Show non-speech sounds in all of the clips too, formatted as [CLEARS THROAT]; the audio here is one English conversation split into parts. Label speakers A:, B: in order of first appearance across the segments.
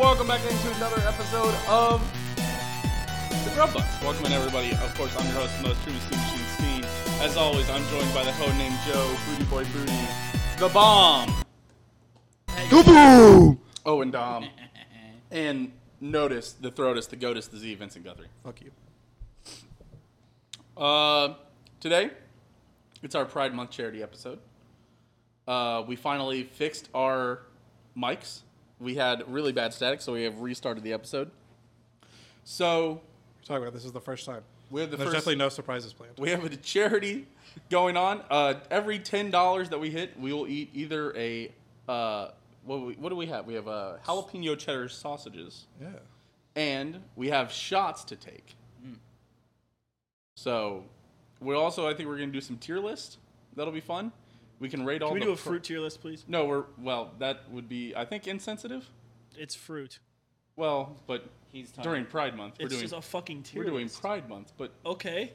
A: welcome back into another episode of the Grub Bucks. Welcome in, everybody. Of course, I'm your host, most truly Steam Machine Steen. As always, I'm joined by the ho named Joe, Booty Boy Booty, the Bomb.
B: Boo!
A: Oh, and Dom. and notice the throatus, the goatus, the Z, Vincent Guthrie.
B: Fuck you.
A: Uh, today, it's our Pride Month charity episode. Uh, we finally fixed our mics. We had really bad static, so we have restarted the episode. So
B: We're talking about this is the first time.
A: we have the
B: There's
A: first.
B: definitely no surprises planned.
A: we have a charity going on. Uh, every ten dollars that we hit, we will eat either a uh, what, do we, what do we have? We have uh, jalapeno cheddar sausages,
B: Yeah.
A: and we have shots to take.
C: Hmm.
A: So we also, I think, we're gonna do some tier list. That'll be fun. We can rate all.
C: Can we
A: the
C: do a
A: pro-
C: fruit tier list, please?
A: No, we're well. That would be, I think, insensitive.
C: It's fruit.
A: Well, but
D: He's talking.
A: during Pride Month, we're
C: It's
A: doing
C: just a fucking tier
A: we're doing
C: list.
A: Pride Month, but,
C: okay.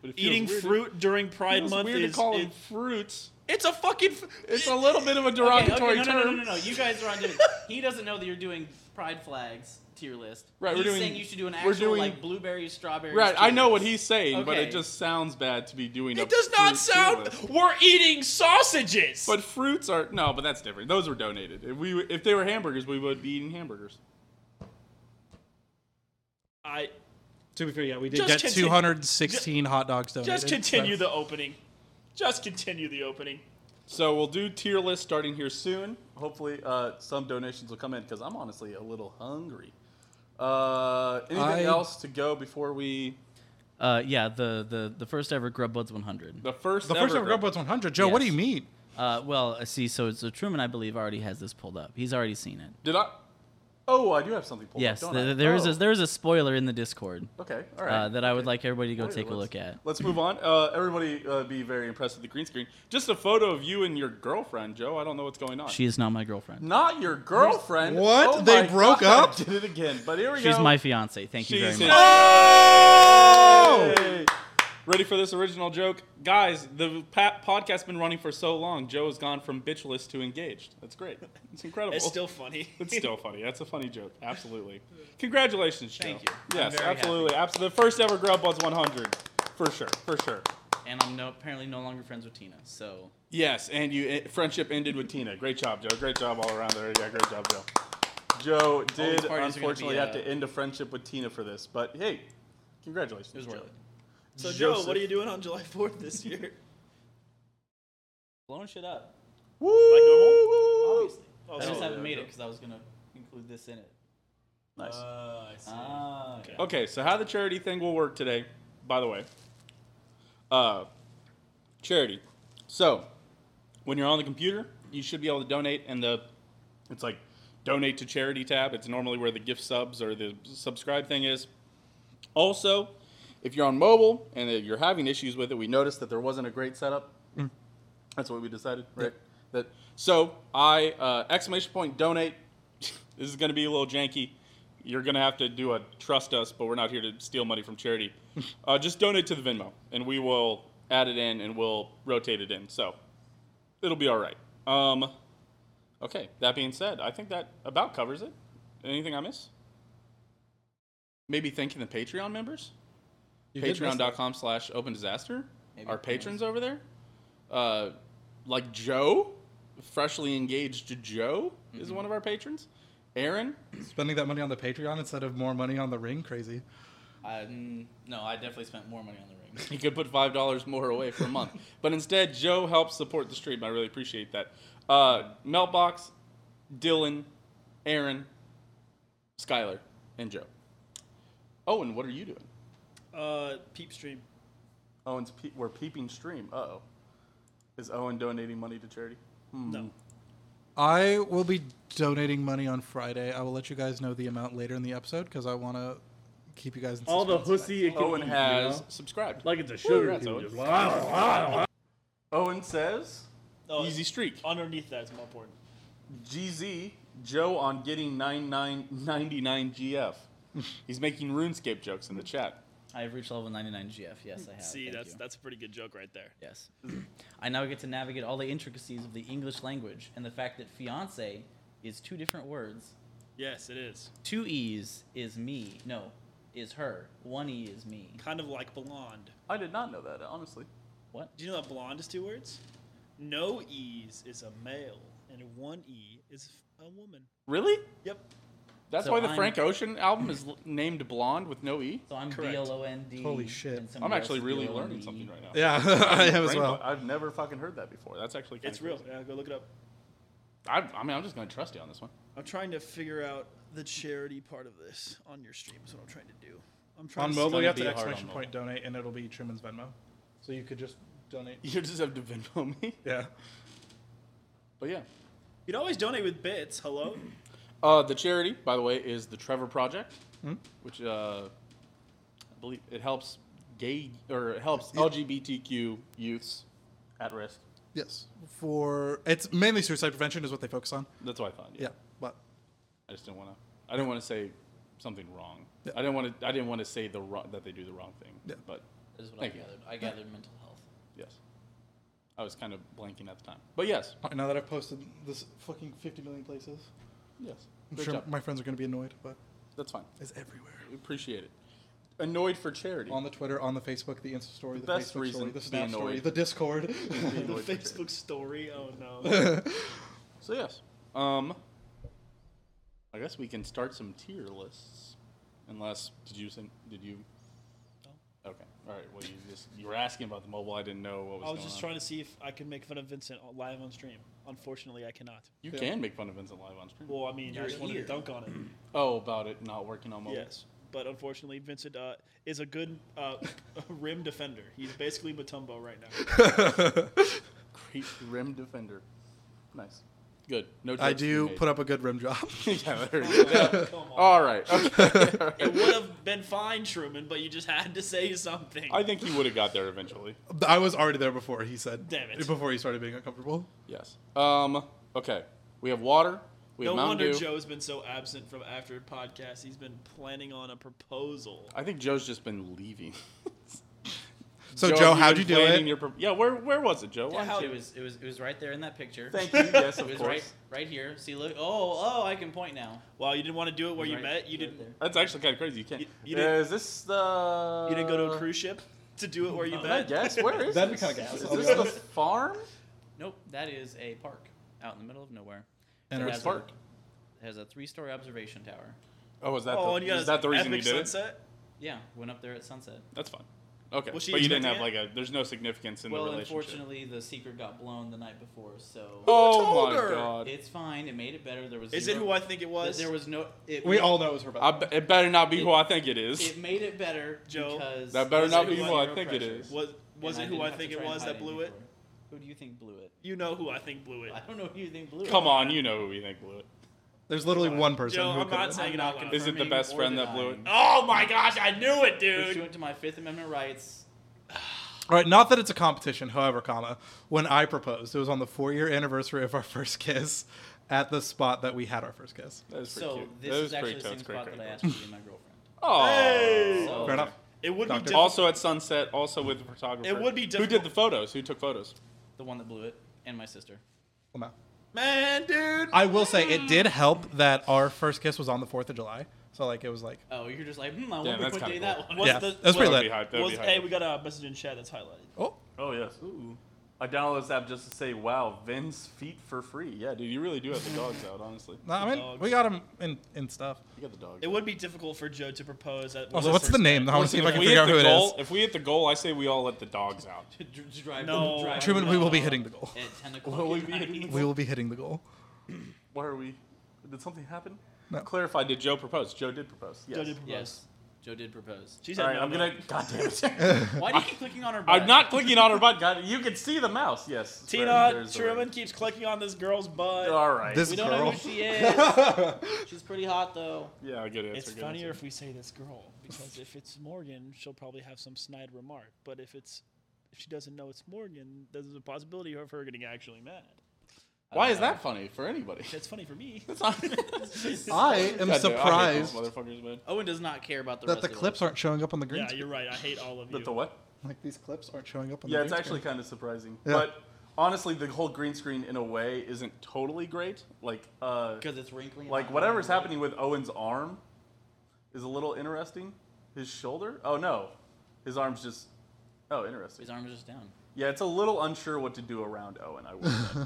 A: but it feels
C: Eating
A: weird to-
C: fruit during Pride
A: feels
C: Month
A: weird
C: is
A: to call it
C: it-
A: fruits.
C: it's a fucking. Fr-
A: It's a little bit of a
D: Okay,
A: derogatory
D: okay, no,
A: term.
D: No, no, no, no, no. You guys are on
A: [LAUGHS]
D: different. he doesn't know that you're doing pride flags tier list.
A: Right, we're
D: He's
A: doing-
D: saying you should do an
A: we're
D: actual
A: doing-
D: like blueberry, strawberry.
A: Right, I know what he's saying, but it
D: Okay.
A: just sounds bad to be doing. a
C: it does not
A: fruit tier
C: sound.
A: list.
C: We're eating sausages.
A: But fruits are no, but that's different. Those were donated. If we if they were hamburgers, we would be eating hamburgers.
C: I
B: To be fair, yeah, we did
C: Just
B: get
C: continue-
B: 216 hot dogs donated.
C: just continue
B: so-
C: the opening. Just continue the opening.
A: So we'll do tier list starting here soon. Hopefully, uh, some donations will come in because I'm honestly a little hungry. Uh, anything
B: I-
A: else to go before we
D: Uh, yeah, the the the first ever GrubBuds 100.
A: the first
B: The first ever
A: Grub-
B: Grub Buds 100. Joe, what do you
D: Yes.
B: mean?
D: Uh, well, uh, see, so so Truman, I believe, already has this pulled up. He's already seen it.
A: Did I? Oh, I do have something pulled
D: Yes,
A: up.
D: th-
A: don't I?
D: th- there is
A: Oh,
D: a, there is a spoiler in the Discord
A: Okay, all right.
D: uh, that I would like everybody to go
A: All right,
D: take a
A: let's-
D: look at.
A: Let's move on. Uh, everybody uh, be very impressed with the green screen. Just a photo of you and your girlfriend, Joe. I don't know what's going on.
D: She is not my girlfriend.
A: Not your girlfriend.
B: What?
A: Oh
B: They
A: my
B: broke
A: God,
B: up?
A: I [LAUGHS] did it again. But here we go.
D: She's my fiance. Thank you very
A: She's
D: much.
A: his-
B: [LAUGHS] Oh!
A: Yay! Ready for this original joke? Guys, the pa- podcast's been running for so long. Joe has gone from bitchless to engaged. That's great. It's incredible.
C: It's still funny.
A: It's still funny. That's a funny joke. Absolutely. Congratulations, Joe.
D: Thank you. I'm
A: Yes,
D: very
A: absolutely. Absolutely. The first ever Grub was 100. For sure. For sure.
D: [LAUGHS] And I'm no, apparently no longer friends with Tina. So
A: Yes, and you eh, friendship ended with Tina. Great job, Joe. Great job all around there. Yeah, great job, Joe. Joe did
D: parties are gonna be,
A: unfortunately have to
D: uh,
A: end a friendship with Tina for this, but hey, congratulations.
D: it was
A: Joe.
D: worth it.
C: So Joe, what
A: Joseph.
C: are you doing on July Fourth this year?
D: Blowing shit up.
A: Woo!
D: Obviously.
C: Oh,
D: I
C: so-
D: just
A: there
D: haven't
A: we
D: made
A: go.
D: it because I was gonna include this in it.
A: Nice.
C: Uh, I see.
D: Ah, okay.
A: Okay, so how the charity thing will work today, by the way. Uh, charity. So, when you're on the computer, you should be able to donate, and the it's like donate to charity tab. It's normally where the gift subs or the subscribe thing is. Also, if you're on mobile and if you're having issues with it, we noticed that there wasn't a great setup. That's what we decided, right? That so I uh, exclamation point donate. [LAUGHS] this is going to be a little janky. You're going to have to do a trust us, but we're not here to steal money from
B: [LAUGHS]
A: charity. uh, just donate to the Venmo, and we will add it in and we'll rotate it in. So it'll be all right. Um, okay. That being said, I think that about covers it. Anything I miss? Maybe thanking the Patreon members.
B: You did miss that.
A: Patreon.com slash open disaster.
D: Maybe
A: Our
D: we can
A: patrons over there. Uh, like Joe, freshly engaged Joe is
B: Mm-hmm.
A: one of our patrons. Aaron,
B: Spending that money on the Patreon instead of more money on the ring, crazy.
D: I, mm, no, I definitely spent more money on the ring.
A: [LAUGHS] he could put five dollars more away for a month. but instead, Joe helps support the stream. I really appreciate that. Uh, Meltbox, Dylan, Aaron, Skylar, and Joe. Owen, what are you doing?
C: Uh, peep stream.
A: Owen's pe- we're peeping stream. Uh oh, is Owen donating money to charity?
C: No.
B: I will be donating money on Friday. I will let you guys know the amount later in the episode because I want to keep you guys in
E: all the
B: suspense.
E: hussy it can
A: Owen
E: eat,
A: has
E: you know?
A: subscribed.
E: like ah. it's a sugar
A: that's
E: cube.
A: Owen.
E: Just blah, blah, blah, blah.
A: Owen says
C: Oh,
A: easy streak.
C: Underneath that is more important.
A: GZ Joe on getting 9999 GF. [LAUGHS] He's making RuneScape jokes in the chat.
D: I have reached level 99 GF. Yes, I have.
C: See,
D: Thank
C: that's
D: you.
C: that's a pretty good joke right there.
D: Yes. [CLEARS THROAT] I now get to navigate all the intricacies of the English language and the fact that fiance is two different words
C: Yes, it is.
D: Two E's is me. No, is her. One E is me.
C: Kind of like blonde.
A: I did not know that, honestly.
D: What?
C: Do you know that blonde is two words? No E's is a male, and one E is a woman.
A: Really?
C: Yep.
A: That's
D: So
A: why the
D: I'm-
A: Frank Ocean album is l- named Blonde with no E?
D: So I'm
C: Correct.
D: B L O N D.
B: Holy shit.
D: and somebody
A: I'm actually
D: else is
A: really
D: B L O N D.
A: learning something right now.
B: Yeah, [LAUGHS] I am as
A: Brain
B: well.
A: bo- I've never fucking heard that before. That's actually kinda
C: It's real.
A: crazy.
C: Yeah, go look it up.
A: I, I mean, I'm just gonna trust you on this one.
C: I'm trying to figure out the charity part of this on your stream. Is what I'm trying to do. I'm trying
B: On
C: to
B: mobile,
A: gonna
B: you have
A: be
B: to
A: hard on
B: exclamation
A: mobile.
B: point donate, and it'll be Truman's Venmo. So you could just donate.
A: [LAUGHS] You just have to Venmo [LAUGHS] me.
B: Yeah.
A: But yeah,
C: You'd always donate with
B: [LAUGHS]
C: bits. Hello.
A: uh, the charity, by the way, is the Trevor Project,
B: Hmm?
A: which uh, I believe it helps gay or it helps LGBTQ youths at risk.
B: Yes. For it's mainly suicide prevention is what they focus on.
A: That's what I thought.
B: Yeah, but
A: I just didn't want to. I didn't want to say something wrong.
B: Yeah.
A: I didn't want to. I didn't want to say the wrong, that they do the wrong thing.
B: Yeah.
A: But
D: Is what
A: Thank
D: I
A: you.
D: gathered. I gathered mental health.
A: yes, I was kind of blanking at the time. But yes,
B: now that I've posted this fucking 50 million places,
A: yes,
B: I'm
A: Good
B: sure
A: job.
B: my friends are going to be annoyed, but
A: that's fine.
B: it's everywhere.
A: We appreciate it. Annoyed for charity.
B: On the Twitter, on the Facebook, the Insta story, the
A: Best
B: Facebook
A: reason
B: story,
A: to
B: the
A: be
B: Snap story,
A: annoyed. [LAUGHS]
B: the Discord.
C: the
A: Annoyed for charity.
C: Facebook story. Oh
B: [LAUGHS]
C: no.
A: So yes, um, I guess we can start some tier lists. Unless did you send, did you? Okay, all right. Well, you just you were asking about the mobile. I didn't know what was.
C: I was
A: going
C: just
A: on.
C: trying to see if I could make fun of Vincent on- live on stream. Unfortunately, I cannot.
A: You
B: Yeah.
A: can make fun of Vincent live on stream.
C: Well, I mean, I
D: You're
C: just wanted to
D: here.
C: dunk on it.
A: oh, about it not working on mobile.
C: yes, but unfortunately, Vincent uh, is a good uh, [LAUGHS] rim defender. He's basically Matumbo right
A: [LAUGHS]
C: now.
A: Great rim defender. Nice. Good. No.
B: I do
A: [LAUGHS]
B: put up a good rim job.
A: yeah, there you go.
C: Come on.
A: All [LAUGHS] right. Okay.
C: It would have been fine, Truman, but you just had to say something.
A: I think he would have got there eventually.
B: I was already there before he said.
C: Damn it.
B: Before he started being uncomfortable.
A: Yes. Um. Okay. We have water. We have
C: no
A: Mountain
C: wonder
A: Dew.
C: Joe's been so absent from after podcast. He's been planning on a proposal.
A: I think Joe's just been leaving.
B: So Joe,
A: have
B: how'd
A: been
B: you do
A: planning
B: it?
A: your pro- yeah, where where was it, Joe? Why
D: Yeah,
A: don't
D: it
A: you-
D: was it was it was right there in that picture. [LAUGHS]
A: Thank you. Yes,
D: It
C: [LAUGHS]
A: of
D: was
A: course.
D: right right here. See look. Oh oh I can point now.
C: Wow, you didn't want to do it where you
D: Right-
C: met. You
D: right
C: didn't.
D: there.
A: That's actually kind of crazy. You can't.
C: You- you
A: Uh,
C: didn't-
A: is this the?
C: You didn't go to a cruise ship to do it where you
A: Uh, I
C: met.
A: guess. Where is
B: That'd
A: [LAUGHS] this?
B: be kinda gas.
A: Is
B: I'll
A: this
B: be
A: the
B: honest.
A: farm?
D: Nope, that is a park out in the middle of nowhere.
B: And
D: It
A: Which
D: has
A: park?
D: A, it has a three-story observation tower.
A: Oh, is that?
C: Oh, and
A: the,
C: you got
A: is that the reason you
C: epic
A: did it?
C: sunset.
D: Yeah, went up there at sunset.
A: That's fine. Okay,
C: Was she
A: but you didn't have like
C: expecting
A: a. There's no significance in
D: well,
A: the relationship.
D: unfortunately, the secret got blown the night before, so
A: Oh
C: told
A: my
C: her?
A: god!
D: it's fine. It made it better. There was
C: Is it
D: zero-
C: who I think it was?
D: There was no. It,
B: We all know it was her best.
A: I be- it better not be
D: It-
A: who I think it is.
D: It made it better
C: Joe,
D: because
A: That better
D: there
C: not
D: was
C: be who
D: zero
A: I think it
D: pressure,
A: is.
C: was
D: and
C: was it
D: didn't
C: who I
D: have to
C: think
D: try
C: it
D: and
C: was
D: hide
C: that blew it?
D: before. Who do you think blew it?
C: You know who I think blew it.
D: I don't know who you think blew it.
A: [LAUGHS] Come on, you know who we think blew it.
B: There's literally one person.
C: Joe,
B: who
C: I'm
B: could-
C: not saying it out
D: I'm
C: loud.
D: not
A: Is it the
D: confirming
A: best
D: or
A: friend that blew it?
D: denying.
C: Oh my gosh, I knew it, dude.
D: Pursuant to my Fifth Amendment rights,
B: All right, not that it's a competition, however, comma, when I proposed, it was on the four year anniversary of our [LAUGHS] first kiss at the spot that we had our first kiss.
A: That was pretty
D: so
A: cute.
D: this
A: that
D: is
A: was
D: actually the
A: pretty cute.
D: same
A: It's great,
D: spot
A: great,
D: that I
A: great.
D: asked you to be
A: [LAUGHS]
D: my girlfriend.
A: Oh,
D: So-
B: Fair enough.
C: It would be
B: Doctor-
C: difficult.
A: Also at sunset, also with the photographer.
C: It would be
A: Who did
C: difficult-
A: the photos? Who took photos?
D: The one that blew it, and my sister.
B: Well, no.
C: man, dude.
B: I will say it did help that our first kiss was on the 4th of July. So, like, it was like,
D: Oh, you're just like, hmm, I
A: Damn,
D: wonder
A: that's
D: what day
A: kinda cool.
D: that one [LAUGHS] was.
C: Was
B: yeah,
C: the-
B: that was pretty
A: That would be
B: lit.
A: hype. That would
C: was,
A: be
C: hey,
A: hype.
C: we got a message in chat that's highlighted.
B: Oh,
A: Oh yes. Ooh. I downloaded this app just to say, "Wow, Vin's feet for free." Yeah, dude, you really do have the dogs out, honestly.
B: no, I mean,
C: Dogs.
B: we got him in, in stuff.
A: You got the dogs.
C: It would be difficult for Joe to propose. At
B: Also, Oh, what's the name? I want to see if I can
A: we
B: figure
A: hit the
B: out who it is.
A: goal, If we hit the goal, I say we all let the dogs [LAUGHS] out.
D: Dr- drive-
C: No.
D: drive
B: Truman, we will be
D: down
B: hitting the goal.
D: At
A: [LAUGHS]
D: 10 o'clock.
A: Will we
D: at
A: be
D: night.
A: hitting
B: [LAUGHS] We will be hitting the goal.
A: Why are we? Did something happen?
B: No.
A: Clarify. Did Joe propose? Joe did propose. Yes.
C: Joe did propose.
D: Yes. Joe did propose.
C: She said
A: All right,
C: no,
A: I'm
C: no.
A: gonna. God damn [LAUGHS] it!
D: Why do you keep clicking on her butt?
A: I'm not clicking on her butt. God, you can see the mouse. Yes. It's right,
C: Tina
A: there's the
C: Truman
A: ring.
C: keeps clicking on this girl's butt.
A: All right.
B: This
D: We don't know
B: girl.
D: who she
A: [LAUGHS]
D: is.
B: [LAUGHS]
D: She's pretty hot, though.
A: yeah, good answer.
C: it's
A: good
C: funnier
A: answer.
C: if we say this girl because if it's Morgan, she'll probably have some snide remark. But if it's if she doesn't know it's Morgan, there's a possibility of her getting actually mad.
A: Why is that funny for anybody?
C: That's funny
A: [LAUGHS]
C: for me.
A: It's
D: [LAUGHS]
A: not.
B: I
A: [LAUGHS] God damn, I
B: am
A: hate those
B: surprised
A: motherfuckers, man.
D: Owen does not care about the
B: that
D: rest
B: the
D: of
B: clips
D: us.
B: aren't showing up on the green
C: yeah,
B: screen.
C: you're right. I hate all of you.
A: That the what?
B: Like, these clips aren't showing up on
A: Yeah,
B: the
A: it's
B: green screen.
A: actually kind of surprising.
B: Yeah.
A: But honestly, the whole green screen in a way isn't totally great. Like, uh,
D: because it's wrinkling.
A: like whatever's happening with Owen's arm is a little interesting. His shoulder? Oh no, his arm's just. Oh, interesting.
D: His arm is just down.
A: Yeah, it's a little unsure what to do around Owen. I will. say.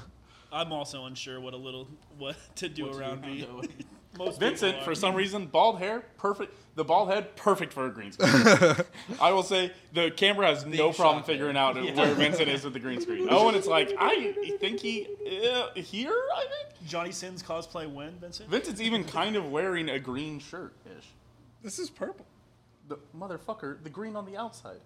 C: I'm also unsure what a little what [LAUGHS] to do
D: What to do [LAUGHS]
C: around me.
D: around Owen.
C: Most
A: Vincent,
C: people
A: for
C: are.
A: some reason, bald hair, perfect. The bald head, perfect for a green screen.
B: [LAUGHS]
A: I will say the camera has no
D: Big
A: problem
D: shot there.
A: figuring out
D: Yeah.
A: where Vincent is with the green screen. Owen, it's like I think he uh, here. I think
C: Johnny Sins cosplay when Vincent.
A: Vincent's even kind of wearing a green shirt ish.
B: This is purple.
A: The motherfucker, the green on the outside,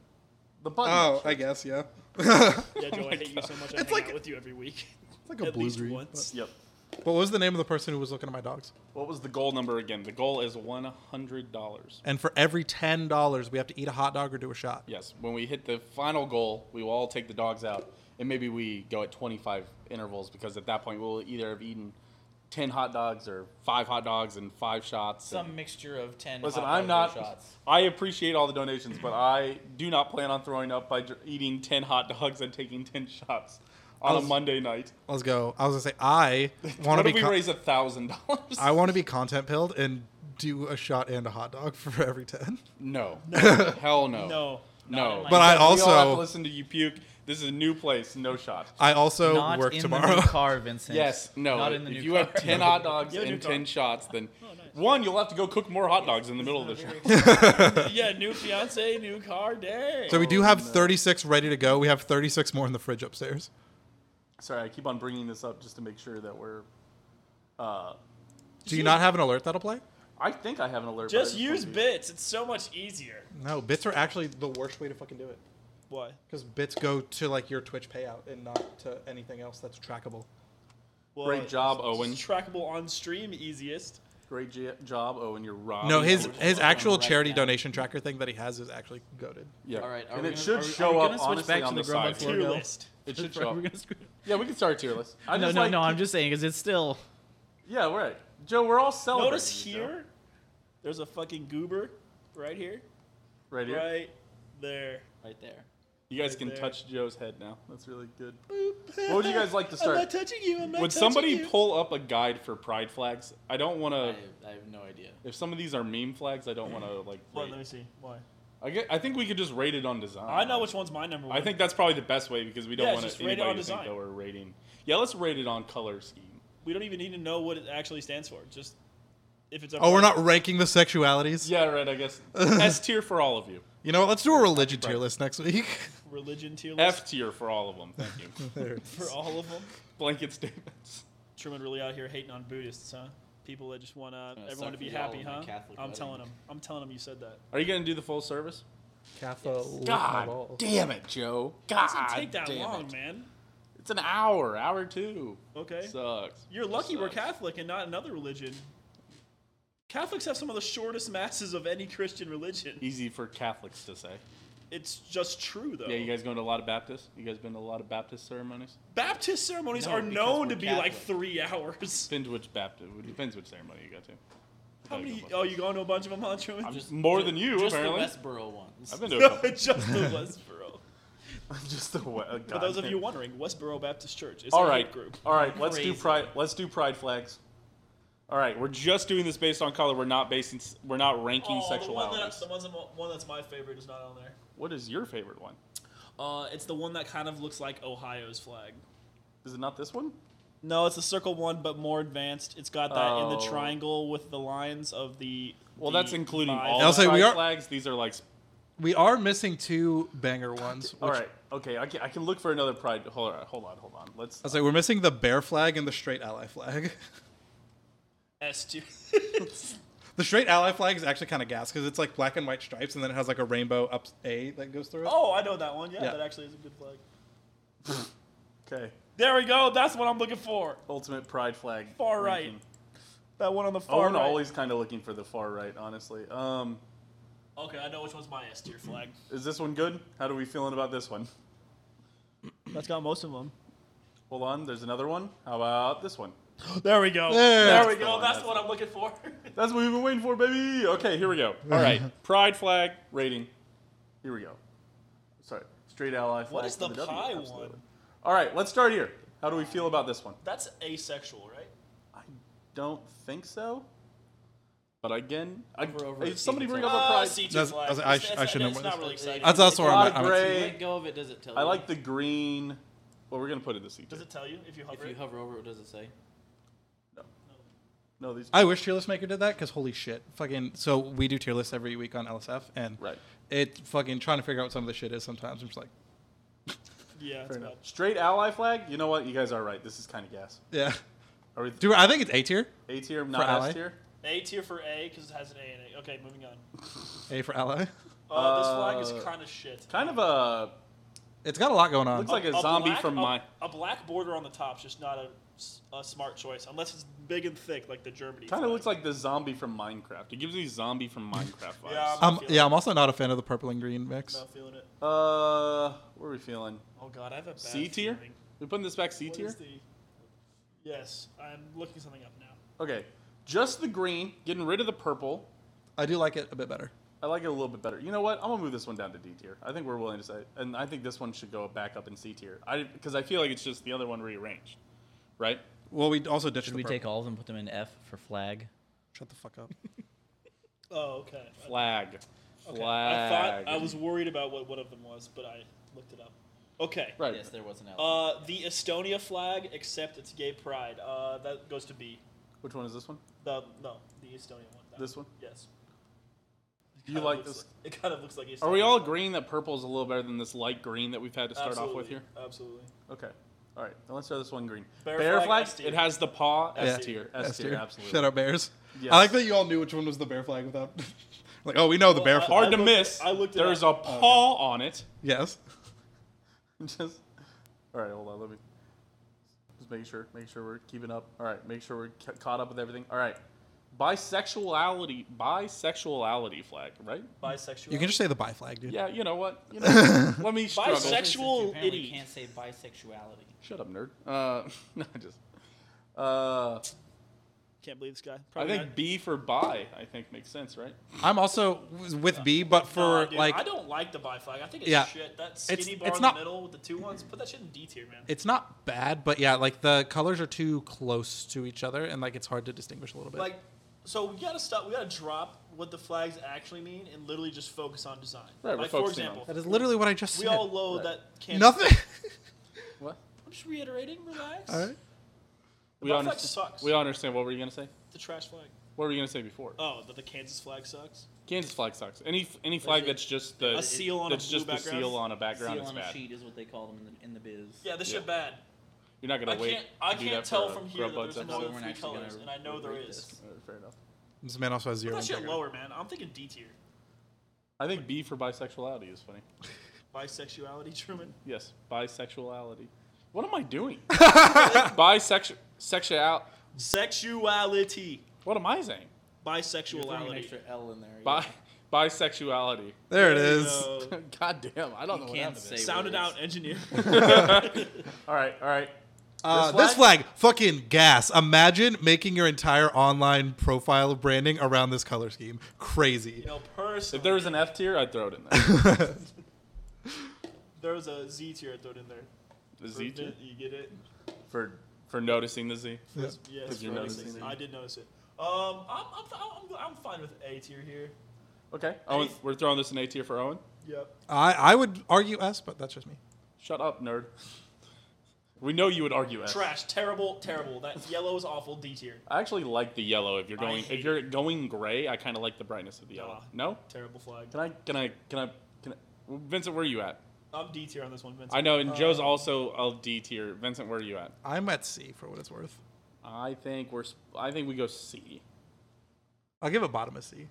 A: the button.
B: Oh, I guess yeah. [LAUGHS] it's
C: yeah,
A: Oh
C: Joe, I hate you so much. I
B: It's
C: hang
B: like-
C: out with you
A: [LAUGHS]
C: every week.
B: like a
C: At
B: blue
C: least
B: green.
C: once.
A: Yep.
B: But what was the name of the person who was looking at my dogs?
A: What was the goal number again? The goal is one hundred dollars.
B: And for every ten dollars, we have to eat a hot dog or do a shot.
A: Yes. When we hit the final goal, we will all take the dogs out, and maybe we go at twenty-five intervals because at that point we'll either have eaten ten hot dogs or five hot dogs and five shots. and-
D: Some mixture of ten.
A: Listen,
D: hot
A: I'm
D: dog
A: not.
D: Shots.
A: I appreciate all the donations, but I do not plan on throwing up by dr- eating ten hot dogs and taking ten shots on
B: I was-
A: a Monday night.
B: Let's go. I was gonna say I want
A: What
B: to
A: if
B: be.
A: we
B: con-
A: raise a thousand dollars?
B: I want to be content pilled and do a shot and a hot dog [LAUGHS] for every ten.
A: No.
B: [LAUGHS]
A: Hell no.
C: No.
D: Not
A: No.
D: in my-
B: But I
A: we all have to
B: also,
A: listen to you puke. This is a new place. No shot.
B: I also
D: Not
B: work
D: in
B: tomorrow.
D: the new car,
B: [LAUGHS]
D: Vincent.
A: Yes, no.
D: Not in the
A: if
D: new
A: you
D: car. [LAUGHS]
A: have
E: [LAUGHS]
A: ten hot dogs
C: Yeah, new
A: and ten
C: car.
A: shots, then
C: nice.
A: one you'll have to go cook more hot dogs in the middle of the show.
C: [LAUGHS] yeah, new fiance, new car, dang.
B: [LAUGHS] so we do have 36 ready to go. We have 36 more in the fridge upstairs.
A: Sorry, I keep on bringing this up just to make sure that we're. Uh,
B: Do you not have an alert that'll play?
A: I think I have an alert. but I
C: Just use
A: won't be-
C: bits. It's so much easier.
B: No, bits are actually the worst way to fucking do it
C: What?
B: because bits go to like your Twitch payout and not to anything else that's trackable.
C: Well,
A: Great job, Owen.
C: It's trackable on stream easiest.
A: Great j- job, Owen. You're robbing.
B: no, his
A: Owen.
B: his
D: Hold on
B: actual
D: right
B: charity
D: now.
B: donation tracker thing that he has is actually goaded.
A: Yeah.
D: All right, are
A: and
D: we
A: it
D: gonna-
A: should
D: are we- are
A: show
D: we
A: up
D: gonna switch
A: honestly
D: back
A: on
D: to
A: the,
D: the Grubhub
A: side.
D: Here we
C: Tier
D: go.
C: list.
A: It
E: [LAUGHS]
A: should
D: We're
A: show up.
D: gonna screw-
A: Yeah, we can start a tier list. I
D: No,
A: just
D: no,
A: like-
D: no. I'm just saying because it's still.
A: Yeah, right. Joe, we're all celebrating.
C: Notice
A: you, Joe.
C: here, there's a fucking goober right here,
A: Right here.
C: right there.
D: Right there.
A: You guys
C: Right
A: can
C: there.
A: touch Joe's head now. That's really good. What would you guys like to start?
C: I'm not touching you. I'm not
A: Would
C: touching
A: somebody
C: you.
A: pull up a guide for pride flags? I don't want
D: I
A: to.
D: have, I have no idea.
A: If some of these are meme flags, I don't want
C: [CLEARS THROAT]
A: to like.
C: Wait,
A: rate.
C: let me see. Why?
A: I, get, I think we could just rate it on design.
C: I know which one's my number one.
A: I think that's probably the best way because we don't
C: Yeah,
A: want
C: just
A: to
C: rate it
A: anybody
C: on
A: to think
C: design.
A: that we're rating. Yeah, let's rate it on color scheme.
C: we don't even need to know what it actually stands for. Just if it's a
B: Oh, we're not ranking the sexualities.
A: Yeah, right. I guess S tier for all of you.
B: You know what? Let's do a religion tier
A: Right.
B: list next week. [LAUGHS]
C: religion tier list
A: F tier for all of them. Thank you.
B: There.
C: for all of them.
A: Blanket statements.
C: Truman really out here hating on Buddhists, huh? People that just want uh, everyone
D: suck
C: to be
D: for y'all
C: happy,
D: in my
C: huh?
D: Catholic
C: I'm
D: wedding.
C: telling him. I'm telling him you said that.
A: Are you gonna do the full service?
B: Catholic.
A: God damn it, Joe. God
C: Doesn't take that
A: Ah, damn
C: long,
A: it.
C: man.
A: It's an hour, hour two.
C: Okay.
A: Sucks.
C: You're lucky we're
A: Sucks.
C: Catholic and not another religion. Catholics have some of the shortest masses of any Christian religion.
A: Easy for Catholics to say.
C: It's just true, though.
A: Yeah, you guys going to a lot of Baptists? You guys been to a lot of Baptist ceremonies?
C: Baptist ceremonies
D: No,
C: are
D: because
C: known
D: we're
C: to be like
D: Catholic.
C: three hours.
A: Depends which Baptist. It depends which ceremony you go to.
C: How
A: Gotta go
C: many?
A: Baptist.
C: Oh, you going to a bunch of them, huh, Truman? [LAUGHS]
A: I'm more than you,
D: just
A: apparently.
D: the Westboro ones.
A: I've been to a couple.
C: just the
A: [LAUGHS]
C: Westboro.
A: Just the way.
C: For those of you wondering, Westboro Baptist Church is
A: All
C: a
A: right,
C: hate group.
A: all right. Let's do
D: Crazy.
A: pride. Let's do pride flags. All right, we're just doing this based on color. We're not basing. s- We're not ranking
C: Oh, The,
A: sexuality.
C: one, that, the one's, one that's my favorite is not on there.
A: What is your favorite one?
C: Uh, it's the one that kind of looks like Ohio's flag.
A: Is it not this one?
C: No, it's the circle one, but more advanced. It's got that in the
A: Oh.
C: triangle with the lines of the.
A: Well,
C: the
A: that's including
C: five.
A: all
B: I'll
A: the
B: say we
A: pride
B: are-
A: flags. These are like. s-
B: We are missing two banger ones.
A: All
B: which-
A: right. Okay. I can, I can look for another pride. Hold on. Hold on. Hold on. Let's.
B: I was like, we're missing the bear flag and the straight ally flag.
C: [LAUGHS]
B: [LAUGHS]
C: S tier.
B: The straight ally flag is actually kind of gas because it's like black and white stripes, and then it has like a rainbow up A that goes through it.
C: [LAUGHS] oh, I know that one. Yeah,
B: Yeah.
C: that actually is a good flag.
A: Okay.
C: There we go. That's what I'm looking for.
A: Ultimate pride flag.
C: Far right.
A: ranking.
C: That one on the far
A: Owen
C: right.
A: Oh, always kind of looking for the far right, honestly. Um,
C: Okay, I know which one's my S tier flag.
A: is this one good? How do we feeling about this one?
C: That's got most of them.
A: Hold on. There's another one. How about this one?
C: There we go.
B: There.
C: There
A: That's
C: we
A: the
C: go.
A: one,
C: That's
A: that's
C: what
A: the
C: I'm looking for.
A: That's what we've been waiting for, baby. Okay, here we go. All
B: [LAUGHS]
A: right, pride flag rating. Here we go. Sorry, straight ally flag.
C: What is
A: for
C: the
A: W,
C: pie
A: absolutely.
C: one?
A: All right, let's start here. How do we feel about this one?
C: That's asexual, right?
A: I don't think so. But again, I,
D: Over, over,
A: if somebody
D: it's
A: bring
D: all-
A: up a
C: Uh,
A: pride.
C: C2
B: That's-
C: flag.
B: I was- I
C: It's-
B: sh-
C: it's-
B: I shouldn't
C: It's
B: have-
C: not really
D: it's-
C: exciting.
B: That's also where I'm
A: lot
B: at.
A: of
B: I'm at-
A: gray.
D: Let go of it. Does it tell?
A: I
D: you?
A: like the green. Well, we're gonna put it this
C: Does
A: evening.
C: it tell you if you hover
D: If you
C: it?
D: hover over it, what does it say?
A: No, these.
B: I wish Tier List Maker did that because holy shit, fucking. So we do tier lists every week on LSF, and
A: Right.
B: it fucking trying to figure out what some of the shit is sometimes. I'm just like,
C: Yeah, it's
A: Fair enough.
C: about
A: Straight ally flag. You know what? You guys are right. This is kind of gas.
B: yeah.
A: Are we
B: Do I think it's A tier?
A: A tier, not
B: ally?
A: S tier?
C: A tier for A because it has an A in it. Okay, moving on.
B: A for ally.
C: Oh, this flag
A: Uh,
C: is kind of shit.
A: Kind of a.
B: It's got a lot going on.
A: Looks like a zombie
C: black,
A: from
C: a,
A: my.
C: A black border on the top's just not a, s- a smart choice unless it's big and thick like the Germany.
A: Kind of
C: flag.
A: looks like the zombie from Minecraft. It gives me zombie from Minecraft vibes.
C: [LAUGHS] Yeah, I'm-
B: Um, yeah, I'm also not a fan of the purple and green mix.
C: Not feeling it.
A: Uh, what are we feeling?
C: Oh god, I have a bad
A: C tier?
C: feeling.
A: We putting this back C
C: What
A: tier?
C: is the- Yes, I'm looking something up now.
A: Okay, just the green, getting rid of the purple.
B: I do like it a bit better.
A: I like it a little bit better. You know what? I'm gonna move this one down to D tier. I think we're willing to say, and I think this one should go back up in C tier. I because I feel like it's just the other one rearranged, right?
B: Well, we also ditched
E: Should
B: the
E: we
B: purple.
E: take all of them, put them in F for flag?
B: Shut the fuck up.
C: Oh, okay.
A: Flag, flag.
C: Okay. I thought I was worried about what one of them was, but I looked it up. Okay.
A: right.
D: Yes, there was an L.
C: Uh, the Estonia flag, except it's gay pride. Uh, that goes to B.
A: Which one is this one?
C: The no, the Estonian one. That
A: This one?
C: Yes.
A: Do you
C: Kinda
A: like
C: looks
A: this?
C: it kind of looks like. Estonia.
A: Are we all agreeing that purple is a little better than this light green that we've had to start
C: Absolutely.
A: off with here?
C: Absolutely.
A: Okay. All right. Then let's try this one green.
C: Bear
A: Bear,
C: flag,
A: flag.
C: S tier.
A: It has the paw.
C: Yeah.
A: S tier. S tier. Absolutely.
B: Shout out bears.
A: Yes.
B: I like that you all knew which one was the bear flag without. [LAUGHS] like, oh, we know the
C: Well,
B: bear
C: I-
B: flag.
A: Hard
C: I
A: to
C: looked-
A: miss.
C: I looked it
A: There's
C: up.
A: a paw on it. [LAUGHS]
B: yes.
A: Just. All right. Hold on. Let me. Just making sure. Make sure we're keeping up. All right. Make sure we're ca- caught up with everything. All right. Bisexuality. Bisexuality flag. Right.
C: Bisexual.
B: You can just say the bi flag, dude.
A: Yeah. You know what? You know, let
C: [LAUGHS]
A: me struggle.
C: Bisexual- Sexual
D: You apparently
C: idiot.
D: can't say bisexuality.
A: Shut up, nerd. Uh, [LAUGHS] no, just. Uh,
C: Can't believe this guy.
A: I
C: Probably
A: think
C: not.
A: B for bi. I think makes sense, right?
B: [LAUGHS] I'm also with B, but for
C: Nah, dude,
B: like
C: I don't like the bi flag. I think it's
B: Yeah.
C: shit. That skinny bar
B: it's
C: in
B: not-
C: the middle with the two ones. Put that shit in D tier, man.
B: It's not bad, but yeah, like the colors are too close to each other, and like it's hard to distinguish a little bit.
C: like, so we gotta stop. We gotta drop what the flags actually mean and literally just focus on design.
A: Right, we're
C: like for
A: focusing on-
C: example,
B: that is literally what I just
C: we
B: said.
C: all load
A: Right.
C: that can
B: Nothing.
A: What?
C: I'm just reiterating.
B: [LAUGHS]
C: Relax.
B: all right.
A: We
C: Butt
A: understand.
C: flex sucks.
A: We understand. What were you gonna say?
C: The trash flag.
A: What were you gonna say before?
C: Oh, that the Kansas flag sucks.
A: Kansas flag sucks. Any any flag that's just the
C: A seal on a
A: that's
C: blue
A: just the
C: background?
A: seal on a background
D: Seal
A: is
D: on a
A: bad.
D: sheet is what they call them in the, in the biz.
C: Yeah, this
A: Yeah.
C: shit bad.
A: You're not gonna
C: I
A: wait.
C: can't. I
A: to do
C: can't
A: that
C: tell
A: for a
C: from here
A: Grub
C: that
A: Buds
C: there's
A: episode?
C: another
D: we're
C: three
D: actually gonna
C: colors, and I know there
D: rate
C: is. [LAUGHS]
D: this.
A: All right, fair enough.
B: This man also has
C: Put
B: zero.
C: that shit
B: integrity.
C: lower, man. I'm thinking D tier.
A: I think B for bisexuality is funny.
C: Bisexuality, Truman.
A: Yes, bisexuality. What am I doing? Bisexual sexual.
C: Sexuality.
A: What am I saying?
D: You're throwing an
C: Bisexuality.
D: extra L in there. yeah.
A: Bi bisexuality. [LAUGHS]
B: There it
C: There you
B: is.
C: go.
A: God damn, I don't
D: You
A: know what
D: can't
A: happened.
D: say
A: there.
C: Sound it
D: words.
B: [LAUGHS]
C: out, engineer.
A: [LAUGHS] All right, all right.
B: Uh,
A: This
B: this flag, fucking gas. Imagine making your entire online profile branding around this color scheme. Crazy. [LAUGHS]
C: you know, personally,
A: If there was an F tier, I'd throw it in
C: [LAUGHS]
A: there.
C: there was a Z tier thrown in there.
A: The Z
C: For-
A: tier
C: You get it?
A: for for noticing the Z.
B: Yeah.
C: Yes.
A: Did you
C: for
A: notice
C: instance.
A: it?
C: I did notice it. Um, I'm, I'm, I'm, I'm fine with A tier here.
A: Okay, Owen,
C: Eighth.
A: we're throwing this in A tier for Owen.
C: Yep.
B: I I would argue S, but that's just me.
A: Shut up, nerd. We know you would argue S.
C: Trash. Terrible. Terrible. That yellow is awful. D tier.
A: I actually like the yellow. If you're
C: I
A: going,
C: hate
A: if you're going gray, I kind of like the brightness of the yellow. No?
C: Terrible flag.
A: Can I? Can I? Can I? Can I? Vincent, where are you at?
C: I'm D tier on this one, Vince.
A: I know, and Joe's
C: Um,
A: also a D tier. Vincent, where are you at?
B: I'm at C for what it's worth.
A: I think we're. sp- I think we go C.
B: I'll give it bottom a C.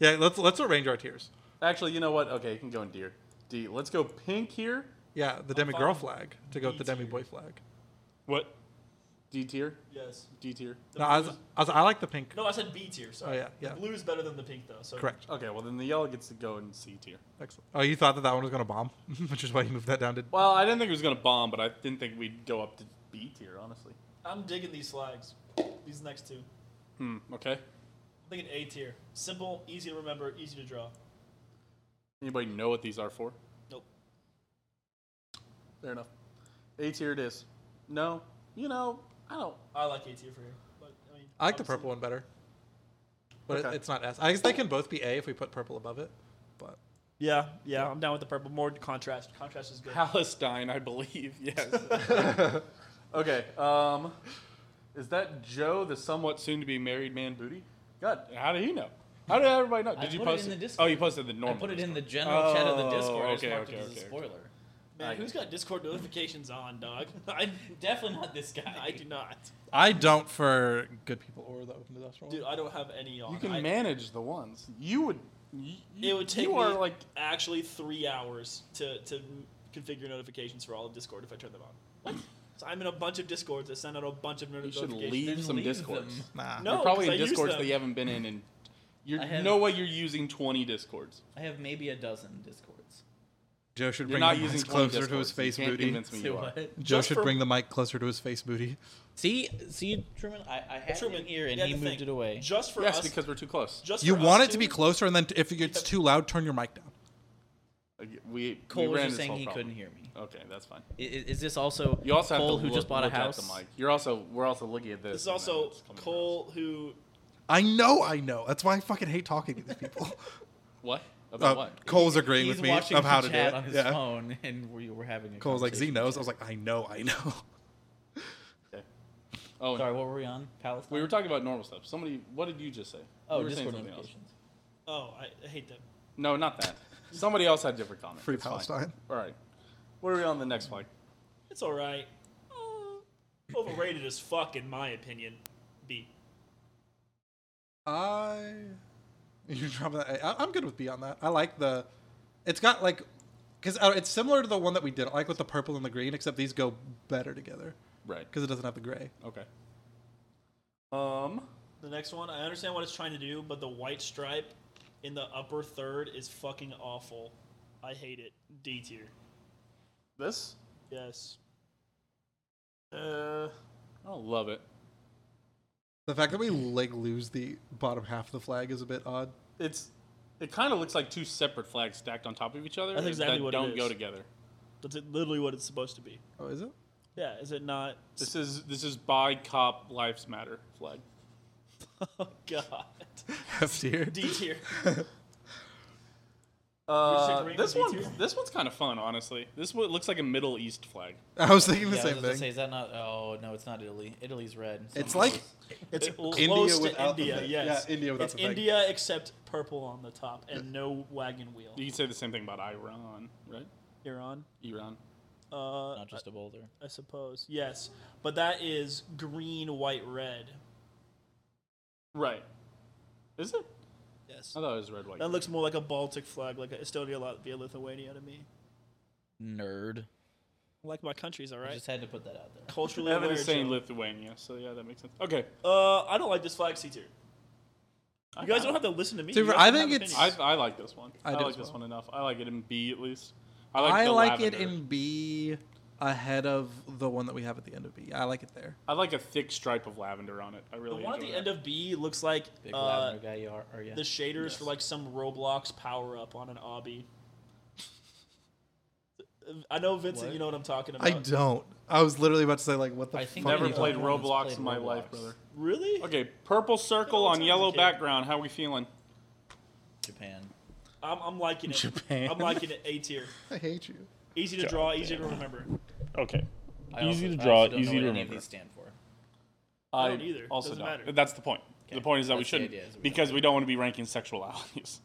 B: Yeah, let's let's arrange our tiers.
A: Actually, you know what? Okay, you can go in D. D. Let's go pink here.
B: Yeah, the demi girl
C: fine.
B: flag to go with the
C: B tier.
B: demi boy flag.
A: What? D tier.
C: Yes.
A: D tier.
B: No, I, was, I, was, I like the pink.
C: No, I said B tier. Sorry.
B: Oh, yeah, yeah.
C: The blue is better than the pink, though. So
B: Correct.
A: Okay, well then the yellow gets to go in C tier.
B: Excellent. Oh, you thought that that one was going to bomb, [LAUGHS] which is why you moved that down to.
A: Well, I didn't think it was gonna bomb, but I didn't think we'd go up to B tier, honestly.
C: I'm digging these flags. These next two.
A: Hmm. Okay.
C: I'm thinking A tier. Simple, easy to remember, easy to draw.
A: Anybody know what these are for?
C: Nope.
A: Fair enough. A tier it is. No, you know, I don't.
C: I like A tier for you, but I mean,
B: I like the purple one better, but it-
A: Okay.
B: it's not S. I guess they can both be A if we put purple above it. But
C: Yeah, yeah, I'm down with the purple. More contrast. Contrast is good.
A: Palestine, I believe. [LAUGHS] Yes. [LAUGHS] okay. Um, is that Joe, the somewhat soon-to-be married man, booty? God, how did he know? How did everybody know? Did
E: I
A: you
E: put it
A: post
E: in the
A: Oh,
E: Discord.
A: you posted the
E: I
A: normal.
E: put it in the
A: Discord.
E: general chat of the
A: Oh,
E: Discord. I just
A: okay,
E: marked
A: okay,
E: it as
A: okay,
E: a
A: okay.
E: spoiler.
C: Man,
A: I-
C: who's got Discord notifications on, dog? [LAUGHS] I,
D: I'm definitely not this guy.
C: I do not,
B: I don't for good people or the open industrial.
C: dude.
B: one.
C: I don't have any on.
A: You can
C: I,
A: manage the ones. You would. You,
C: It would take
A: You are
C: me-
A: like.
C: actually three hours to to configure notifications for all of Discord if I turn them on. What? So I'm in a bunch of Discords that send out a bunch of
A: You
C: notifications.
A: should leave
E: Then
A: some
E: leave
A: discords.
E: them.
B: Nah.
C: No,
A: you're probably
C: 'cause
A: in
C: I use
A: discords
C: them.
A: that you haven't been in, and you're
E: I have-
A: no way you're using 20 discords.
E: I have maybe a dozen discords.
B: Joe should
A: You're
B: bring
A: not
B: the
A: using
B: mic
A: 20
B: closer to
A: discords.
B: his
A: You
B: face
A: can't
B: booty.
A: convince me
E: [LAUGHS] So
A: you are.
E: what?
B: Joe
C: Just
B: should
C: for-
B: bring the mic closer to his face booty.
E: See, see, Truman, I, I had
C: Truman
E: Truman here and
C: yeah,
E: he
C: the
E: moved
C: thing.
E: it away.
C: Just for
A: yes,
C: us.
A: because we're too close.
C: just
B: You
C: for
B: want
C: us
B: it to be
C: two-
B: closer, and then if it gets too loud, turn your mic down.
A: We,
E: Cole
A: we
E: was
A: ran
E: just
A: this
E: saying
A: whole
E: he
A: problem.
E: couldn't hear me.
A: Okay, that's fine.
E: I- i- Is, this also
A: You also
E: Cole
A: have to
E: who
A: look,
E: just bought a
A: look
E: house?
A: At the mic. You're also we're also looking at this.
C: This is
A: and
C: also
A: it's coming
C: Cole, who
B: I know, I know. That's why I fucking hate talking to these people.
A: across. What
E: Oh.
A: about
B: uh,
A: what?
B: Cole's agreeing
E: He's
B: with me
E: watching
B: of how
E: the
B: to do
E: chat
B: it.
E: on his
B: yeah.
E: phone, and we were having a
B: Cole's like, Z
E: conversation.
B: knows. I was like, I know, I know. [LAUGHS]
A: Okay. Oh,
E: Sorry, what were we on? Palestine.
A: we were talking about normal stuff. Somebody, what did you just say?
E: Oh,
A: you were saying
E: Discord
A: something else.
E: notifications.
C: Oh, I, I hate them.
A: No, not that. Somebody else had different comment.
B: Free
A: It's fine.
B: Palestine.
A: All right, where are we on the next flag?
C: It's all right. Uh, overrated as fuck, in my opinion. B.
B: I. [LAUGHS] You drop that. I, I'm good with B on that. I like the. It's got like, because it's similar to the one that we did. I like with the purple and the green, except these go better together
A: Right.
B: because it doesn't have the gray.
A: Okay. Um.
C: The next one, I understand what it's trying to do, but the white stripe in the upper third is fucking awful. I hate it. D tier.
A: This.
C: Yes.
A: Uh. I don't love it.
B: The fact that we like lose the bottom half of the flag is a bit odd.
A: It's. It kind of looks like two separate flags stacked on top of each other.
C: That's exactly
A: that
C: what it
A: Don't
C: is.
A: go together.
C: That's it- literally what it's supposed to be.
B: Oh, is it? [LAUGHS]
C: Yeah, is it not? [LAUGHS]
A: This is this is by cop lives matter flag.
C: Oh, God.
B: F tier.
C: D tier.
A: Uh,
C: agreeing
A: this
C: with
A: one,
C: me
A: this one's kind of fun, honestly. This one looks like a Middle East flag.
B: I was thinking the
E: Yeah, I was
B: same
E: about to
B: thing.
E: say, is that not? Oh no, it's not Italy. Italy's red.
B: [LAUGHS]
E: So
B: It's like
C: It's
B: India
C: close to
B: without the
C: India,
B: thing.
C: yes.
B: Yeah, India without
C: It's
B: the thing.
C: India except purple on the top and no wagon wheel.
A: You can say the same thing about Iran, right?
C: Iran?
A: Iran.
C: Uh,
E: not just a boulder.
C: I suppose. Yes. But that is green, white, red.
A: Right. Is it?
C: Yes.
A: I thought it was red, white.
C: That looks more like a Baltic flag, like a Estonia, Latvia, Lithuania to me.
E: Nerd.
C: I like my countries, all
E: I
C: right?
E: just had to put that out there.
A: [LAUGHS]
C: Culturally
A: Evan
C: aware.
A: is saying
C: Joe.
A: Lithuania, so yeah, that makes sense. Okay.
C: uh, I don't like this flag C tier.
A: I
C: You guys
A: got
C: don't
A: it.
C: have to listen to me.
B: See,
C: You guys
B: I
C: can
B: think
C: have
B: it's-
C: opinions.
A: I, I like this one. I,
B: I do
A: like
B: as
A: this
B: well.
A: one enough. I like it in B at least. I like.
B: I
A: the
B: like it
A: lavender.
B: in B ahead of the one that we have at the end of B. I like it there.
A: I like a thick stripe of lavender on it. I
C: the
A: really.
C: one at
A: enjoy
C: the
A: that.
C: end of B looks like
E: Big
C: uh,
E: lavender guy you are, are you?
C: the shaders
A: Yes.
C: for like some Roblox power up on an obby. I know Vincent,
E: What?
C: you know what I'm talking about.
B: I don't. I was literally about to say like, what the
E: I
B: fuck?
E: think
A: Never
E: Yeah.
A: played
E: Yeah.
A: Roblox
E: Played
A: in my
E: Roblox.
A: life, brother.
C: Really?
A: Okay, purple circle
C: Yeah,
A: on
C: it's
A: yellow
C: okay.
A: background. How we feeling?
E: Japan.
C: I'm, I'm liking it.
B: Japan.
C: I'm liking it. A tier.
B: I hate you.
C: Easy to draw, easy to remember.
A: Okay.
E: I
A: Easy
E: also-
A: to
E: I
A: draw,
E: also don't know
A: easy to
E: what Any of
A: remember.
E: these stand for.
A: I
C: don't either.
A: Also
C: Doesn't
A: don't.
C: matter.
A: That's the point. The
E: Okay.
A: point is that we
E: That's the
A: shouldn't
E: idea, is we don't
A: because we don't want to be ranking sexualities.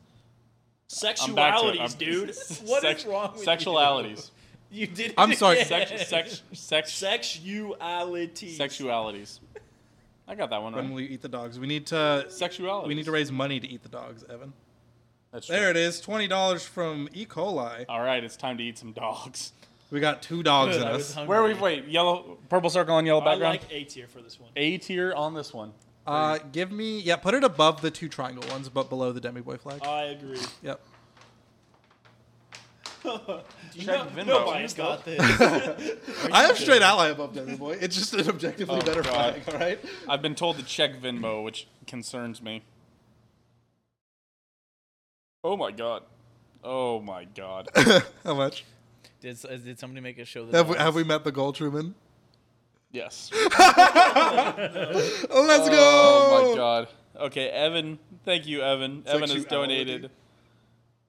A: I'm back to it.
C: Sexualities,
A: I'm- [LAUGHS]
C: dude. [LAUGHS]
E: What is
A: Sex-
E: wrong with you?
A: sexualities?
E: You did.
B: I'm
E: it [LAUGHS]
B: sorry,
E: again.
A: Sex, sex, sex,
C: Sexuality.
A: sexualities. I got that one
B: When
A: right.
B: we eat the dogs, we need to
A: Sexuality.
B: we need to raise money to eat the dogs, Evan.
A: That's true.
B: There it is, twenty dollars from E. coli.
A: All right, it's time to eat some dogs.
B: We got two dogs
E: Good,
B: in
E: I was
B: us.
E: hungry.
A: Where we wait? Yellow, purple circle on yellow
C: I
A: background.
C: like A tier for this one.
A: A tier on this one.
B: Uh, give me yeah, put it above the two triangle ones, but below the demi boy
A: Uh,
B: flag.
C: I
E: [LAUGHS]
C: agree.
B: yep.
E: You
A: Check
E: know-
A: Venmo.
E: Nobody's got this.
B: I have straight ally above demi boy. It's just an objectively
A: Oh,
B: better
A: God.
B: flag, all right?
A: I've been told to check Venmo, which concerns me. Oh my god. Oh my god.
E: [COUGHS]
B: How much?
E: Did, s- did somebody make a show? That
B: Have we, have we met the gold Truman?
A: Yes.
B: Oh, let's go!
A: Oh my god. Okay, Evan. Thank you, Evan. Evan
B: like
A: has
B: you
A: donated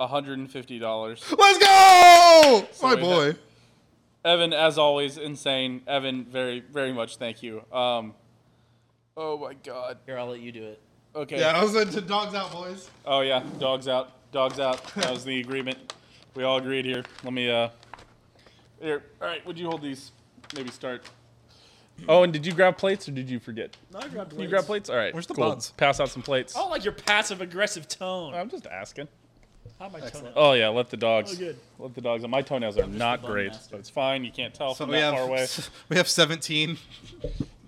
A: hundred and fifty dollars.
B: Let's go! my
A: we
B: boy.
A: had- Evan, as always, insane. Evan, very, very much. Thank you. Um. Oh my god.
E: Here, I'll let you do it.
A: Okay.
B: Yeah, I was into Dogs Out Boys.
A: Oh yeah. Dogs out. Dogs out. That was the [LAUGHS] agreement. We all agreed here. Let me. Uh. Here. All right. Would you hold these? Maybe start. Oh, and did you grab plates or did you forget?
C: [LAUGHS] No, I grabbed
A: You grab plates. Oh. All right.
B: Where's the
A: cool.
B: buns?
A: Pass out some plates.
C: I don't like your passive aggressive tone.
A: I'm just asking.
C: How my tone?
A: Oh yeah, let the dogs.
C: Oh, good.
A: Let the dogs. My toenails are not
E: bun
A: great,
E: master.
A: so it's fine. You can't tell
B: So
A: from
B: we
A: that
B: have
A: far away.
B: [LAUGHS] we have 17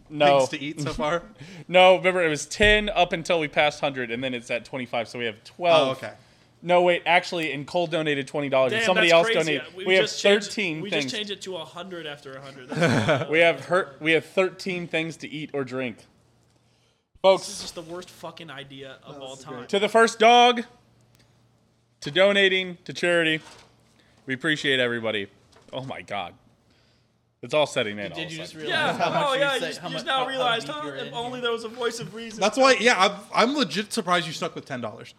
A: No,
B: things to eat so far.
A: [LAUGHS] no. Remember, it was ten up until we passed hundred, and then it's at twenty-five. So we have twelve.
B: oh, okay.
A: No, wait. Actually, and Cole donated twenty dollars, and
C: Damn,
A: somebody
C: that's
A: else
C: crazy.
A: donated. We, have
C: just changed-
A: thirteen
C: We
A: things.
C: just changed it to 100 after 100.
E: [LAUGHS]
C: That's
A: we have hurt. We have thirteen things to eat or drink,
C: this is
A: folks.
C: just the worst fucking idea of all
B: is
C: time.
B: great.
A: To the first dog, to donating to charity. We appreciate everybody. Oh my God, it's all setting in. all
E: Did
A: of a
E: you just
A: sudden.
E: realize
C: Yeah.
E: how much
C: oh,
E: you
C: yeah.
E: said-
C: You just,
E: how
C: you
E: mu-
C: just now
E: how- how
C: realized,
E: deep
C: huh?
E: you're
C: If
E: in
C: only
E: here?
C: there was a voice of reason.
B: That's why, yeah, I'm, I'm legit surprised you stuck with $10.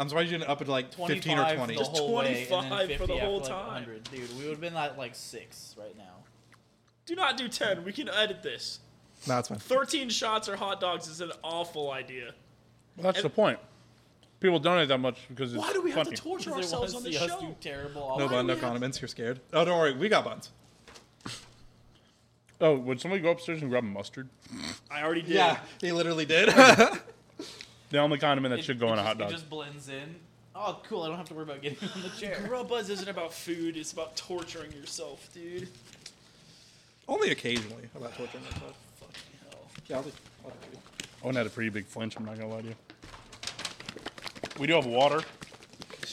B: I'm surprised you didn't up it to like 15 or
E: 25
B: 20.
E: the
C: Just
E: whole way, and then
C: 25 for the
E: 50
C: whole
E: after, like,
C: time.
E: 100. Dude, we would have been at like six right now.
C: Do not do 10. We can edit this.
B: No, it's fine.
C: 13 shots or hot dogs is an awful idea.
A: Well, that's the point. People donate that much because it's
C: Why do we have
A: funny.
C: to torture
E: Because they
C: ourselves on
E: wanna
C: this
E: see us
C: show?
E: do terrible.
B: No
E: No,
B: bun, no condiments. You're scared. Oh, don't worry. We got buns.
A: Oh, would somebody go upstairs and grab a mustard?
C: I already did.
B: he literally did.
A: The only condiment that should go
D: it
A: in a
D: just,
A: hot dog.
D: It just blends in. Oh, cool. I don't have to worry about getting on
E: [LAUGHS]
D: the chair.
C: Grub Buzz isn't about food, it's about torturing yourself, dude.
B: [LAUGHS] [LAUGHS] Only occasionally about torturing myself. Yeah, I'll do- I'll do it.
A: Owen Oh, had a pretty big flinch. I'm not gonna lie to you. We do have water.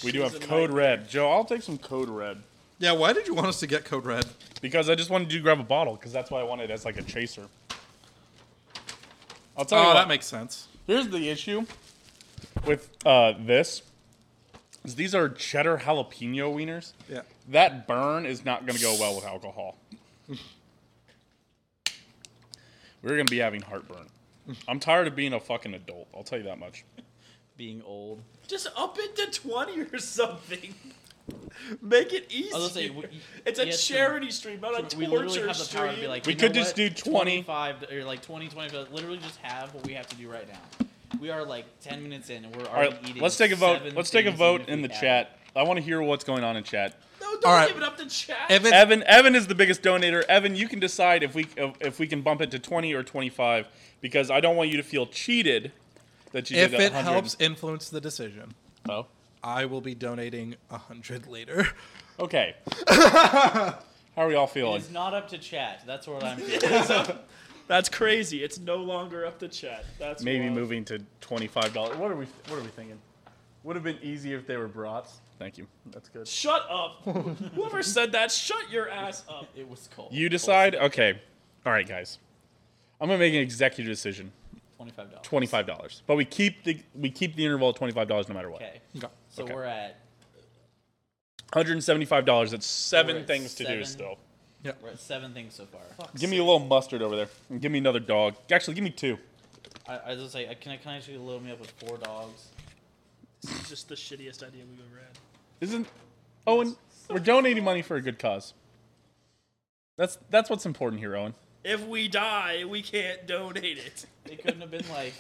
A: We do
C: She's
A: have
C: a
A: code red. Joe, I'll take some code red
B: Yeah, why did you want us to get Code Red?
A: because I just wanted you to grab a bottle because that's what I wanted as like a chaser. I'll tell you
B: Oh,
A: what.
B: that makes sense.
A: Here's the issue with uh, this. Is these are cheddar jalapeno wieners.
B: Yeah.
A: That burn is not going to go well with alcohol. We're going to be having heartburn. I'm tired of being a fucking adult. I'll tell you that much.
E: Being old.
C: Just up it to 20 or something. [LAUGHS] Make it
E: I was
C: easy.
E: gonna say, we-
C: It's a
E: yes, so-
C: charity stream, not a
E: We
C: torture
E: literally have the
C: stream.
E: power to be like,
A: We
E: "You
A: could
E: know
A: just do
E: what?
A: 20.
E: 25 to- or like 20, 25. Literally just have what we have to do right now. We are like 10 minutes in and we're
A: All
E: already
A: right,
E: eating.
A: let's take a vote.
E: seven
A: Let's take a
E: things,
A: vote
E: even if
A: in
E: we
A: the
E: have
A: chat. I want to hear what's going on in chat.
C: no, don't
B: Alright.
C: give it up to chat.
B: Evan,
A: Evan, Evan is the biggest donator. Evan, you can decide if we if we can bump it to 20 or 25 because I don't want you to feel cheated that you
B: if
A: did that
B: it
A: 100.
B: helps influence the decision,
A: Oh.
B: I will be donating a hundred later. [LAUGHS]
A: Okay. How are we all feeling?
E: It's not up to chat. That's what I'm.
C: That's crazy. It's no longer up to chat. That's
A: Maybe
C: wild.
A: moving to twenty-five dollars. What are we? What are we thinking? Would have been easier if they were brats. Thank you. That's good.
C: Shut [LAUGHS] up. Whoever said that, shut your ass up.
E: It was cold.
A: You decide. Okay. All right, guys. I'm gonna make an executive decision.
E: Twenty-five dollars.
A: Twenty-five dollars, but we keep the we keep the interval at twenty-five dollars no matter what.
E: Okay.
B: Okay.
E: So
A: Okay.
E: we're at
A: Hundred and seventy-five dollars. That's seven
E: We're at
A: things to do
E: seven.
A: still.
E: we're at seven things so far.
A: Give me a little mustard over there. And give me another dog. Actually, give me two.
E: I, I was just like, I- can I can I actually load me up with four dogs?
C: This is just the shittiest idea we've ever had.
A: Isn't Owen? We're donating money for a good cause. That's that's what's important here, Owen.
C: If we die, we can't donate it.
E: It couldn't have been like.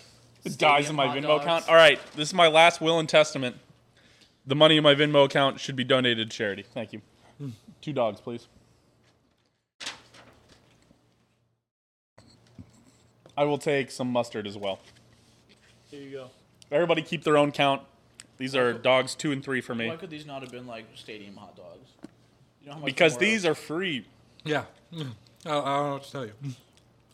A: It dies in
E: stadium
A: my
E: hot
A: Venmo
E: dogs.
A: account. All right, this is my last will and testament. The money in my Venmo account should be donated to charity. Thank you. Two dogs, please. I will take some mustard as well.
C: Here you go.
A: Everybody keep their own count. These are dogs two and three for me
E: Why could these not have been like stadium hot dogs? You know how much
A: because
E: more-
A: these are free.
B: Yeah. Mm. I, I don't know what to tell you.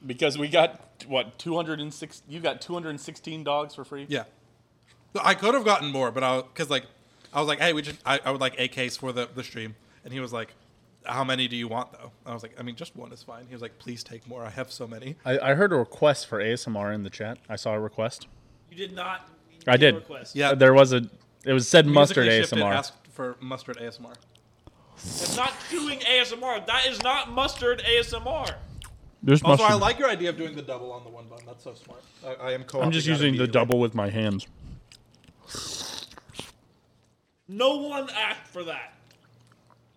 A: Because we got what two hundred and six. You got two hundred and sixteen dogs for free.
B: Yeah. So I could have gotten more, but I because like I was like, hey, we just I, I would like AKs for the the stream, and he was like, how many do you want though? I was like, I mean, just one is fine. He was like, please take more. I have so many.
A: I, I heard a request for ASMR in the chat. I saw a request.
C: You did not.
A: I
C: get a
A: did.
C: Request.
B: Yeah.
A: There was a. It was said mustard
B: Musically Shifted
A: ASMR.
B: Asked for mustard ASMR.
F: That's not chewing ASMR. That is not mustard ASMR.
A: There's
B: Also, I like your idea of doing the double on the one bun. That's so smart. I, I am co.
A: I'm just using the double with my hands.
F: No one asked for that.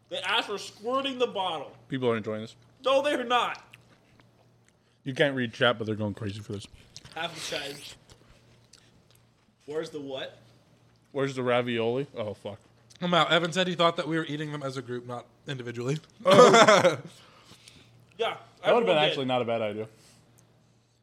F: They asked for squirting the bottle.
A: People are enjoying this.
F: No, they're not.
A: You can't read chat, but they're going crazy for this.
F: Half the time. Where's the what?
A: Where's the ravioli? Oh fuck.
B: I'm out. Evan said he thought that we were eating them as a group, not individually.
F: Yeah.
A: That would have been
F: everyone
A: actually not a bad idea.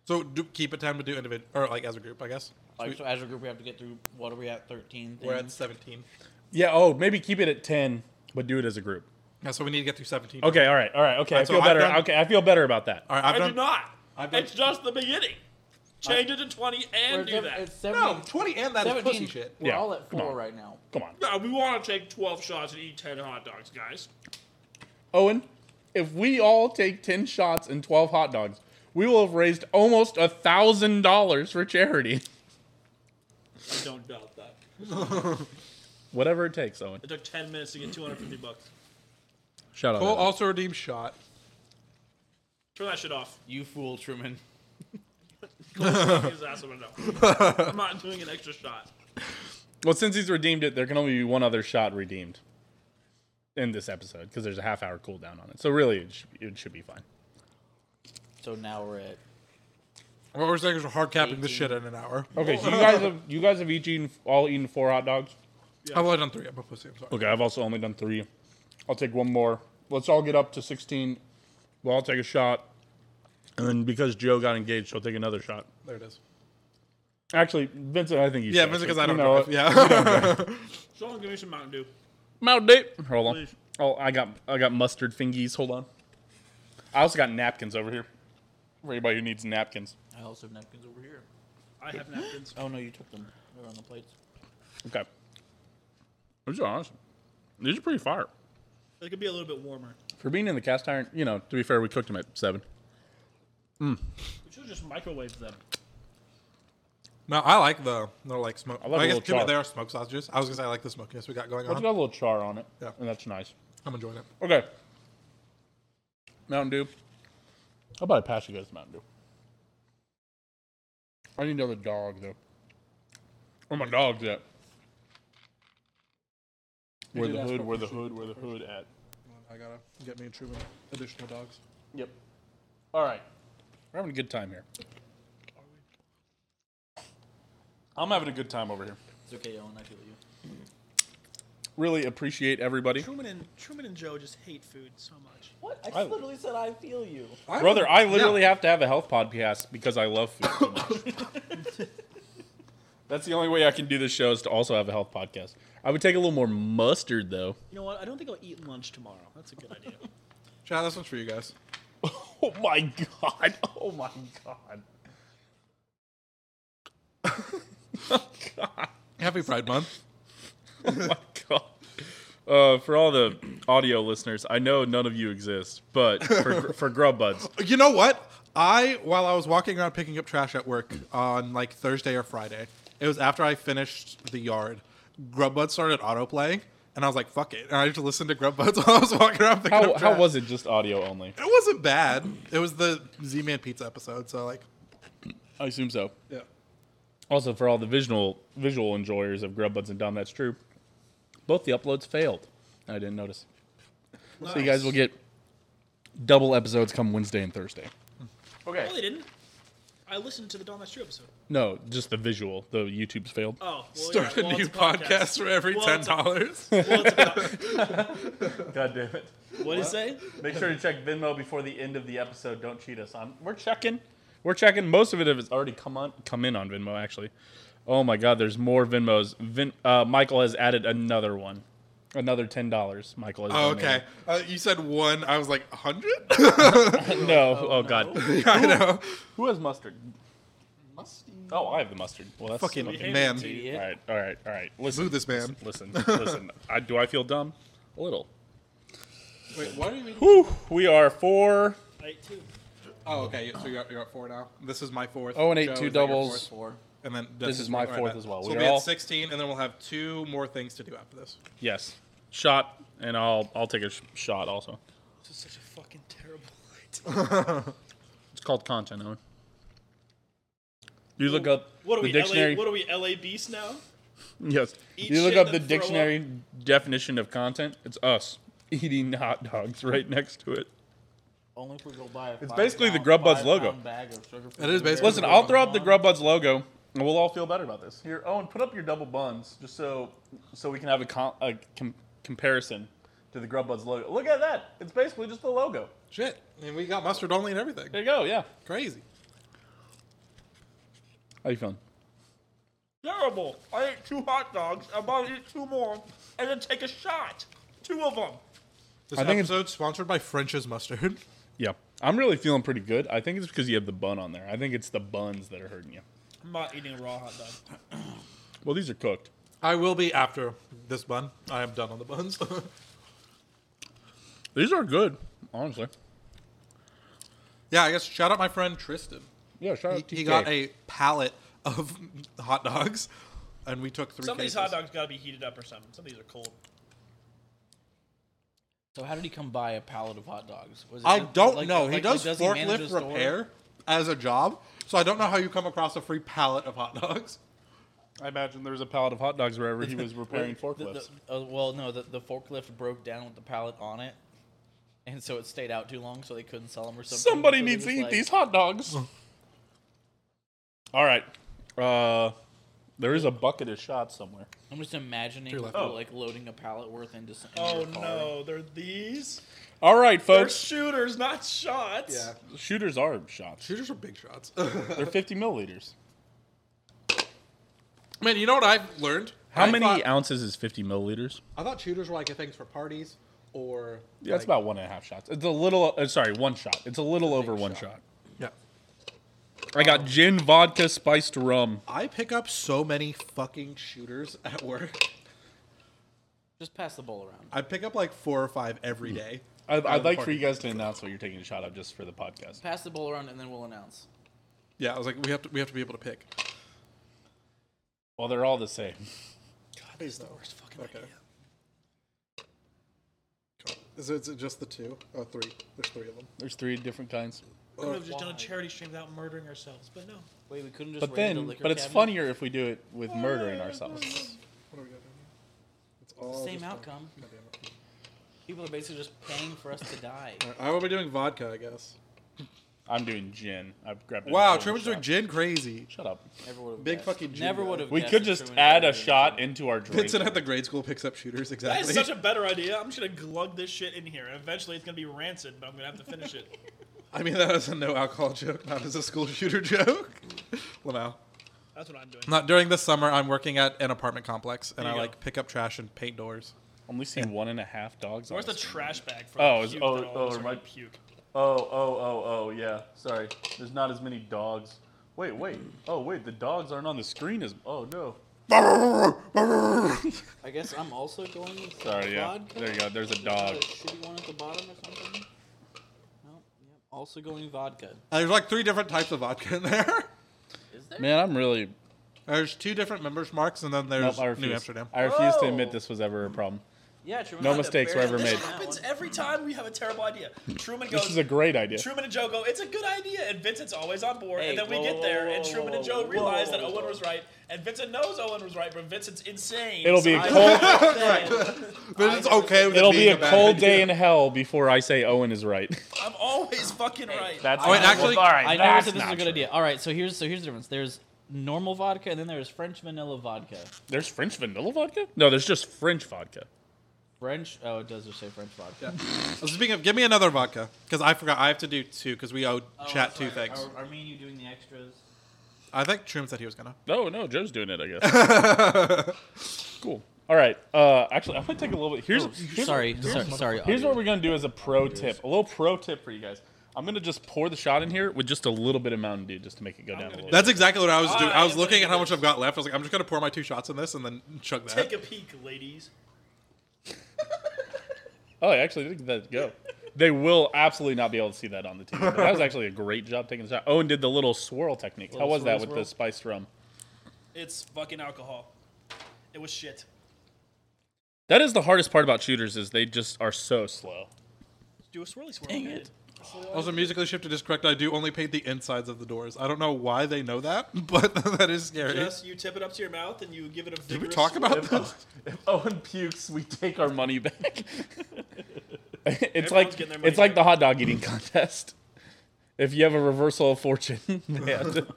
B: So do, keep it time to do individual or like as a group, I guess.
E: Like, so as a group, we have to get through. What are we at? Thirteen.
B: We're at
E: things?
B: 17.
A: Yeah. Oh, maybe keep it at ten, but do it as a group.
B: Yeah, so we need to get through 17.
A: Okay. All right. All right. Okay. I
B: Alright, so
A: feel
B: I've
A: better.
B: done-
A: okay. I feel better about that.
B: All right,
F: did.
B: I've
F: I
B: done,
F: do not.
B: I've done-
F: It's just the beginning. Change it to 20 and
E: We're
F: do
E: sev-
F: that.
E: It's 17,
B: No, 20 and that is
E: 17
B: pussy shit.
E: We're
A: Yeah,
E: all at
A: come
E: four
A: on.
E: right now.
A: Come on,
F: Yeah, we want to take 12 shots and eat 10 hot dogs, guys.
A: Owen. If we all take ten shots and twelve hot dogs, we will have raised almost a thousand dollars for charity. [LAUGHS]
F: I don't doubt that.
A: Whatever it takes, Owen.
F: It took 10 minutes to get 250 bucks.
A: Shout out.
B: Cole
A: Owen.
B: also redeemed shot.
F: Turn that shit off.
E: You fool, Truman.
F: His ass over now. I'm not doing an extra shot.
A: Well, since he's redeemed it, there can only be one other shot redeemed in this episode because there's a half hour cooldown on it. So really, it should, it should be fine.
E: So now we're at.
B: What we're saying is we're hard capping this shit in an hour.
A: Okay,
B: [LAUGHS]
A: so you guys have you guys have each eaten all eaten four hot dogs.
B: I've only done three. I'm a pussy. I'm sorry.
A: Okay, I've also only done three. I'll take one more. Let's all get up to sixteen. Well, I'll take a shot, and then because Joe got engaged, I'll take another shot.
B: There it is.
A: Actually, Vincent, I think you.
B: Yeah,
A: should,
B: because
A: but
B: I
A: [LAUGHS]
B: don't
A: you
B: know.
A: what?
B: yeah.
F: Someone give me some Mountain Dew.
A: Mountain Dew. Hold on.
F: Please.
A: Oh, I got I got mustard fingies. Hold on. I also got napkins over here for anybody who needs napkins.
E: I also have napkins over here.
F: I have napkins.
E: Oh no, you took them. They're on the plates.
A: Okay. These are awesome. These are pretty fire.
F: It could be a little bit warmer.
A: For being in the cast iron, you know, to be fair, we cooked them at seven.
F: We should just microwave them.
B: no, I like the they're like smoke. I,
A: love a
B: guess
A: little char.
B: they are smoked sausages. I was gonna say I like the smokiness we got going
A: It's
B: on.
A: got a little char on it,
B: Yeah.
A: and that's nice.
B: I'm enjoying it.
A: Okay. Mountain Dew. How about I pass you guys the Mountain Dew? I need another dog, though. Where my dog's at? Where the hood, where the hood, where the hood at?
B: I gotta get me and Truman additional dogs.
A: Yep. All right. We're having a good time here. I'm having a good time over here.
E: It's okay, Owen. I feel you.
A: Really appreciate everybody.
F: Truman and Truman and Joe just hate food so much.
E: What? I,
A: I-
E: literally said I feel you.
A: Brother, I literally have to have a health podcast because I love food so much. [LAUGHS] That's the only way I can do this show is to also have a health podcast. I would take a little more mustard, though.
F: You know what? I don't think I'll eat lunch tomorrow. That's a good idea.
B: Chad, this one's for you guys.
A: [LAUGHS] Oh my god. Oh my god.
B: Happy Pride Month.
A: Oh my god. Uh, for all the audio listeners, I know none of you exist, but for, for Grub Buds,
B: You know what? I while I was walking around picking up trash at work on like Thursday or Friday, it was after I finished the yard. Grubbud started autoplaying, and I was like, "Fuck it!" And I just listened to Grubbud [LAUGHS] while I was walking around picking
A: how,
B: up trash.
A: how was it just audio only?
B: It wasn't bad. It was the Z-Man Pizza episode, so like,
A: I assume so.
B: yeah.
A: Also, for all the visual visual enjoyers of Grub Buds and Dumb, that's true. Both the uploads failed. I didn't notice. So you guys will get double episodes come Wednesday and Thursday.
F: [LAUGHS] No, they didn't. I listened to the Don That's True episode.
A: No, just the visual. The YouTube's failed.
F: Oh, well,
B: Start
F: yeah,
B: a
F: well,
B: new
F: it's [LAUGHS]
B: podcast for every
F: Well,
B: ten
F: it's a- [LAUGHS]
B: dollars.
F: Well, it's about-
A: God damn it!
F: what did it say?
A: Make sure to check Venmo before the end of the episode. Don't cheat us on. We're checking. We're checking. Most of it has already come on come in on Venmo. Actually, oh my God, there's more Venmos. Vin, uh, Michael has added another one, another ten dollars. Michael has.
B: oh,
A: donated.
B: okay. Uh, you said one. I was like, hundred. [LAUGHS]
A: No. Oh, God.
B: I know.
A: [LAUGHS] Who has mustard?
E: Musty.
A: Oh, I have the mustard. Well, that's
B: Fucking
A: okay.
B: man.
A: All
E: Idiot.
A: right, all right, all right. Listen,
B: Boo this man.
A: listen,
B: [LAUGHS]
A: listen. I, do I feel dumb? A little.
B: Wait, what are you?
A: Whew, we are four.
F: I ate two.
B: Oh, okay. So you're at, you're at four now. This is my fourth.
A: Oh, and eight
B: Joe,
A: two
B: is that your
A: doubles.
B: fourth?
E: Four.
B: And then
A: This is my
B: right
A: fourth
B: back.
A: as well.
B: So
A: We're
B: we'll be
A: all-
B: at 16, and then we'll have two more things to do after this.
A: Yes. Shot and I'll I'll take a sh- shot also.
C: This is such a fucking
F: [LAUGHS]
C: terrible idea.
A: It's called content, Owen. You look up
F: What are
A: the
F: we?
A: dictionary.
F: LA, what are we? LA beast now?
A: yes,
F: Eat
A: you look
F: shit
A: up
F: and
A: the
F: then throw up?
A: dictionary definition of content. It's us [LAUGHS] eating hot dogs right next to it.
E: Only if we go buy a It's
A: basically the Grubhub's logo.
E: Bag of sugar
B: That is basically-
A: Listen, I'll throw up the Grubbuds logo, and we'll all feel better about this. Here, Owen, put up your double buns just so so we can have a, com- a com- comparison to the Grubbuds logo. Look at that; it's basically just the logo.
B: Shit. And we got mustard only and everything.
A: There you go. Yeah.
B: Crazy.
A: How you feeling?
F: Terrible. I ate two hot dogs. I'm about to eat two more, and then take a shot. Two of them.
B: This
A: I think it's-
B: episode's sponsored by French's Mustard.
A: Yeah, I'm really feeling pretty good. I think it's because you have the bun on there. I think it's the buns that are hurting you.
F: I'm not eating a raw hot dog.
A: Well, these are cooked.
B: I will be after this bun. I am done on the buns. [LAUGHS]
A: These are good, honestly.
B: yeah, I guess shout out my friend Tristan.
A: Yeah, shout
B: He, he got a pallet of [LAUGHS] hot dogs, and we took three.
F: Some of these hot
B: cases.
F: dogs gotta be heated up or something. Some of these are cold.
E: So how did he come by a pallet of hot dogs? Was it
B: I
E: just-
B: don't
E: like-
B: know. he
E: like,
B: does
E: manage a
B: forklift
E: store?
B: repair as a job, so I don't know how you come across a free pallet of hot dogs.
A: I imagine there was a pallet of hot dogs wherever he was repairing
E: The- the-
A: forklifts.
E: uh, well, no, the, the forklift broke down with the pallet on it, and so it stayed out too long, so they couldn't sell them or something.
A: Somebody
E: so they
A: needs to
E: just,
A: eat
E: like-
A: these hot dogs. [LAUGHS] All right, uh, there is a bucket of shots somewhere.
E: I'm just imagining
B: You're like,
E: people,
B: oh.
E: like loading a pallet worth into. s- into
F: Oh
E: their car.
F: no, they're these.
A: All right,
F: They're
A: folks.
F: shooters, not shots.
A: Shooters are shots.
B: [LAUGHS] shooters are big shots.
A: They're 50 milliliters.
B: Man, you know what I've learned?
A: How
B: I
A: many uh,
B: thought-
A: ounces is 50 milliliters?
B: I thought shooters were like a thing for parties or.
A: Yeah, it's
B: like-
A: about one and a half shots. It's a little. Uh, sorry, one shot. It's a little over one shot.
B: Yeah.
A: I got gin, vodka, spiced rum.
B: I pick up so many fucking shooters [LAUGHS] at work.
E: Just pass the bowl around.
B: I pick up like four or five every day.
A: I'd, I'd like for
B: party.
A: you guys to announce what you're taking a shot of just for the podcast.
E: Pass the bowl around, and then we'll announce.
B: Yeah, I was like, we have to, we have to be able to pick.
A: Well, they're all the same.
B: Please the worst fucking okay. Is it, is it just the two? Oh, three. There's three of them.
A: There's three different kinds.
F: We could have just done a charity stream without murdering ourselves, but no.
E: Wait, we couldn't just.
A: But
E: raid the
A: then,
E: liquor
A: but it's
E: cabinet?
A: funnier if we do it with murdering ourselves.
B: What do we got down here? It's all
E: Same
B: just-
E: outcome.
B: God damn it.
E: People are basically just paying for us to die.
B: All right, I will be doing vodka, I guess.
A: I'm doing gin. I've grabbed. a
B: Wow,
A: gin
B: Trippin's doing
A: shot.
B: gin crazy.
A: Shut up.
E: [LAUGHS] Never would have.
B: Big fucking gin
E: Never
B: guy.
E: would have.
A: We could just add a shot into our drink.
B: Vincent at the grade school picks up shooters.
F: That
B: Exactly.
F: is such a better idea. I'm just gonna glug this shit in here, and eventually it's gonna be rancid, but I'm gonna have to finish it.
A: [LAUGHS]
B: I mean, that is a no alcohol joke, not as a school shooter [LAUGHS] joke. well, now.
F: That's what I'm doing.
B: Not during the summer. I'm working at an apartment complex, and
F: There
B: I
F: you go.
B: like pick up trash and paint doors.
A: I'm only seeing one and a half dogs. on
F: Where's the
A: this.
F: trash bag for
A: Oh,
F: the
A: is-
F: puke?
A: oh,
F: that all
A: oh,
F: of us are
A: right.
F: gonna puke.
A: Oh, oh, oh, oh, yeah. Sorry. There's not as many dogs. Wait, wait. Oh, wait. The dogs aren't on the screen as. Oh, no.
E: I guess I'm also going with
A: Sorry, yeah.
E: vodka.
A: There you go. There's a
E: Is there a
A: dog.
E: shitty one at the bottom or something? No. Yep. Also going vodka.
B: There's like three different types of vodka in there. [LAUGHS]
E: Is there?
A: Man, I'm really.
B: There's two different members marks, and then there's
A: Nope, I refuse.
B: New Amsterdam.
A: I refuse to admit
E: Whoa.
A: this was ever a problem.
E: Yeah, Truman.
A: No
E: had to
A: mistakes were
E: barely
A: ever
E: miss
A: made.
F: This
E: on that
F: happens
E: one.
F: every time we have a terrible idea.
A: [LAUGHS]
F: Truman goes.
A: This is a great
C: [LAUGHS]
A: idea.
F: Truman and Joe go, it's a good idea, and Vincent's always on board.
E: Hey,
F: and then we
E: whoa,
F: get there,
E: whoa,
F: and
E: whoa,
F: Truman and
E: whoa,
F: Joe
E: whoa,
F: realize
E: whoa,
F: that
E: whoa,
F: Owen
E: whoa.
F: was right, and Vincent knows Owen was right, but Vincent's insane.
A: It'll
F: so
A: be a
F: I-
A: cold.
E: [LAUGHS]
B: But it's okay. With it
A: It'll be
B: being
A: a
B: bad
A: cold
B: idea.
A: day in hell before I say Owen is right.
F: I'm always fucking right.
A: That's
B: Oh, wait, actually-
A: all right.
E: I never
A: that's
E: said this is
A: not
E: a good
A: true.
E: idea. All right, so here's so here's the difference. There's normal vodka, and then there's French vanilla vodka.
A: There's French vanilla vodka? No, there's just French vodka.
E: French. Oh, it does just say French vodka.
B: Speaking of, give me another vodka because I forgot. I have to do two because we owe
E: Oh,
B: chat
E: sorry.
B: two things.
E: Are, are me and you doing the extras?
B: I think Trim said he was gonna.
A: No, no, Joe's doing it, I guess. [LAUGHS] cool. All right. Uh, actually, I'm going to take a little bit. Here's, here's
E: Sorry, sorry, sorry.
A: Here's what we're gonna do as a pro tip, a little pro tip for you guys. I'm gonna just pour the shot in here with just a little bit of Mountain Dew, just to make it go down a little. bit.
B: That's exactly what I was
E: Oh,
B: doing. I was
F: Alright,
B: looking at how
F: let's
B: much I've got left. I was like, I'm just gonna pour my two shots in this and then chug that.
F: Take a peek, ladies.
A: Oh, I actually did that go. They will absolutely not be able to see that on the TV. but that was actually a great job taking the shot. Owen did the little swirl technique. How
E: Little
A: was that
E: swirl
A: with
E: swirl.
A: the spiced rum?
F: It's fucking alcohol. It was shit.
A: That is the hardest part about shooters is they just are so slow.
C: Do a swirly swirl.
E: Dang
C: yeah.
E: it.
B: Also, musically shifted is correct. I do only paint the insides of the doors. I don't know why they know that, [LAUGHS] but that is scary.
C: Just you tip it up to your mouth and you give it a.
B: Did we talk about this?
A: If Owen Oh, pukes, we take our money back. it's
C: Everyone's
A: like
C: getting their money
A: it's like the hot dog eating contest. If you have a reversal of fortune, [LAUGHS] they have to-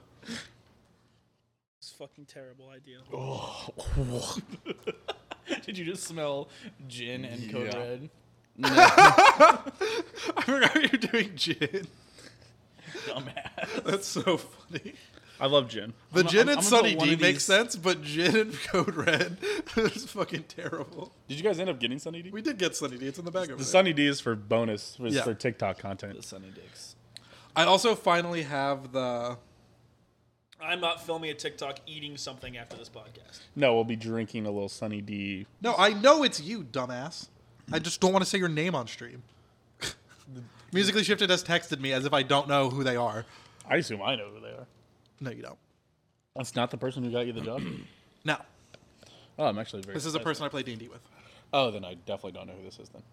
C: It's [LAUGHS] fucking terrible idea.
A: Oh.
E: Did you just smell gin and code
A: Yeah.
E: red?
B: I forgot you're doing gin.
E: Dumbass.
B: That's so funny.
A: I love gin.
B: The
E: gonna-
B: gin
E: I'm-
B: and
E: I'm gonna
B: Sunny
E: put one
B: D
E: of
B: makes
E: these-
B: sense, but gin and [LAUGHS] Code Red is fucking terrible.
A: Did you guys end up getting Sunny D?
B: We did get Sunny D. It's in the bag
A: The
B: over there.
A: Sunny D is for bonus is
B: Yeah.
A: for TikTok content.
E: The sunny dicks.
B: I also finally have the.
C: I'm not filming a TikTok eating something after this podcast.
A: No, we'll be drinking a little Sunny D.
B: No, I know it's you, dumbass. I just don't want to say your name on stream. Musically Shifted has texted me as if I don't know who they are.
A: I assume I know who they are.
B: No, you don't.
A: That's not the person who got you the job. [CLEARS THROAT]
B: No,
A: Oh, I'm actually very.
B: this is a
A: surprised.
B: person I play D and D with.
A: Oh, then I definitely don't know who this is. Then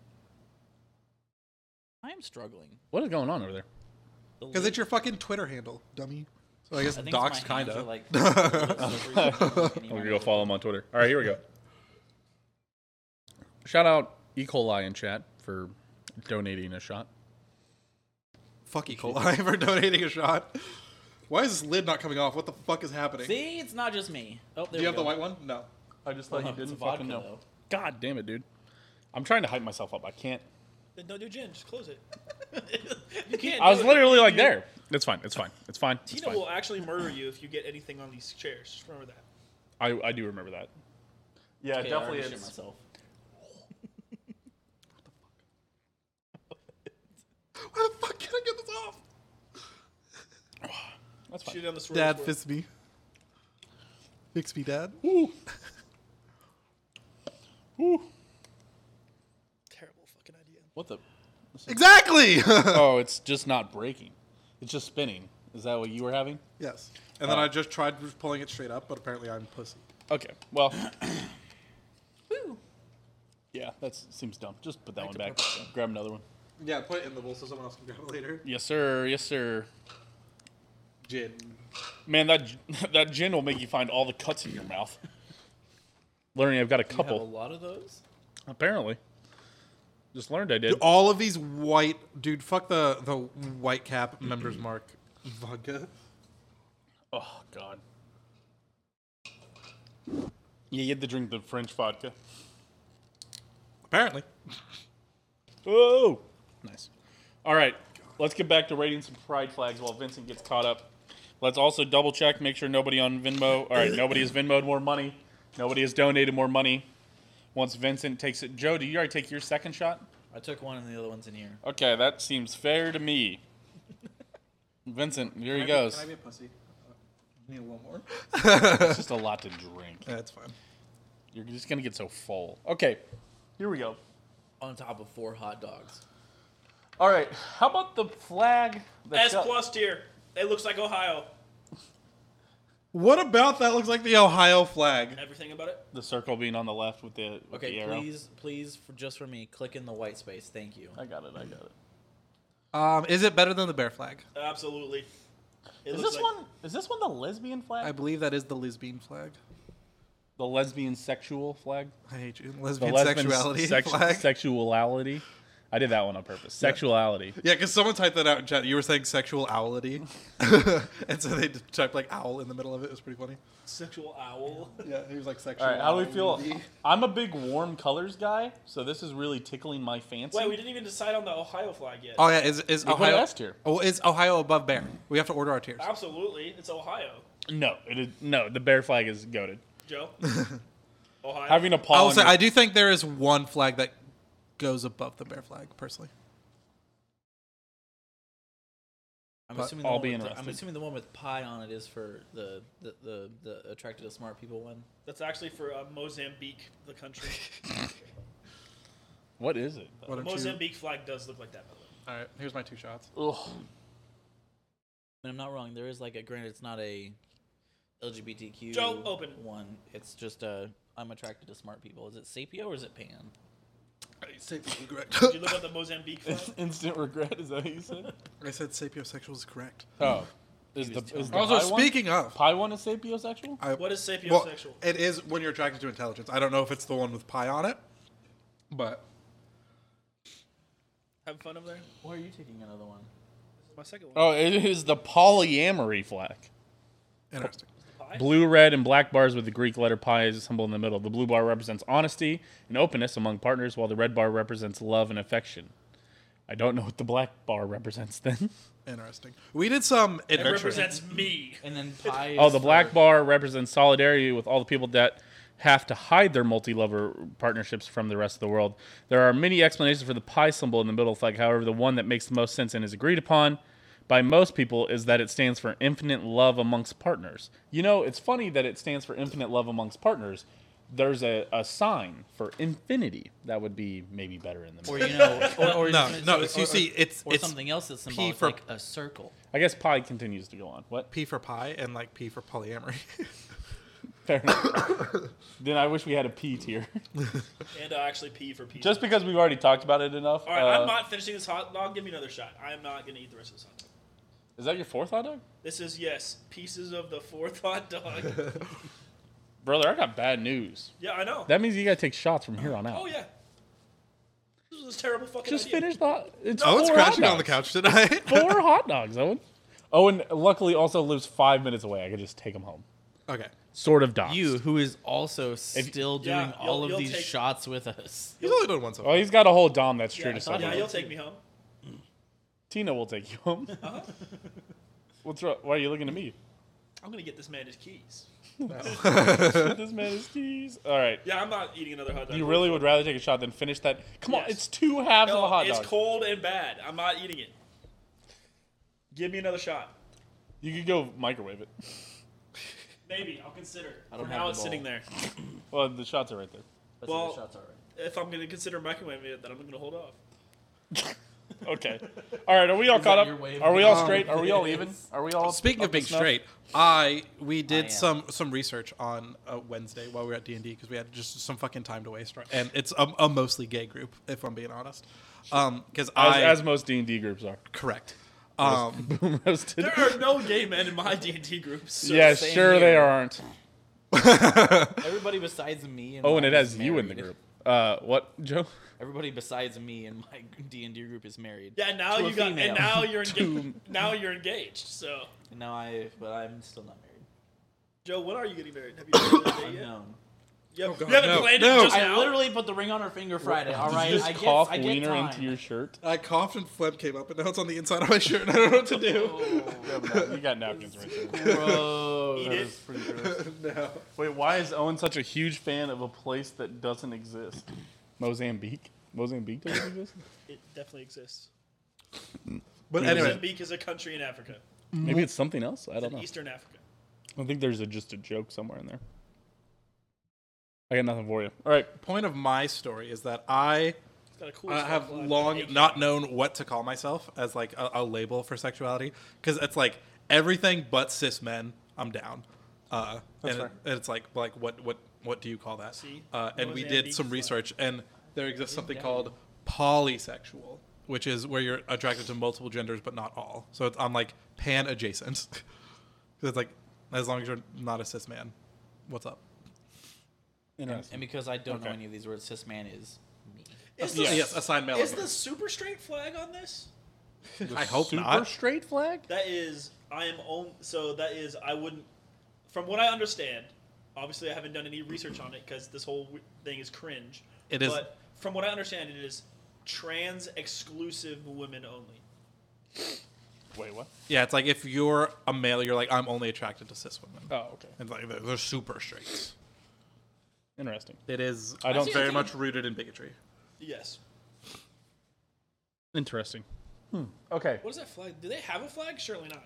E: I am struggling.
A: what is going on over there?
E: The
B: Because
E: lid-
B: it's your fucking Twitter handle, dummy. So I guess
E: I think
B: docs
E: my
B: kind
E: hands are,
B: of.
E: Like,
B: [LAUGHS]
E: slippery.
A: We're gonna go follow him on Twitter. All right, here we go. Shout out E. coli in chat for donating a shot.
B: Fuck E. [LAUGHS] coli for donating a shot. Why is this lid not coming off? What the fuck is happening?
E: See, it's not just me. Oh, there
B: Do
E: we
B: you have
E: go.
B: the white one? No.
A: I just thought
E: Hold on, it's vodka, though.
A: God damn it, dude! I'm trying to hype myself up. I can't.
C: Then don't do gin. Just close it. [LAUGHS]
E: You can't.
A: I was literally like there. It's fine. It's fine. It's fine. It's
C: Tina
A: fine.
C: will actually murder you if you get anything on these chairs. Just remember that.
A: I, I do remember that. Yeah,
E: Okay, I already shit myself.
B: Why the fuck can I get this off?
A: That's
C: Shoot
A: fine.
C: it on the swirly
B: Dad
C: swirl.
B: fix me. Fix me, Dad.
A: Woo.
C: Terrible fucking idea.
A: What the?
B: Exactly. [LAUGHS]
A: Oh, it's just not breaking. It's just spinning. Is that what you were having?
B: yes. And
E: Uh.
B: then I just tried pulling it straight up, but apparently I'm pussy.
A: Okay.
E: [COUGHS]
A: Well. Yeah, that seems dumb. Just put that one back. Grab another one.
B: Yeah, put it in the bowl so someone else can [LAUGHS] grab it later.
A: Yes, sir. Yes, sir.
B: Gin.
A: Man, that [LAUGHS] that gin will make you find all the cuts in your mouth. Learning, I've got a
E: You have a
A: couple.
E: lot of those.
A: Apparently, just learned I did.
B: All of these white dude. Fuck the the white [CLEARS THROAT] cap members mark vodka.
A: Oh God. Yeah, you had to drink the French vodka.
B: Apparently.
A: Oh, nice. All right, let's get back to rating some pride flags while Vincent gets caught up. Let's also double check, make sure nobody on Venmo. All right, nobody has Venmoed more money. Nobody has donated more money. Once Vincent takes it, Joe, do you already take your second shot?
E: I took one, and the other one's in here.
A: Okay, that seems fair to me. Vincent, here he goes.
B: a pussy? Uh, Need a little more.
A: It's just a lot to drink.
B: [LAUGHS] That's fine.
A: You're just gonna get so full. Okay, here we go.
E: On top of four hot dogs.
A: All right, how about the flag?
C: S
A: that's got-
C: plus tier. It looks like Ohio.
B: What about that? Looks like the Ohio flag.
C: Everything about it.
A: The circle being on the left with the with the
E: Okay,
A: arrow.
E: please, please, for, just for me, click in the white space. Thank you.
A: I got it. I got it.
B: Um, is it better than the bear flag?
C: Absolutely. It
A: Is
C: looks
A: this
C: like-
A: one? Is this one the lesbian flag?
B: I believe that is the lesbian flag.
A: the lesbian sexual flag.
B: I hate you.
A: The
B: Lesbian
A: lesbian
B: sexuality
A: sex-
B: [LAUGHS] flag.
A: Sexuality. I did that one on purpose. Sexuality.
B: yeah, because someone typed that out in chat. You were saying [LAUGHS] sexuality, and so they d- typed like owl in the middle of it. It was pretty funny.
C: Sexual owl.
A: [LAUGHS]
B: Yeah, he was like sexual.
A: All right, how do we feel? I'm a big warm colors guy, so this is really tickling my fancy.
C: Wait, we didn't even decide on the Ohio flag yet.
A: Uh,
B: Oh yeah, is is
A: We put
B: Ohio
A: S tier.
B: Oh, is Ohio above bear? We have to order our tiers.
C: Absolutely. It's Ohio.
A: No, it is, no. The bear flag is goaded.
C: Joe.
A: [LAUGHS]
C: Ohio.
A: Having a
B: I will
A: pollen.
B: say I do think there is one flag that goes above the bear flag. Personally,
E: I'm
B: But
E: assuming the
A: I'll
E: one
A: be
E: with the- I'm
A: interested.
E: assuming the one with pie on it is for the the the, the attracted to smart people one.
C: That's actually for uh, Mozambique,
A: [LAUGHS]
C: the country. Uh,
A: what is it?
B: Why don't you-
C: Mozambique flag does look like that. By the way.
B: All right, here's my two shots.
A: Ugh.
E: And I'm not wrong. There is like a granted, it's not a LGBTQ
C: Joe, open.
E: one. It's just a I'm attracted to smart people. Is it sapio or is it pan?
B: Sapio correct.
C: Did you look up the Mozambique
A: [LAUGHS]
C: flag?
A: Instant regret, is that what you said?
B: I said sapiosexual is correct.
A: Oh. Is the, is the
B: Also,
A: pie one-
B: speaking of,
A: Pie one is sapiosexual?
B: I,
C: What is
B: well,
C: sapiosexual?
B: it is when you're attracted to intelligence. I don't know if it's the one with pi on it, but
C: Have fun over there.
E: Or are you taking another one?
C: My second one.
A: Oh, it is the polyamory flag.
B: interesting.
A: Blue, red, and black bars with the Greek letter pi is symbol in the middle. The blue bar represents honesty and openness among partners, while the red bar represents love and affection. I don't know what the black bar represents then. [LAUGHS]
B: Interesting. We did some
C: It
B: adventure.
C: represents me.
E: And
C: [LAUGHS]
E: then pi.
A: Oh,
E: is
A: the
E: for-
A: black bar represents solidarity with all the people that have to hide their multi-lover partnerships from the rest of the world. There are many explanations for the pi symbol in the middle flag. However, the one that makes the most sense and is agreed upon by most people is that it stands for infinite love amongst partners. You know, it's funny that it stands for infinite love amongst partners. There's a, a sign for infinity that would be maybe better in the
E: Or
A: middle.
E: you know, or, or
B: No,
E: it's-
B: no,
E: or-
B: it's- you
E: or-
B: see, it's-
E: or
B: it's
E: something else that's
B: P
E: symbolic,
B: for-
E: like a circle.
A: I guess pi continues to go on. What? [COUGHS]
B: P for pi and like P for polyamory.
A: Fair enough. [COUGHS] then I wish we had a P tier. [LAUGHS]
C: And uh, actually, P for P.
A: Just because we've already talked about it enough.
C: All right,
A: uh,
C: I'm not finishing this hot dog. Give me another shot. I am not going to eat the rest of this hot dog.
A: Is that your fourth hot dog?
C: This is, yes, pieces of the fourth [LAUGHS] hot dog.
A: [LAUGHS] Brother, I got bad news.
C: yeah, I know.
A: That means you gotta take shots from here on out.
C: oh, yeah. This was a terrible fucking
A: Just
C: idea.
A: finish the. It's
B: oh, it's
A: four hot
B: crashing on the
A: dogs.
B: couch tonight.
A: Four hot dogs, Owen. Owen luckily also lives five minutes away. I could just take him home.
B: [LAUGHS] okay.
A: Sort of doxed.
E: You, who is also still doing
C: Yeah, you'll-
E: all of
C: you'll
E: these
C: take-
E: shots with us.
B: He's only done one so
A: Oh,
B: far.
A: he's got a whole dom that's
C: Yeah,
A: true to
C: I- yeah,
A: something.
C: you'll take me home.
A: Tina will take you home.
C: Uh-huh.
A: [LAUGHS] What's wrong? Why are you looking at me?
C: I'm going to get this man his keys.
A: this man is keys. All right.
C: Yeah, I'm not eating another hot dog.
A: You really would rather take a shot than finish that? Come on,
C: Yes.
A: it's two halves of
C: No,
A: a hot
C: it's
A: dog.
C: cold and bad. I'm not eating it. Give me another shot.
A: You could go microwave it.
C: Maybe I'll consider. it.
E: don't
C: For
E: have
C: now,
E: the
C: it's sitting
E: bowl.
C: there.
A: [LAUGHS] Well, the shots are right there.
C: Well- shots If I'm going to consider microwaving it, then I'm going to hold off.
A: Okay. All right. Are we all
E: Is
A: caught
E: that
A: up?
E: your way of
A: Are we all
B: getting-
A: straight? Are we all
E: It
A: even?
E: is.
A: Are we all?
B: Speaking
A: up
B: of being
A: to snuff?
B: straight, I we
E: I am.
B: did some some research on uh, Wednesday while we were at D and D because we had just some fucking time to waste, right? and it's a, a mostly gay group if I'm being honest. Um, because
A: as,
B: I
A: as most D and D groups are. [LAUGHS]
B: correct. Um,
A: Roasted.
C: There are no gay men in my D&D group. So
A: yeah,
E: same
A: sure they
E: here.
A: aren't.
E: Everybody besides me. And
A: Oh, and it
E: Mike
A: has
E: is
A: you in the
E: married.
A: group. Uh, what, Joe?
E: Everybody besides me and my [LAUGHS] D and D group is married.
C: Yeah, now
E: To a
C: you got
E: female.
C: and
B: [LAUGHS]
C: now you're engaged.
A: To-
C: now you're engaged. So,
E: And now I, but I'm still not married.
C: Joe, when are you getting married? Have you planned that
B: [COUGHS]
C: day yet?
E: Unknown.
C: You,
B: Oh, God,
C: you haven't
B: no,
C: planned
B: no.
C: it just
E: I
C: now.
E: literally put the ring on her finger Friday. All
A: Did
E: right,
A: you just
E: I get,
A: cough
E: I get
A: wiener
E: time.
A: into your shirt.
B: [LAUGHS] I coughed and phlegm came up, and now it's on the inside of my shirt, and I don't know what to do.
A: you got napkins right there.
E: Bro,
C: Eat
E: that
C: it.
E: was pretty gross.
B: no.
A: [LAUGHS] Wait, why is Owen such a huge fan of a place that doesn't exist? Mozambique. Mozambique doesn't exist.
C: It definitely exists.
B: But anyway,
C: Mozambique is a country in Africa,
A: Maybe it's something else. I don't
C: in
A: know.
C: Eastern Africa.
A: I think there's a, just a joke somewhere in there. I got nothing for you. All right.
B: point of my story is that I
C: It's got a cool.
B: I
C: stuff
B: have
C: like-
B: long
C: Hey,
B: not known what to call myself as like a, a label for sexuality because it's like everything but cis men. I'm down. Uh, and it- and it's like like what what what do you call that?
C: See?
B: Uh, and we did
C: Mozambique
B: some
C: flag.
B: research, and there exists something called polysexual, which is where you're attracted to multiple genders but not all. So it's I'm like pan adjacent. [LAUGHS] 'Cause it's like as long as you're not a cis man, what's up?
A: Interesting.
E: And because I don't know
A: Okay.
E: any of these words, cis man is me.
C: Is the,
B: Yes, assigned male.
C: is
B: at
C: the
B: birth.
C: super straight flag on this?
B: I hope
A: Super
B: not.
A: straight flag.
C: That is, I am on. So that is, I wouldn't. From what I understand, obviously I haven't done any research on it because this whole w- thing is cringe.
B: It is-
C: But from what I understand, it is trans exclusive women only.
A: Wait, what?
B: Yeah, it's like if you're a male, you're like I'm only attracted to cis women.
A: Oh, okay.
B: And like they're, they're super straight.
A: Interesting.
B: It is.
A: I don't-
B: It's very much rooted in bigotry.
C: Yes.
A: Interesting. Hmm. Okay.
C: What is that flag? Do they have a flag? Surely not.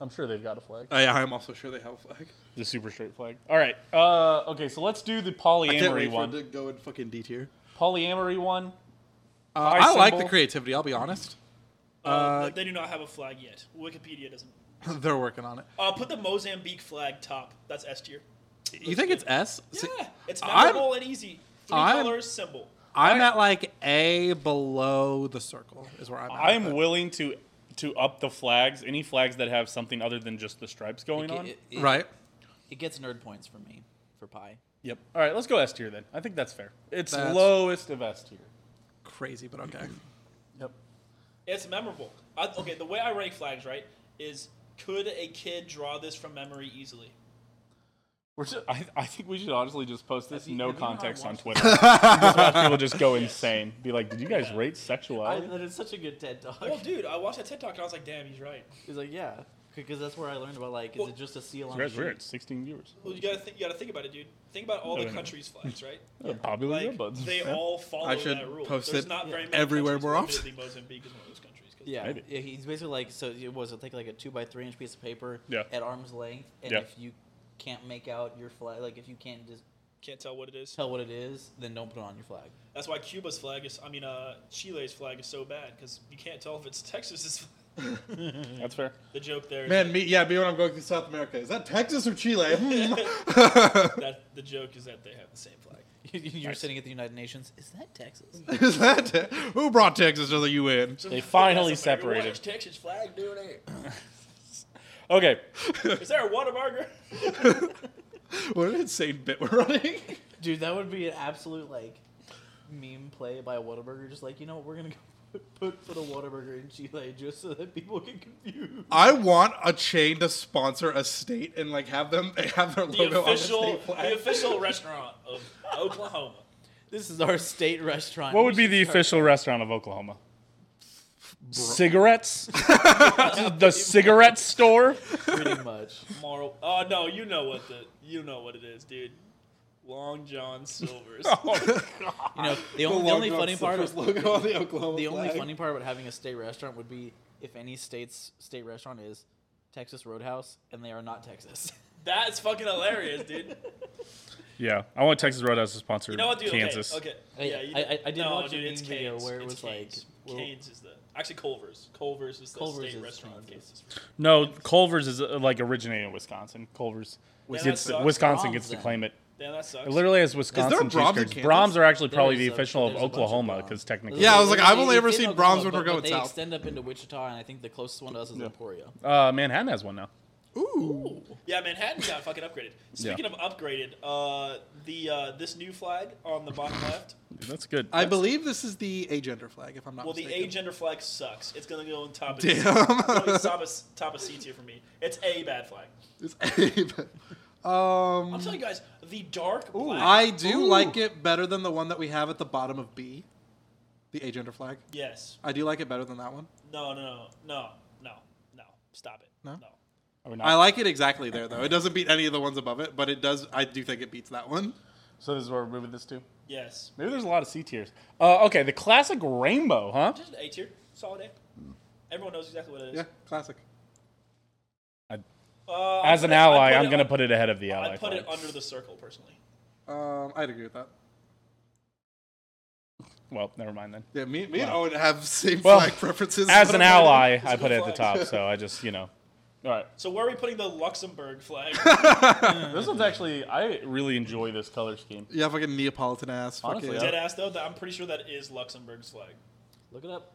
A: I'm sure they've got a flag.
B: I, Oh, I'm also sure they have a flag.
A: The super straight flag. All right. Uh, okay, so let's do the polyamory one.
B: to go in fucking D tier.
A: polyamory one.
B: I like the
A: symbol.
B: creativity. I'll be honest. [LAUGHS]
C: Uh, they do not have a flag yet. Wikipedia doesn't.
B: they're working on it.
C: Uh, put the Mozambique flag top. That's S tier.
B: You think it's S? See,
C: Yeah, it's
B: I'm-
C: memorable and easy. 3
B: I'm-
C: colors, symbol.
B: I'm at like A below the circle is where I'm at.
A: I'm
B: but-
A: willing to to up the flags. Any flags that have something other than just the stripes going on.
E: It, it-
B: right.
E: It gets nerd points from me for pie.
A: Yep. All right, let's go S tier then. I think that's fair. It's
B: That's-
A: lowest of S tier.
B: Crazy, but okay.
A: Yep.
C: It's memorable. I, okay, the way I rank flags, right, is could a kid draw this from memory easily?
A: We're just, I, I think we should honestly just post this
G: Have you-
A: no
G: have you not
A: context on
G: watched
A: Twitter. just watch people just go insane. Be like, did you guys rate
G: I,
A: sexuality?
G: that is such a good TED talk.
C: Well, dude, I watched that TikTok and I was like, damn, he's right.
G: He's like, yeah, because that's where I learned about like, is
C: Well-
G: it just a seal
A: You
G: on? the
A: guys
G: sheet?
A: weird. 16 viewers.
C: Well, you gotta think. You gotta think about it, dude. Think about all
A: No,
C: the
A: no.
B: [LAUGHS]
C: countries' flags, right?
A: Yeah, Popular
C: Like
A: earbuds.
C: they
A: Yeah.
C: all follow
B: I should
C: that rule.
B: post
C: There's
B: it
C: not very many
B: everywhere
C: countries,
B: we're
C: but
B: off.
C: admittedly, Mozambique is one of those countries. 'cause-
E: Yeah,
A: Maybe.
E: yeah. He's basically like, so it was. I'll take like a two by three inch piece of paper
A: Yeah.
E: at arm's length, and
A: Yeah.
E: if you can't make out your flag, like if you can't just
C: Can't tell what it is.
E: tell what it is, then don't put it on your flag. [LAUGHS]
C: That's why Cuba's flag is. I mean, uh, Chile's flag is so bad because you can't tell if it's Texas's. flag. [LAUGHS]
A: That's fair.
C: The joke there. is
B: Man,
C: that-
B: me yeah, me when I'm going through South America. Is that Texas or Chile? [LAUGHS] Hmm.
C: that the joke is that they have the same flag.
E: You're sitting at the United Nations. Is that Texas?
B: is that te- who brought Texas to the UN?
A: They finally separated.
C: What's Texas flag doing it?
A: Okay.
C: [LAUGHS] Is there a Whataburger?
B: What an insane bit we're running.
E: [LAUGHS] Dude, that would be an absolute like meme play by Whataburger. Just like, you know what, we're gonna go [LAUGHS] put put a Whataburger in Chile just so that people get confused.
B: I want a chain to sponsor a state and like have them [LAUGHS] have their
C: The
B: logo on
C: official,
B: the state
C: the
B: flag.
C: official restaurant of Oklahoma.
E: This is our state restaurant.
A: What
E: We
A: would be
E: should
A: the
E: start-
A: official restaurant of Oklahoma?
E: [LAUGHS]
A: Cigarettes? the cigarette store?
E: pretty
A: [LAUGHS]
E: much?
C: Marl. Oh no, you know what the you know what it is, dude. Long John Silver's.
E: You [LAUGHS] know, the only, the only
B: logo
E: funny
B: of
E: part [LAUGHS]
B: Cyprus
E: of
B: logo on the Oklahoma
E: the only
B: flag.
E: funny part about having a state restaurant would be if any state's state restaurant is Texas Roadhouse and they are not Texas. [LAUGHS]
C: That's fucking hilarious, dude.
A: Yeah. I want Texas Roadhouse to sponsor
C: You know what, dude?
A: Kansas.
C: Okay.
E: I-
C: okay. Yeah, you
E: Oh, I- I- I did
C: no,
E: watch a
C: dude,
E: meme
C: it's
E: video
C: Canes.
E: where it
C: it's
E: was like-
C: Canes.
E: well-
C: Canes is the actually Culver's. Culver's is the
E: Culver's
C: state
E: is
C: restaurant of
E: Kansas.
C: Kansas.
A: No, Culver's is uh, like originated in Wisconsin. Culver's gets
C: that sucks.
A: Wisconsin
E: Brahms
A: gets to
E: then.
A: claim it.
C: Damn, that sucks.
A: It literally has Wisconsin cheese
B: Brahms in
A: curds.
B: Kansas?
A: Brahms are actually
E: There
A: probably
E: is
A: the
E: a-
A: official of
E: there's a bunch of
A: Oklahoma
E: Brahms.
A: because technically.
B: Yeah, I was like, I've
E: They-
B: only ever
E: they
B: seen
E: did
B: Brahms
E: Oklahoma,
B: when we're
E: but-
B: going
E: but they
B: south.
E: extend up into Wichita, and I think the closest one to us is Emporia.
A: Uh, Manhattan has one now.
B: Ooh.
C: Yeah, Manhattan got fucking upgraded. Speaking of upgraded, uh, the uh, this new flag on the bottom left.
A: That's good.
B: I believe this is the agender flag, if I'm not
C: Well, the
B: mistaken.
C: A gender flag sucks. It's gonna go on [LAUGHS] top of
B: Damn.
C: it's gonna be top of, top of C tier for me. It's a bad flag.
B: It's A. [LAUGHS]
C: I'm
B: um,
C: telling you guys, the dark black.
B: I do like it better than the one that we have at the bottom of B, the agender flag.
C: yes.
B: I do like it better than that one.
C: No. No. No. No. No. No. Stop it.
B: No?
C: No.
A: Are we
B: I
A: not?
B: like it exactly there though. It doesn't beat any of the ones above it, but it does. I do think it beats that one.
A: so this is where we're moving this to.
C: Yes.
A: Maybe there's a lot of C tiers. Uh, okay, the classic rainbow, huh?
C: Just an A tier. Solid A. Everyone knows exactly what it is.
B: Yeah, classic.
C: Uh,
A: As an
C: I'd put it-
A: ally,
C: I'd
A: I'm
C: it
A: gonna
C: un-
A: put it ahead of the ally.
C: I'd put it
A: flag.
C: under the circle personally.
B: Um, I'd agree with that.
A: Well, never mind then.
B: Yeah, me, me and Owen have same
A: Well,
B: flag preferences.
A: As
B: but
A: an
B: I'm not-
A: ally, I
C: a
A: put it at the
C: good
A: top.
C: flag.
A: So I just, you know. All right.
C: So where are we putting the Luxembourg
E: [LAUGHS]
C: flag?
A: This one's actually, I really enjoy this color scheme.
B: Yeah, fucking Neapolitan ass.
A: Honestly,
B: fucking,
A: yeah.
C: Dead ass though. That I'm pretty sure that is Luxembourg's flag.
E: Look it up.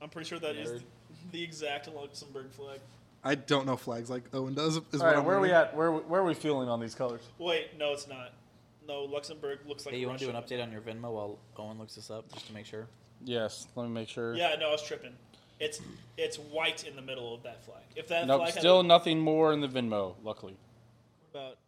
C: I'm pretty sure that is
E: Nerd.
C: the exact Luxembourg flag.
B: I don't know flags like Owen does. Is
A: All
B: what
A: right,
B: I'm
A: where are we
B: learning.
A: at? Where, where are we feeling on these colors?
C: Wait, no, it's not. No, Luxembourg looks like
E: Hey, you want
C: Russia.
E: to do an update on your Venmo while Owen looks this up just to make sure?
A: Yes, let me make sure.
C: Yeah, no, I was tripping. It's it's white in the middle of that flag. If that
A: Nope,
C: flag
A: still
C: had
A: nothing more in the Venmo, luckily.
C: a, about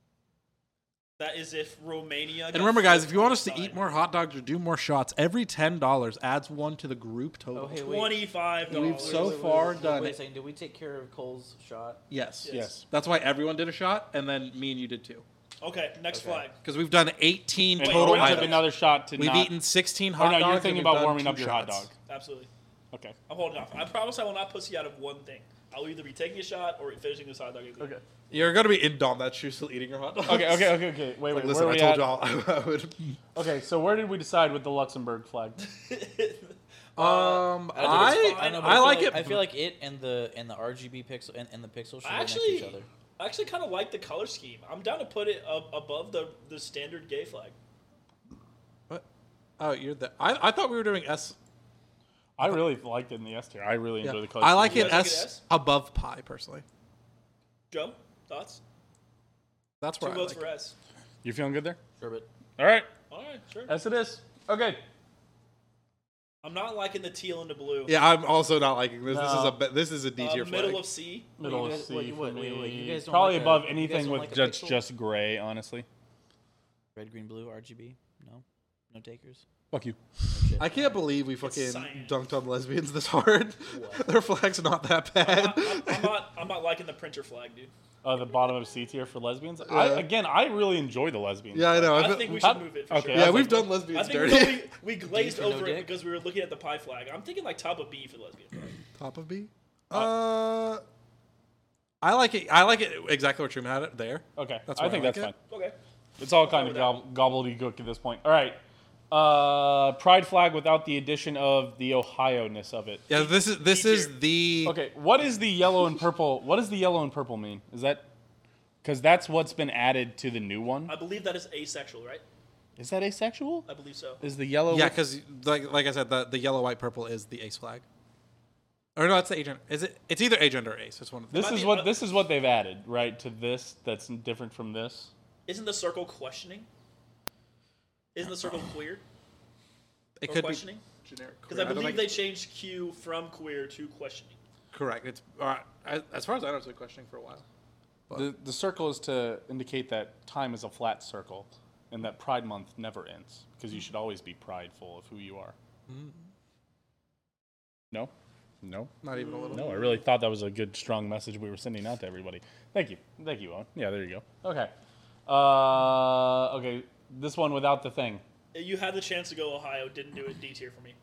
C: that is if Romania.
B: And remember, guys, if you want us to eat more hot dogs or do more shots, every ten dollars adds one to the group total.
E: Oh, hey, wait.
C: twenty five dollars.
B: We've so far done
E: Wait a
B: it.
E: second, did we take care of Cole's shot?
B: Yes.
A: Yes.
B: That's why everyone did a shot, and then me and you did too.
C: Okay, next
E: Okay.
C: flag.
B: Because we've done 18
A: And
B: total
A: Owen took
B: items.
A: another shot to
B: we've
A: not.
B: eaten 16
A: oh,
B: hot
A: no,
B: dogs.
A: you're
B: and
A: thinking
B: we've
A: about
B: done
A: warming
B: two
A: up your hot dog.
B: shots.
C: Absolutely,
A: Okay.
C: I'm holding off. I promise I will not pussy out of one thing. I'll either be taking a shot or finishing this hot dog. [LAUGHS]
A: Okay.
B: You're going to be in Dom. That's you still eating your hot dog.
A: Okay, okay, okay, [LAUGHS] okay. Wait, wait.
B: Listen,
A: where are
B: I
A: we
B: told
A: at?
B: y'all I
A: [LAUGHS]
B: would.
A: Okay, so where did we decide with the Luxembourg flag?
B: Um,
E: I don't think
B: I
E: it's fine.
B: I,
E: know, but feel
B: like it.
E: I feel like it and the and the RGB pixel and, and the pixel should be next to
C: Actually,
E: each other.
C: I actually kind of like the color scheme. I'm down to put it up above the, the standard gay flag.
B: What? Oh, you're the. I, I thought we were doing S.
A: I really liked it in the S tier. I really
B: Yeah.
A: enjoy the color.
B: I like
A: scheme.
B: it
C: guys like
B: S,
C: it S?
B: above pi personally.
C: Joe, thoughts?
B: That's
C: Two
B: where I
C: votes
B: like.
C: for
B: it.
C: S.
A: You feeling good there?
E: Sherbet.
A: All right.
C: All right, sure.
A: S it is. Okay.
C: I'm not liking the teal and the blue.
B: Yeah, I'm also not liking this. This is
A: No.
B: a ba- this is a D
C: Uh,
B: tier
C: middle
B: flag.
C: of C.
A: Middle
E: you
A: of
E: guys-
A: C
E: what-
A: for
E: what-
A: me.
E: wait, wait, you guys don't
A: Probably
E: like a-
A: above
E: you guys
A: anything
E: don't
A: with
E: like a
A: just
E: pixel?
A: just gray, honestly.
E: Red, green, blue, RGB. No, no takers.
A: Fuck you.
B: I can't believe we fucking
C: science.
B: dunked on lesbians this hard. [LAUGHS] Their flag's not that
C: I'm
B: bad.
C: not, I'm, I'm not, I'm not liking the printer flag, dude.
A: Uh, the bottom of C tier for lesbians. I,
B: Yeah.
A: again, I really enjoy the lesbians.
B: yeah, I know.
C: I
B: feel-
C: think we
A: Huh?
C: should move it. For
A: Okay,
C: sure.
A: I
B: yeah,
A: was
B: we've done
C: I
B: lesbians
C: think we-
B: dirty.
C: we, we glazed
E: for no
C: over it
E: dick?
C: because we were looking at the pie flag. I'm thinking like top of B for lesbian.
B: Top of B. Uh, I like it. I like it exactly where Truman had it there.
A: Okay,
B: That's
A: I
B: where
A: think
B: I like
A: that's fine.
B: it.
C: Okay.
A: It's all kind of gob- gobbledygook at this point. All right. Uh, pride flag without the addition of the Ohio ness of it.
B: Yeah, this is this
C: D tier.
B: is the
A: Okay, what is the yellow and purple? What does the yellow and purple mean? Is that because that's what's been added to the new one?
C: I believe that is asexual, right?
A: Is that asexual?
C: I believe so.
A: Is the yellow?
B: yeah, because like like I said, the, the yellow, white, purple is the ace flag. Or no, that's the agent. Is it? It's either agent or ace. It's one of the.
A: this
C: might
A: is
C: be-
A: what this is what they've added right to this. That's different from this.
C: Isn't the circle questioning? Isn't the circle queer
B: It
C: or
B: could be
C: questioning?
B: generic.
C: Because I
B: don't think-
C: believe they changed Q from queer to questioning.
B: correct. It's all right. I, as far as I know, it's been questioning for a while.
A: The the circle is to indicate that time is a flat circle, and that Pride Month never ends because you should always be prideful of who you are. No, no,
B: Not even a little.
A: no. I really thought that was a good, strong message we were sending out to everybody. Thank you, thank you, Owen. Yeah, there you go. Okay, uh, okay. This one without the thing.
C: Uh, You had the chance to go Ohio, didn't do it. D tier for me.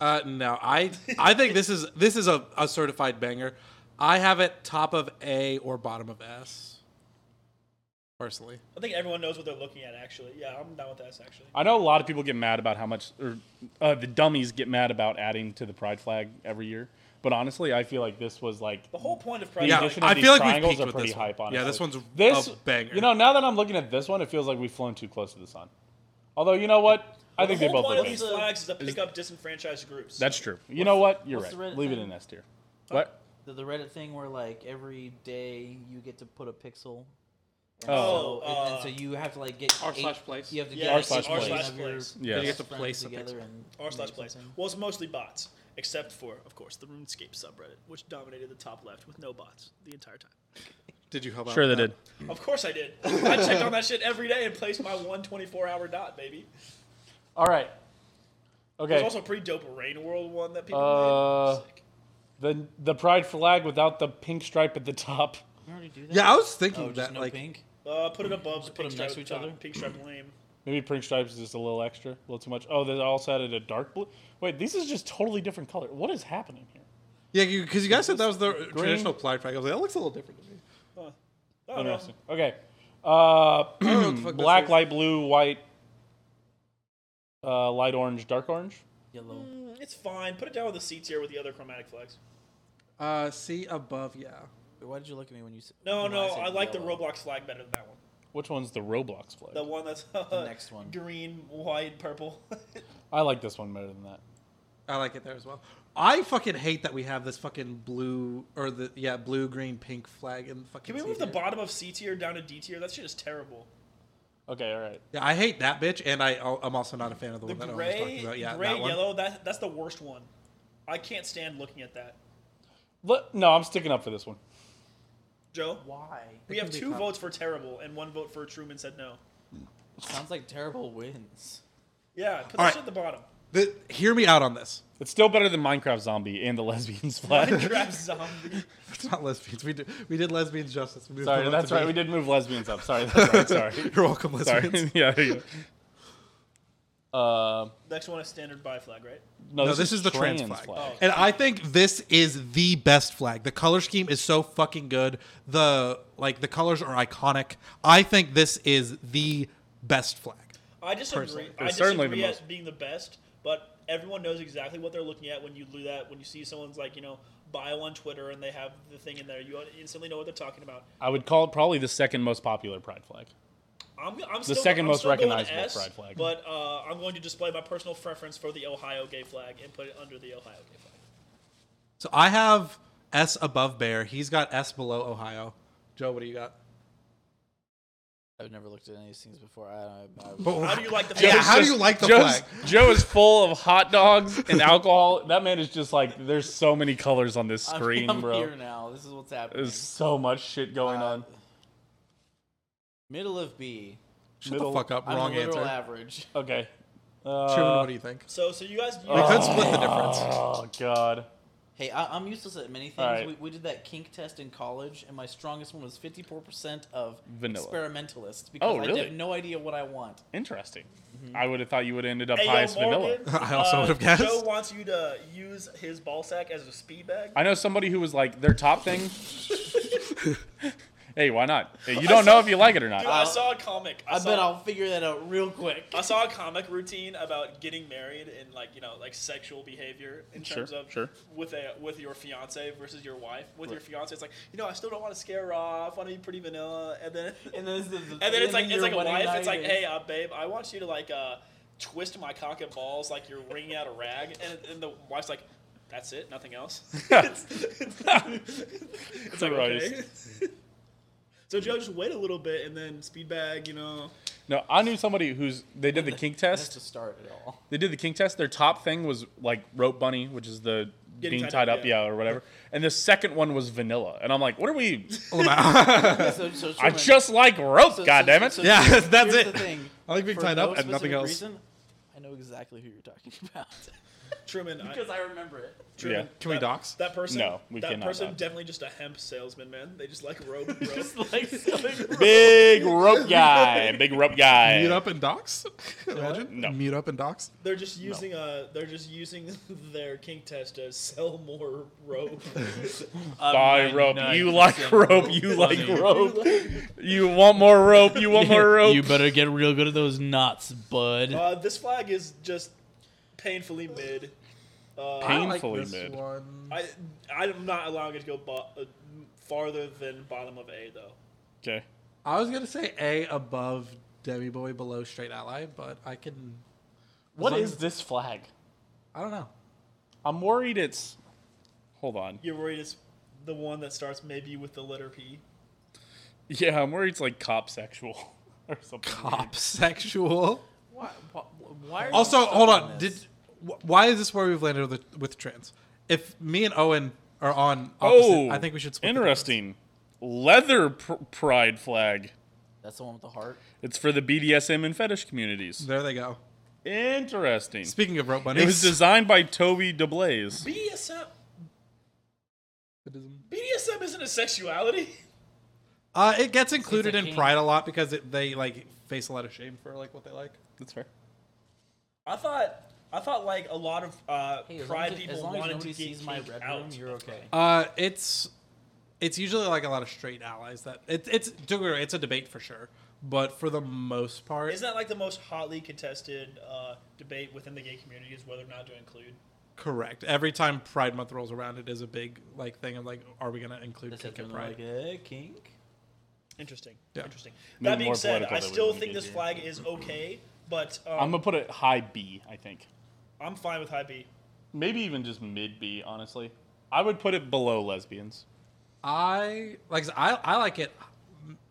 B: Uh, no, I I think this is this is a, a certified banger. I have it top of A or bottom of S. Personally,
C: I think everyone knows what they're looking at. Actually, yeah, I'm down with S. Actually,
A: I know a lot of people get mad about how much, or uh, the dummies get mad about adding to the pride flag every year. But honestly, I feel like this was like
C: the whole point of
A: the
C: pride.
B: Yeah,
A: addition
B: I
A: of these
B: feel like we've
A: triangles
B: peaked
A: are
B: with
A: pretty
B: this one.
A: hype. Honestly,
B: Yeah, this one's
A: this
B: a banger.
A: You know, now that I'm looking at this one, it feels like we've flown too close to the sun. Although, you know what? I think
C: the
A: they
C: whole
A: both
C: point
A: look
C: of
A: good.
C: these flags is to pick up disenfranchised groups.
A: That's true. You know what? You're
E: what's
A: right.
E: the red
A: Leave it
E: thing?
A: in S tier. What?
E: The, the Reddit thing where like every day you get to put a pixel. And
C: Oh,
E: so, and, and
C: uh,
E: so you have to like get
B: R
E: eight-
B: slash place.
E: You have to
C: Yeah,
E: get
A: R slash
E: eight
A: place.
E: of
C: R slash
E: your
C: place.
A: Yeah.
E: best
A: You
B: have to
E: friends
B: place a
E: together
B: pixel.
E: and
C: R
E: make
C: slash plays.
E: something.
C: Well, it's mostly bots, except for, of course, the RuneScape subreddit, which dominated the top left with no bots the entire time.
B: did you help? out
A: Sure, they
B: with that?
A: did.
C: Of course I [LAUGHS] did. I checked on that shit every day and placed my one 24 hour dot, baby.
A: All right.
C: There's
A: Okay.
C: also a pretty dope Rain World one that people
A: Uh,
C: made. Sick.
A: the the pride flag without the pink stripe at the top.
E: You already do that?
B: Yeah, I was thinking
E: Oh, just
B: that
E: no
B: like
E: pink.
C: Uh, put it above the
E: put
C: pink
E: them
C: stripe
E: next
C: at
E: to
C: the
E: each
C: top.
E: other?
C: Pink [CLEARS THROAT] stripe lame.
A: Maybe pink stripes is just a little extra, a little too much. Oh, they also added a dark blue. Wait, this is just totally different color. What is happening here?
B: yeah, because you guys said that was the traditional
A: traditional
B: flag flag. I was like, that looks a little different to me.
C: I don't know.
A: Interesting. Okay. Uh,
B: know what the fuck this
A: black,
B: is.
A: light blue, white, uh, light orange, dark orange.
E: Yellow.
C: Mm, It's fine. Put it down with the C tier with the other chromatic flags.
B: Uh, see above, yeah.
E: Why did you look at me when you said?
C: No,
E: when
C: no,
E: said
C: I like
E: yellow?
C: the Roblox flag better than that one.
A: Which one's the Roblox flag?
C: The one that's [LAUGHS]
E: next one.
C: green, white, purple. [LAUGHS]
A: I like this one better than that.
B: I like it there as well. I fucking hate that we have this fucking blue or the yeah blue green pink flag and fucking.
C: Can we
B: C
C: move the
B: tier.
C: bottom of C tier down to D tier? That shit is terrible.
A: Okay, all right.
B: Yeah, I hate that bitch, and I I'm also not a fan of the,
C: The
B: one that I was
C: gray,
B: talking about. Yeah,
C: gray,
B: that one.
C: yellow. That that's the worst one. I can't stand looking at that.
A: Let- no, I'm sticking up for this one.
C: Joe,
E: Why?
C: we
B: can
C: have
B: be
C: two
B: tough.
C: votes for terrible and one vote for Truman said no.
E: Sounds like terrible wins.
C: Yeah, put that
B: All right.
C: shit at
B: [LAUGHS]
C: the bottom.
B: The, hear me out on this. [LAUGHS]
A: It's still better than Minecraft Zombie and the Lesbians flag.
C: Minecraft zombie.
B: It's not lesbians. We did we did lesbians justice. We moved them
A: sorry,
B: up
A: that's
B: to
A: right. We
B: be-
A: did move lesbians up. Sorry, that's right. Sorry,
B: You're welcome, [LAUGHS] lesbians.
A: sorry. [LAUGHS] yeah. There you go. Uh,
C: Next one is standard bi flag, right?
A: no,
B: No, this is the trans, flag.
C: flag.
B: And I think this is the best flag. The color scheme is so fucking good. The like the colors are iconic. I think this is the best flag.
C: I disagree.
B: Personally.
C: I
A: It's certainly
C: disagree
A: the
C: at
A: most-
C: being the best, but everyone knows exactly what they're looking at when you do that. When you see someone's like, you know, bio on Twitter and they have the thing in there, you instantly know what they're talking about.
A: I would call it probably the second most popular pride flag.
C: I'm, I'm still,
A: second
C: I'm
A: most
C: still going
A: recognizable
C: S,
A: pride flag.
C: But uh, I'm going to display my personal preference for the Ohio gay flag and put it under the Ohio gay flag.
B: So I have S above Bear. He's got S below Ohio. Joe, what do you got?
E: I've never looked at any of these things before. I, I, I
C: How do you like the flag?
B: yeah, how do you like the
A: Joe's,
B: flag?
A: Joe is full of hot dogs and alcohol. That man is just like, there's so many colors on this
E: [LAUGHS] I'm-
A: screen,
E: I'm
A: bro.
E: here now. This is what's happening.
A: There's so much shit going
E: Uh,
A: on.
E: Middle of B.
B: Shut
A: middle-
B: the fuck up.
E: I'm
B: Wrong
E: literal
B: answer.
E: average.
A: Okay.
B: Truman,
A: Uh,
B: what do you think?
C: So, so you guys, you
B: We
C: guys-
B: could split the difference.
A: oh God.
E: Hey, I, I'm useless at many things.
A: Alright.
E: We, we did that kink test in college, and my strongest one was 54% of
A: Vanilla.
E: experimentalist because
A: Oh, really?
E: I have no idea what I want.
A: Interesting.
E: Mm-hmm.
A: I would have thought you would have ended up
C: Hey, yo,
A: highest vanilla.
B: [LAUGHS]
C: Morgan,
B: I also
C: uh,
B: would've guessed.
C: Joe wants you to use his ball sack as a speed bag.
A: I know somebody who was like their top
E: [LAUGHS]
A: thing. hey, why not? Hey, You don't know if you like it or not.
C: Dude, I saw a comic. I,
E: I
C: saw,
E: bet I'll figure that out real quick.
C: I saw a comic routine about getting married and like you know like sexual behavior in
A: Sure,
C: terms of
A: sure.
C: with a with your fiance versus your wife. With your fiance, it's like you know I still don't want to scare her off. want to be pretty vanilla, and then
E: And then it's, the,
C: and then it's like it's
E: your
C: like a
E: wedding
C: wife.
E: night
C: It's like
E: is-
C: hey uh, babe, I want you to like uh, twist my cock and balls like you're wringing out a rag, and, and the wife's like. That's it, nothing else. [LAUGHS] it's, it's like, okay. So Joe, just wait a little bit and then speed bag, you know.
A: [LAUGHS] No, I knew somebody who's they did the kink
E: That's
A: test.
E: to start at all. [LAUGHS]
A: They did the kink test. Their top thing was like rope bunny, which is the
C: Getting
A: being tied,
C: tied up,
A: up,
C: yeah.
A: yeah. or whatever. And the second one was vanilla. And I'm like, what are we?
B: Oh,
E: So, so
A: I
E: Truman,
A: just like rope,
E: so- so-
A: goddamn it.
E: so- so
B: Yeah,
E: here's-
B: that's
E: here's
B: it.
E: the thing.
B: I like being
E: For
B: tied
E: no
B: up and nothing
E: specific
B: else.
E: reason, I know exactly who you're talking [LAUGHS] about.
C: Truman, I,
D: Because I remember it.
A: Yeah.
B: [LAUGHS] Can we
C: That-
B: dox?
C: That person,
A: No, we
C: that
A: cannot
C: person
A: not.
C: definitely just a hemp salesman, man. They just like robe, robe.
D: Like, so-
A: Big rope guy. Big rope guy.
B: Mute up and docs? Imagine.
A: No.
B: Mute up and docs.
C: they're just using uh, they're just using [LAUGHS] their kink test to sell more rope.
A: Buy
D: I'm
A: rope.
D: 99%
A: You like rope. You like
D: funny.
A: rope. You want more rope. [LAUGHS] [LAUGHS] You want more rope.
D: You better get real good at those knots, bud.
C: [LAUGHS] uh, this flag is just painfully mid. Uh,
A: Painfully mid.
B: one.
C: I I'm not allowing it to go bo- uh, farther than bottom of A though.
A: Okay.
B: I was gonna say A above Demi Boy, below Straight Ally, but I can.
A: What
B: long
A: is
B: as-
A: this flag?
B: I don't know.
A: I'm worried it's. Hold on.
C: You're worried it's the one that starts maybe with the letter P.
A: Yeah, I'm worried it's like cop sexual [LAUGHS] or something.
B: Pop [LAUGHS] sexual.
E: why, why, why are you
B: Also,
E: stuck
B: hold on.
E: this?
B: Did wh- why is this where we've landed with, with trans? If me and Owen are on, opposite,
A: Oh,
B: I think we should. Split the
A: Interesting. Leather pr- pride flag.
E: that's the one with the heart?
A: It's for the BDSM and fetish
B: difference.
A: communities.
B: There they go.
A: Interesting.
B: Speaking of rope bunnies,
A: It was designed by Toby DeBlaze.
C: BDSM BDSM isn't a sexuality.
B: Uh, it gets included in
E: kink.
B: Pride a lot because it, they like face a lot of shame for like what they like.
A: That's fair.
C: I thought I thought like a lot of uh,
E: Hey, as long
C: pride
E: as,
C: people
E: as long as
C: wanted
E: nobody
C: to get
E: sees my
C: kicked
E: red
C: out.
E: room, you're okay.
B: Uh, it's it's usually like a lot of straight allies that it, it's don't get me wrong, it's a debate for sure, but for the most part,
C: Isn't that like the most hotly contested uh, debate within the gay community is whether or not to include?
B: correct. Every time Pride Month rolls around, it is a big like thing of like, are we gonna include
E: That's
B: kink in
E: it. and they're
B: Pride?
E: Like, eh, kink?
C: Interesting.
B: Yeah.
C: Interesting.
A: Maybe
C: that being
A: more
C: said,
A: political
C: I
A: than we
C: still
A: wanna
C: think
A: get
C: this
A: here.
C: flag is okay, but
A: I'm
C: um,
A: gonna
C: I'm,
A: put it high B. I think.
C: fine with high B.
A: Maybe even just mid B. Honestly, I would put it below lesbians.
B: I like I said, I, I like it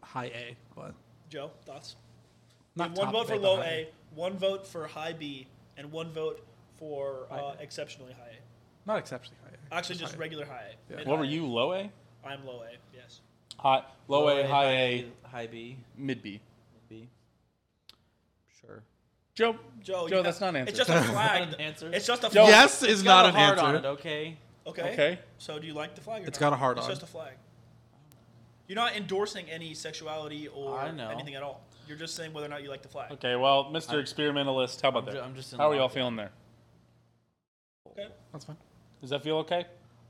B: high A, but
C: Joe, thoughts?
B: not
C: one
B: top A,
C: vote for
B: but
C: low
B: high
C: A, one vote for high B, and one vote for uh, exceptionally high
B: not exceptionally high.
C: A. Actually, just
B: high A.
C: regular high A.
B: Yeah.
C: Mid
A: What
C: high
A: were
C: A.
A: you? Low A.
C: I'm low A. Yes.
A: High. Low, A, High A.
E: High B.
A: Mid B.
E: B. Sure.
A: Joe.
C: Joe,
A: Joe,
C: you
A: that's
C: have-
A: not an answer.
C: It's just [LAUGHS] a flag.
E: an answer.
C: It's just a flag.
B: Yes is not
E: Got
B: an
E: a heart on it,
B: answer.
E: okay?
C: Okay.
A: Okay.
C: So do you like the flag? Or
B: It's
C: not?
B: got a heart
C: it's
B: on.
C: It's just a flag. You're not endorsing any sexuality or
E: I know.
C: anything at all. You're just saying whether or not you like the flag.
A: Okay. Well, Mister Experimentalist, how about
E: I'm
A: that?
E: ju- I'm just in
A: how are y'all
E: lock.
A: feeling there?
C: Okay.
B: That's fine.
A: Does that feel okay?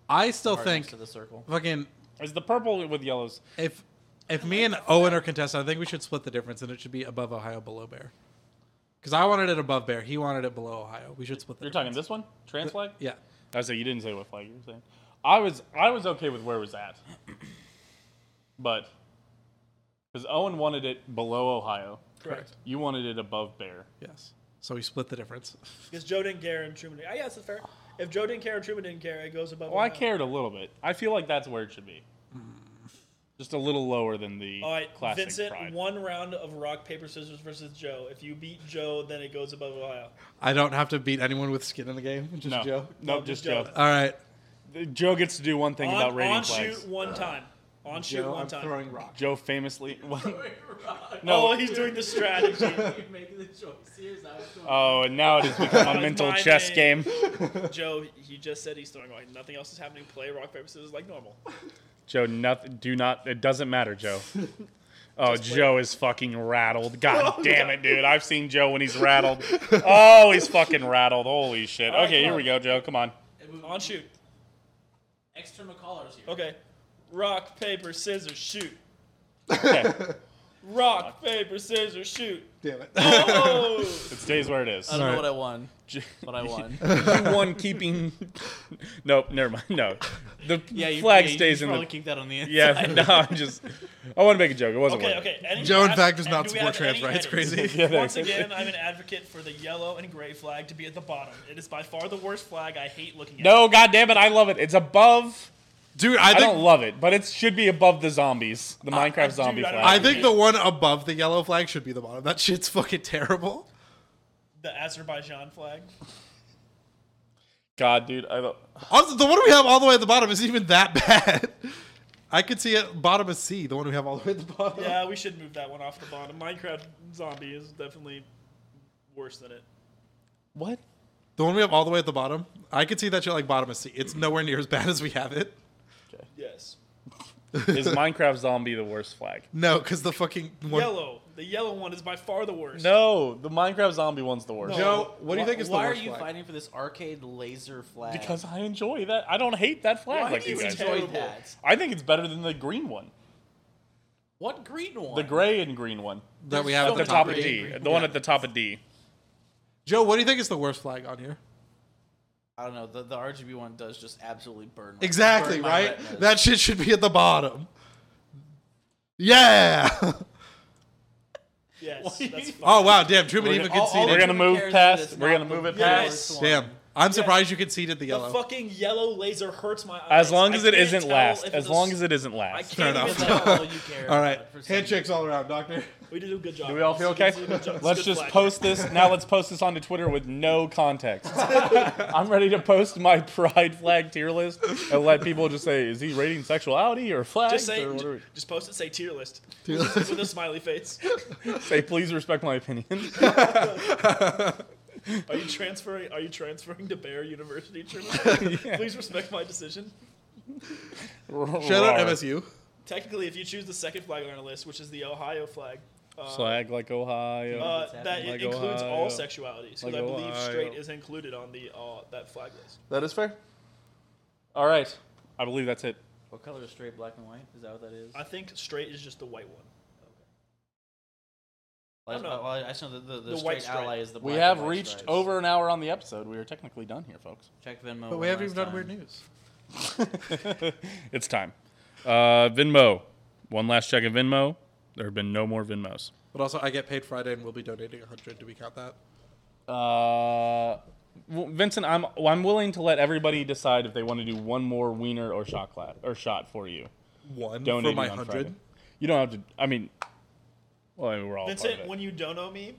B: I still
E: Heart next
B: think
E: to the circle.
B: [LAUGHS] fucking
A: Is the purple with yellows?
B: if if me and Owen are contested, I think we should split the difference, and it should be above Ohio, below Bear. Because I wanted it above Bear, he wanted it below Ohio. We should split the.
A: You're talking
B: difference.
A: this one? Trans flag?
B: Yeah.
A: I say you didn't say what flag you were saying. I was I was okay with where it was at, [CLEARS THROAT] but because Owen wanted it below Ohio,
C: Correct.
A: you wanted it above Bear.
B: Yes. So we split the difference.
C: Because Joe didn't care and Truman didn't. I guess it's fair. If Joe didn't care and Truman didn't care, it goes above.
A: Well, I
C: Ohio.
A: cared a little bit. I feel like that's where it should be. Just a little lower than the
C: Hmm. All right,
A: classic
C: Vincent,
A: pride.
C: one round of rock paper scissors versus Joe. If you beat Joe, then it goes above Ohio.
B: I don't have to beat anyone with skin in the game. Just
A: no.
B: Joe.
A: No,
C: No,
A: just
C: just
A: Joe.
B: All right.
A: Joe gets to do one thing about
C: on
A: rating
C: on
A: flags.
C: shoot one time. On
B: Uh,
C: shoot
B: Joe,
C: one
B: I'm
C: time.
B: throwing rocks.
A: Joe famously. [LAUGHS]
C: Oh,
A: no.
C: he's doing the
B: [LAUGHS]
C: strategy.
D: You're making the choice. Here's how it's going.
A: Oh, and now it has
C: [LAUGHS]
A: become a
C: it's
A: mental
C: my
A: chess
C: name.
A: game.
C: Joe, he just said he's throwing like nothing else is happening. Play rock paper scissors like normal.
A: Joe, nothing. Do not. It doesn't matter,
C: [LAUGHS]
A: Joe. Oh,
C: Just wait. Oh,
A: Joe is fucking
C: [LAUGHS]
A: rattled. God damn it, dude. I've seen Joe when he's rattled. Oh, he's fucking rattled. Holy shit.
C: All right,
A: Okay,
C: come
A: here
C: on.
A: we go, Joe. Come on.
D: It moved
C: On shoot.
D: Extra McCallers here.
C: Okay. Rock paper scissors shoot.
A: Okay.
C: Rock paper scissors shoot.
B: Damn it. [LAUGHS]
C: Oh.
A: It stays where it is.
E: I don't
B: Alright.
E: know what I won,
A: J-
E: but I won.
A: [LAUGHS] you won keeping. [LAUGHS] Nope, never mind. No.
C: [LAUGHS]
A: The
E: Yeah, you,
A: flag
E: yeah, you
A: stays
E: should
A: in
E: probably
A: the.
E: kick that on the
A: [LAUGHS]
E: end.
A: Yeah, [LAUGHS] no, I'm just. I want to make a joke. It wasn't
C: okay.
A: worth it.
C: Okay. Any
B: Joe, in
C: ad-
B: fact, does
C: and
B: not
C: do we
B: support
C: have
B: trans
C: any
B: rights.
C: edits?
B: Crazy.
A: Yeah,
C: Once
A: thanks.
C: again, I'm an advocate for the yellow and gray flag to be at the bottom. It is by far the worst flag. I hate looking at. it.
A: No, God damn it, I love it. It's above.
B: Dude, I
A: I
B: think
A: don't love it, but it should be above the zombies, the Minecraft
C: dude,
A: zombie
C: I
A: flag.
C: don't-
B: I think the one above the yellow flag should be the bottom. That shit's fucking terrible.
C: The Azerbaijan flag.
A: God, dude, I don't.
B: Honestly, the one we have all the way at the bottom is even that [LAUGHS] bad. I could see it bottom of C, the one we have all the way at the bottom.
C: Yeah, we should move that one off the bottom. Minecraft zombie is definitely worse than it.
A: What?
B: The one we have all the way at the bottom. I could see that shit like bottom of C. It's nowhere near as bad as we have it.
C: Yes.
A: Is Minecraft zombie the worst flag?
B: No, because the fucking one.
C: Yellow. The yellow one is by far the worst.
A: No, the Minecraft zombie one's the worst.
B: Joe, what do you
E: Why-
B: think is the
E: Why
B: worst
E: are you
B: flag?
E: fighting for this arcade laser flag?
A: Because I enjoy that. I don't hate that flag
C: Why
A: like
C: do
A: you
C: you
A: guys.
C: enjoy-
E: enjoy
C: terrible.
E: that.
A: I think it's better than the green one,
E: What green one?
A: the gray and green one
B: that we have
A: at the top of D, the one at the top of D.
B: Joe, what do you think is the worst flag on here?
E: I don't know. The, the RGB one does just absolutely burn. my-
B: Exactly,
E: burn my
B: right?
E: retinas.
B: That shit should be at the bottom. Yeah. [LAUGHS]
A: [LAUGHS]
C: Yes, that's fine.
B: oh wow, damn, Truman even
A: gonna- all-
B: conceded.
A: We're gonna
E: Who
A: move
E: cares
A: past-
E: that it's
A: we're
E: not
A: gonna move
E: the
A: it past.
E: worst one?
B: Damn, I'm surprised you conceded the
C: The
B: yellow.
C: fucking yellow laser hurts my eyes.
A: As long
C: I
A: as it
C: can't
A: isn't
C: tell
A: last.
C: if
A: As
C: it's-
A: long as it isn't
C: I
A: last.
C: can't
B: Fair
C: even
B: enough.
C: tell.
E: All you care
B: all
E: about
B: right,
E: it for some
B: handshakes all around, doctor.
C: We did a good job.
A: Do we all feel okay?
C: It's a good job. It's a
A: Let's
C: good
A: just
C: flag.
A: post this. Now let's post this onto Twitter with no context. [LAUGHS] I'm ready to post my pride flag tier list and let people just say, is he rating sexuality or flags?
C: Just say,
A: or what are we-
C: just post it. Say tier list
B: Tier list.
C: [LAUGHS] with a smiley face.
A: say, please respect my opinion. [LAUGHS]
C: Are you transferring? Are you transferring to Bear
A: [LAUGHS]
C: University? Truman? Please respect my decision.
B: Shout out
A: Rawr.
B: MSU.
C: Technically, if you choose the second flag on our list, which is the Ohio flag, uh,
A: Flag like Ohio.
C: uh,
E: What's
C: that
E: happening?
C: it
A: Like
C: includes
A: Ohio.
C: all sexualities. Because
A: Like
C: I believe
A: Ohio.
C: straight is included on the uh, that flag list.
A: that is fair. All right. I believe that's it.
E: What color is straight black and white? Is that what that is?
C: I think straight is just the white one.
E: I
C: don't know.
E: Well, I just know that the, the,
C: The white
E: straight ally
C: stripe.
E: is the.
A: We
E: black
A: have
E: and white
A: reached
E: stripes.
A: over an hour on the episode. We are technically done here, folks.
E: Check Venmo.
B: But we haven't even done weird news.
A: it's time. Uh, Venmo. One last check of Venmo. There have been no more Venmos.
B: But also, I get paid Friday and we'll be donating 100. Do we count that?
A: Uh, well, Vincent, I'm I'm willing to let everybody decide if they want to do one more wiener or shot cla- or shot for you.
B: One
A: Donating
B: for my
A: on
B: 100.
A: Friday. You don't have to. I mean, well, I mean, we're all part of
C: Vincent,
A: it.
C: when you dono me,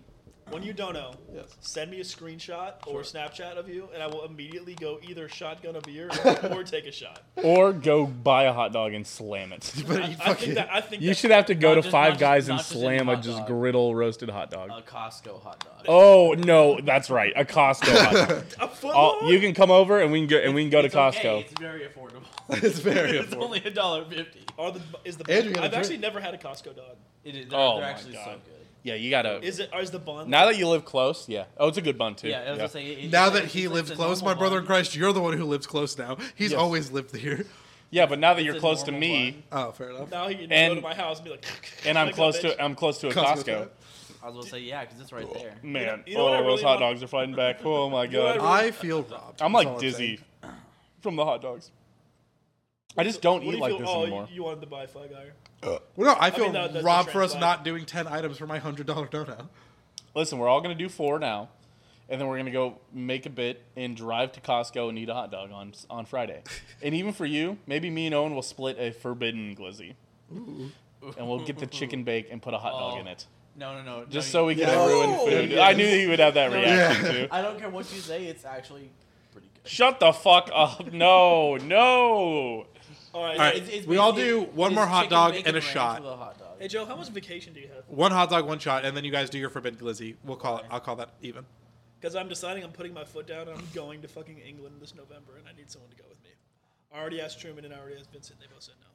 C: when you dono,
B: Yes.
C: send me a screenshot or Snapchat of you, and I will immediately go either shotgun a
A: [LAUGHS]
C: beer or, or take a shot.
A: or go buy a hot dog and slam it.
B: [LAUGHS] But you
C: I think
B: fucking.
C: that I think
A: You
C: that-
A: should have to go
E: Not
A: to
E: just-
A: Five
E: not just-
A: Guys
E: not
A: and
E: just any
A: slam a
E: hot
A: just
E: dog.
A: griddle roasted hot dog.
E: A Costco hot dog.
A: oh no, that's right, a Costco. hot
C: [LAUGHS]
A: dog.
C: a foot
A: All-
C: long?
A: you can come over and we can go and we can go
D: It's
A: to Costco.
D: Okay. It's very affordable.
B: [LAUGHS] It's very
D: it's
B: important.
D: only a dollar fifty.
C: Are the is the
B: Andrew, you got a
C: I've
B: drink?
C: actually never had a Costco dog.
E: It is, they're,
A: Oh
E: they're
A: my
E: actually so
A: God.
E: good.
A: Yeah, you gotta.
C: Is it is the bun?
A: now that you live close, yeah. Oh, it's a good bun too.
E: Yeah, I was
A: Yeah.
E: gonna say. it- it's
B: Now
E: like-
B: that
E: it's
B: he
E: like
B: lives
E: the
B: close, my
E: normal
B: brother in
E: one.
B: Christ, you're the one who lives close now. He's
A: Yes.
B: always lived here.
A: Yeah, but now that you're
E: a
A: close to
E: normal
A: me
E: bun.
B: Oh, fair enough.
C: now he can
A: And-
C: go to my house and be like, [LAUGHS]
A: and I'm
C: "Pick up,
A: close
C: bitch."
A: to I'm close to a
B: Costco.
A: Costco.
E: I was gonna say yeah, because it's right there.
A: Man,
C: you know what
A: oh,
C: I
A: those
C: really
A: hot
C: want-
A: dogs are
C: [LAUGHS]
A: fighting back. Oh my
C: know what
A: god,
C: I really-
B: I feel robbed.
A: I'm
B: That's all
A: like
B: saying.
A: dizzy from the hot dogs. I just don't
C: What do
A: eat
C: you
A: like
C: feel-
A: this
C: oh,
A: anymore.
C: you wanted to buy Flag Iron.
B: Well, no, I feel
C: mean, the- the- the
B: robbed for
C: trans
B: us
C: flag.
B: not doing ten items for my hundred dollar donut.
A: Listen, we're all gonna do four now, and then we're gonna go make a bit and drive to Costco and eat a hot dog on on
B: [LAUGHS]
A: Friday. and even for you, maybe me and Owen will split a forbidden glizzy, and we'll get the
B: [LAUGHS]
A: chicken bake and put a hot dog
E: Oh.
A: in it,
E: No, no, no.
A: just
E: no,
A: so we
E: you-
A: can ruin food. I knew that you would have that reaction
B: Yeah. [LAUGHS]
A: too.
E: I don't care what you say. It's actually pretty good.
A: Shut the fuck up! No, no.
C: All right.
B: All right,
E: It's- it's
B: we all
E: basically-
B: do one
E: it's
B: more hot
E: chicken
B: dog
E: bacon
B: and a
E: ranch
B: shot.
E: with a hot dog.
C: Hey Joe, how much vacation do you have?
B: One hot dog, one shot, and then you guys do your forbidden glizzy. We'll call it. I'll call that even.
C: Because I'm deciding I'm putting my foot down and I'm going to fucking England this November, and I need someone to go with me. I already asked Truman and I already asked Vincent. and They both said no.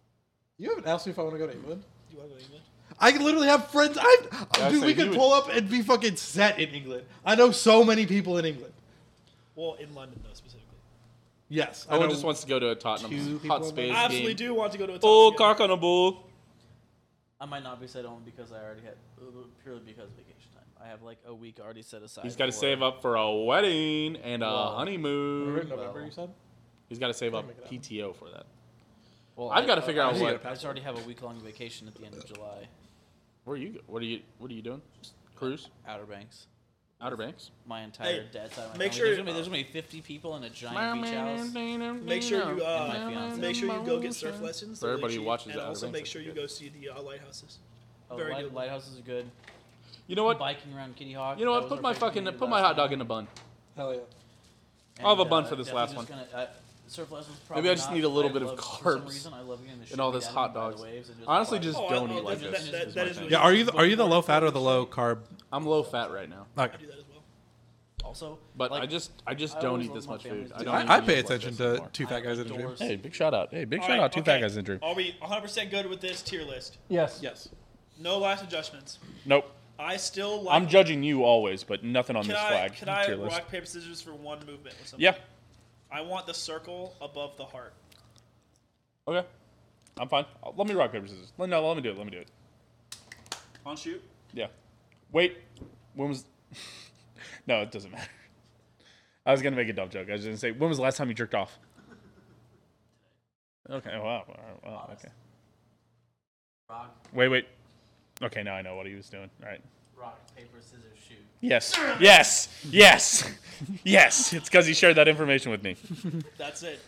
B: You haven't asked me if I want to go to England.
C: Do you want to go to England?
B: I could literally have friends. I,
A: Yeah, I
B: dude,
A: say
B: we
A: you
B: could
A: would-
B: pull up and be fucking set in England. I know so many people in England.
C: Well, in London though specifically.
B: Yes, I
A: Owen
B: know-
A: just wants to go to a
B: two
A: Tottenham
B: people
A: hot
B: in
A: space
B: This
C: I absolutely
A: game.
C: do want to go to a.
A: Oh,
C: Tottenham game.
A: cock on a bull.
E: I might not be set home because I already had purely because of vacation time. I have like a week already set aside.
A: He's got to
E: for-
A: save up for a wedding and a
E: Whoa.
B: We're in
A: honeymoon.
B: November,
E: Well.
B: you said?
A: He's got to save up
B: Make it up.
A: PTO for that.
E: Well,
A: I've
E: I-
A: gotta figure
E: I-
A: out
E: I-
A: what-
E: I just already have a week long vacation at the end of July.
A: Where are you? What are you? What are you doing? Cruise?
E: Outer Banks.
A: Outer Banks?
E: My entire
C: Hey,
E: dad's side. of my
C: make
E: family.
C: sure-
E: there's gonna, be, there's gonna be 50 people in a giant beach house.
A: Make
C: Make sure you
E: And my
C: uh,
E: fiance.
C: make sure you go get surf lessons.
A: For
C: They're
A: everybody who
C: cheap,
A: watches
C: and
A: that, I
C: also
A: think
C: make
A: that's
C: sure you
A: good.
C: go see the uh, lighthouses.
E: Oh,
C: Very
E: light,
C: good.
E: lighthouses are good.
A: You know what?
E: Biking around Kitty Hawk.
A: You know
E: that
A: what? Put
E: was our
A: my
E: big
A: fucking
E: community
A: put my
E: last
A: hot dog
E: time.
A: in a bun.
B: Hell yeah.
A: I'll have a
E: And,
A: bun
E: uh,
A: for this
E: definitely
A: last
E: just gonna- uh, surf lessons
A: Maybe I just
E: probably
A: need a
E: not.
A: little
E: I
A: bit of
E: love- for some
A: carbs
E: reason, I love getting the shit
A: and all
E: beat
A: this
E: out of
A: hot
E: me by the
A: dogs.
E: waves and just
A: Honestly,
E: fly.
A: just
C: Oh, I-
A: don't
C: oh,
A: eat like
C: that-
A: this.
C: that-
A: is
C: that
A: my
C: is
A: thing.
C: really-
B: Yeah, are you the, are you the low fat or the low carb?
A: I'm low fat right now,
B: Like,
C: I do that as well.
E: also.
A: but
E: like,
A: I just I just
E: I
A: don't
E: always
A: eat this
E: love my
A: much food.
E: family's
A: I
E: food.
A: don't.
E: I-
A: eat
B: I
A: meat
B: pay
A: like this
B: attention to
A: anymore.
B: two fat guys in a gym.
E: adore-
A: Hey, big shout out! Hey, big
C: All
A: shout
C: right,
A: out! Two fat
C: okay.
A: guys in a dream.
C: Are we 100 percent good with this tier list?
A: Yes.
B: Yes.
C: No last adjustments.
A: Nope.
C: I still like.
A: I'm judging you always, but nothing on
C: Can
A: this
C: I
A: flag
C: can I
A: tier list.
C: rock paper scissors for one movement with something?
A: Yeah.
C: I want the circle above the heart.
A: Okay. I'm fine. I'll- Let me rock paper scissors. Let- No, let me do it. Let me do it.
C: On shoot.
A: Yeah. Wait. When was? [LAUGHS] no, it doesn't matter. I was gonna make a dumb joke. I was gonna say, when was the last time you jerked off? Okay. Wow. all right, wow,
E: Honest.
A: okay.
E: rock,
A: Wait. Wait. Okay. Now I know what he was doing. All right.
E: rock, paper, scissors, shoot.
A: [LAUGHS] Yes. Yes. Yes. yes. It's because he shared that information with me.
C: That's it.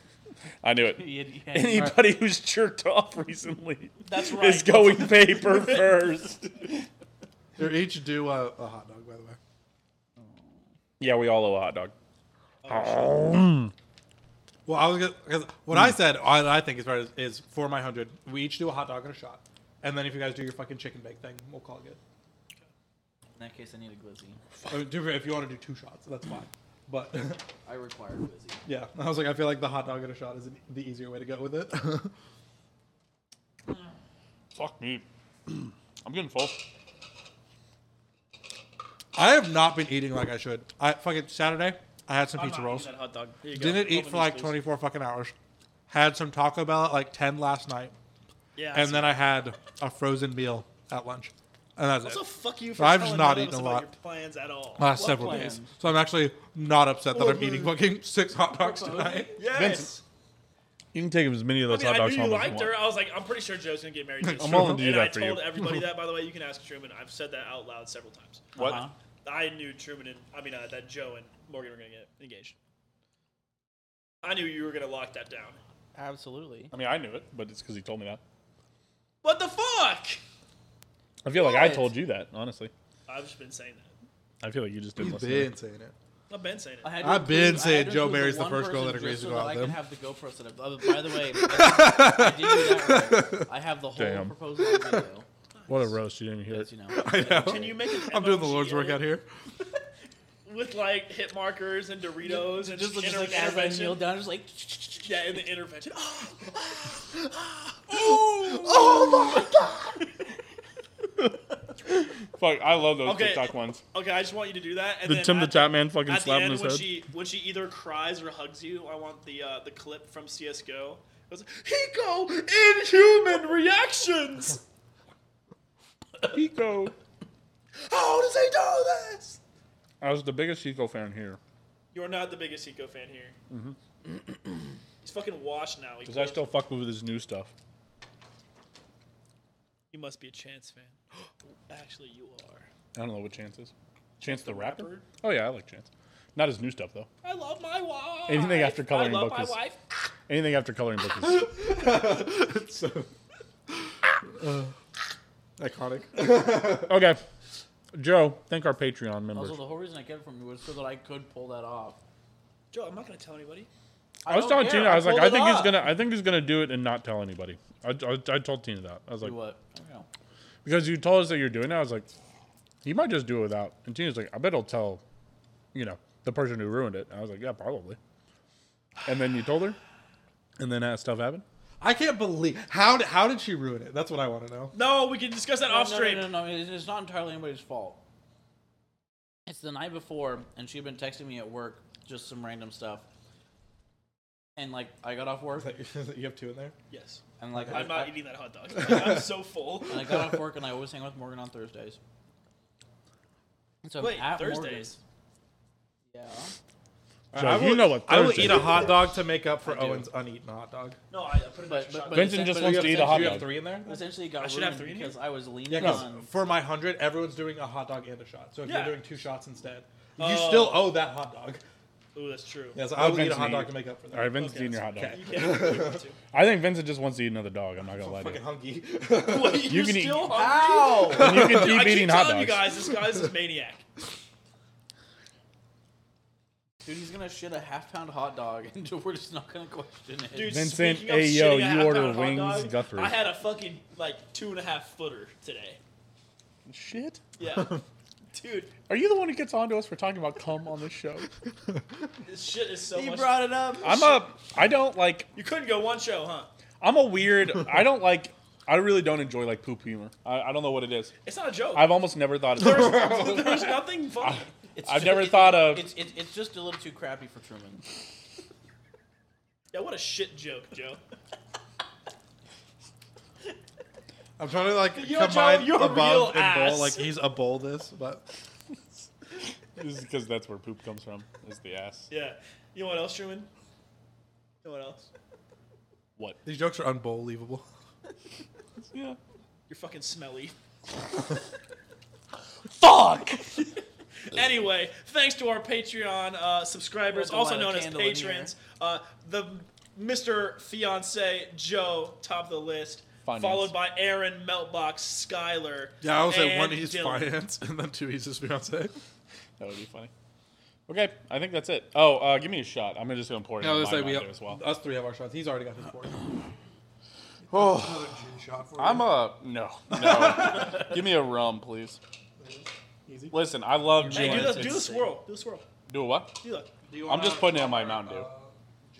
A: I knew
C: [LAUGHS]
A: it.
E: You had- you [LAUGHS] had-
A: Anybody who's jerked off recently
C: That's right.
A: is going paper first.
B: They're each do a, a hot dog, by the way.
A: Yeah, we all owe a hot dog.
B: Well, I was gonna, cause what I said, what I think is right, is, is for my hundred, we each do a hot dog and a shot, and then if you guys do your fucking chicken bake thing, we'll call it good.
E: In that case, I need a glizzy.
B: Or do- if you want to do two shots, that's [LAUGHS] fine. But
E: I require a glizzy.
B: yeah, I was like, I feel like the hot dog and a shot is the easier way to go [LAUGHS] with it.
A: Fuck me. [CLEARS THROAT] I'm getting full.
B: I have not been eating like I should. I fucking Saturday, I had some pizza rolls.
C: That hot dog. Here you go.
B: Didn't eat
C: Open
B: for
C: this,
B: like
C: please.
B: twenty four fucking hours. Had some Taco Bell at like ten last night,
C: Yeah.
B: and then I had a frozen meal at lunch, and that's
C: also
B: it.
C: fuck you
B: So
C: for
B: I've
C: telling
B: just not
C: none of
B: eaten
C: us
B: a
C: about
B: lot.
C: your plans at all.
B: last
E: What
B: several
E: plan?
B: days. So I'm actually not upset that I'm eating fucking six hot dogs
E: plan?
B: tonight.
C: Yes.
A: Vincent. You can take as many of
C: I
A: those
C: mean,
A: hot
C: I
A: dogs
C: knew
A: home
C: you
A: as you
C: liked her.
A: want.
C: I was like, I'm pretty sure Joe's gonna get
B: [LAUGHS]
C: married.
A: I'm willing to do
C: and
A: that
C: I
A: for
C: told
A: you.
C: everybody that. By the way, you can ask Truman. I've said that out loud several times.
A: What?
E: Uh-huh.
C: I knew Truman and I mean uh, that Joe and Morgan were gonna get engaged. I knew you were gonna lock that down.
E: Absolutely.
A: I mean, I knew it, but it's because he told me that.
C: What the fuck?
A: I feel like I
E: What?
A: told you that, honestly.
C: I've just been saying that.
A: I feel like you just
B: He's
A: didn't listen. to
B: been
A: me.
B: saying it.
C: I've been saying it.
E: I had to
B: I've
E: include-
B: been
E: I
B: saying
E: had to
B: Joe
E: include
B: Mary's the
E: one
B: first girl
E: person
B: that agrees
E: just
B: to
E: so
B: go
E: that
B: out
E: I
B: with
E: can
B: him.
E: have the GoPro set up. Uh, By
A: [LAUGHS]
E: the way, I did do that right. I have the whole
A: Damn.
E: proposal on video.
A: What a roast. You didn't even hear
E: As
A: it. [LAUGHS]
E: you know.
B: I know.
C: Can you make an
B: [LAUGHS] I'm doing the Lord's
C: MLG
B: work out here.
C: with like hit markers and Doritos and just,
E: Just, just
C: inter-
E: like as I kneel
C: intervention?
E: down, just like [LAUGHS]
C: Yeah, in the intervention. [GASPS]
A: Fuck, I love those
C: Okay.
A: TikTok ones.
C: okay, I just want you to do that. And
A: Did
C: then
A: Tim the
C: at
A: Tap Man fucking
C: At the
A: slap him in
C: end,
A: his
C: when
A: head?
C: she when she either cries or hugs you, I want the uh, the clip from CS:GO. It was Hiko inhuman reactions.
A: [LAUGHS] Pico.
C: How does he do this?
A: I was the biggest Chico fan here.
C: Mm-hmm. You're not the biggest Hiko fan here. He's fucking washed now. He,
A: Because I
C: quit.
A: still fuck with his new stuff.
C: You must be a Chance fan. [GASPS] Actually, you are.
A: I don't know what Chance is. Chance the rapper? Oh yeah, I like Chance. Not his new stuff though.
C: I love my wife.
A: Anything after coloring
C: I love
A: book
C: my
A: is-
C: wife.
A: Anything after coloring book is
B: Iconic.
A: [LAUGHS] okay. Joe, thank our Patreon members.
E: Also, the whole reason I kept it from you was so that I could pull that off.
C: Joe, I'm not gonna tell anybody.
A: I was
E: don't
A: telling
E: care,
A: Tina, I was like,
E: pulled
A: I
E: it
A: think he's
E: off.
A: gonna, I think he's gonna do it and not tell anybody. I, I, I told Tina that. I was like,
E: Do what? I don't know.
A: because you told us that you're doing it. I was like, he might just do it without. And Tina's like, I bet he'll tell, you know, the person who ruined it. And I was like, yeah, probably. And then you told her, and then that stuff happened.
B: I can't believe how did, how did she ruin it? That's what I want to [LAUGHS] know.
C: No, we can discuss that
E: No,
C: off
E: no,
C: stream.
E: No, no, no, It's it's not entirely anybody's fault. It's the night before, and she had been texting me at work just some random stuff. And like, I got off work,
B: you have two in there.
C: Yes,
E: and like, I,
C: I'm not
E: I-
C: eating that hot dog.
A: [LAUGHS]
C: I'm so full.
A: Um,
E: and I got off work, and I always hang with Morgan on Thursdays. And so I'm
C: Wait,
E: at
C: Thursdays.
E: Morgan-
A: So you know what
B: I will
A: Thursday
B: eat a
A: is.
B: hot dog to make up for
E: I do.
B: Owen's uneaten hot dog.
C: No, I, I put an
E: But-
C: extra
E: but-
C: shot.
E: but-
A: Vincent
E: it's-
A: just
E: but
A: wants to
E: you
A: eat
E: have
A: a hot
B: Do you have
A: dog.
B: three in there?
E: yeah, essentially got
C: I should
E: ruined
C: have three in here?
E: because I was leaning
B: Yeah, 'cause
E: on.
B: for my hundred, everyone's doing a hot dog and a shot. So if
C: Yeah.
B: you're doing two shots instead, you
C: Oh.
B: still owe that hot dog.
C: Ooh, that's true.
B: Yeah, so
A: Well,
B: I will eat a
A: Vincent,
B: hot
A: you-
B: dog to make up for that.
A: All right, Vincent's
C: Okay,
A: eating your hot dog.
B: okay.
C: You can't do that too.
A: [LAUGHS] I think Vincent just wants to eat another dog. I'm not gonna lie to you.
B: [LAUGHS] fucking hungry.
C: Wait,
A: You
C: you're
A: can eat-
C: still hungry?
H: Ow!
A: And you can
C: Dude, I
A: keep
C: keep
A: eating hot
C: telling
A: dogs.
C: you guys, this guy's
A: [LAUGHS]
C: a maniac.
E: Dude, he's gonna shit a half pound hot dog, [LAUGHS] and we're just not gonna question it.
C: Dude,
A: Vincent,
C: speaking of
A: hey,
C: shitting
A: yo,
C: a
A: you
C: half-pound
A: order
C: hot
A: wings,
C: dog,
A: Guthrie.
C: I had a fucking like two and a half footer today.
A: Shit.
C: Yeah, dude,
A: Are you the one who gets onto us for talking about cum on this show?
C: this shit is so
H: He
C: much.
H: brought it up.
A: I'm a. I don't like.
C: you couldn't go one show, huh?
A: I'm a weird. I don't like. I really don't enjoy like poop humor. I, I don't know what it is.
C: It's not a joke.
A: I've almost never thought of
C: there's,
A: it. [LAUGHS]
C: there's nothing funny.
E: It's
A: I've
E: ju-
A: never
E: it-
A: thought of-
E: It's, it's it's just a little too crappy for Truman.
C: Yeah, what a shit joke, Joe.
B: I'm trying to like
C: Yo, Joe,
B: combine
C: you're a real
B: above and
C: ass.
B: bowl. Like he's a bowl this, but
A: This is because that's where poop comes from. Is the ass.
C: Yeah. You know what else, Truman? You know what else?
A: What?
B: these jokes are unbelievable.
A: Yeah.
C: You're fucking smelly.
A: Fuck.
C: Anyway, thanks to our Patreon uh, subscribers,
E: We'll have
C: also
E: to light a
C: known as
E: candle in
C: patrons, uh, the Mr. Fiance Joe, top of the list,
A: Finance.
C: followed by Aaron Meltbox, Skyler.
B: Yeah, I was like one
C: and
B: he's
C: Dylan.
B: finance and then two he's his fiance.
A: That would be funny. Okay, I think that's it. Oh, uh, give me a shot. I'm just gonna pour it.
B: No,
A: in
B: let's
A: my
B: say we
A: mug
B: have,
A: as well.
B: us three have our shots. He's already got [CLEARS THROAT] his four.
A: Oh,
B: Another gin shot for
A: I'm
B: you.
A: a no. No. give me a rum, please.
B: Easy.
A: Listen, I love
C: Hey,
A: gin.
C: do the, do the
A: It's-
C: swirl. Do the swirl.
A: do a what?
C: Do that.
B: Do you
A: I'm
B: wanna-
A: just putting it in my Mountain Dew.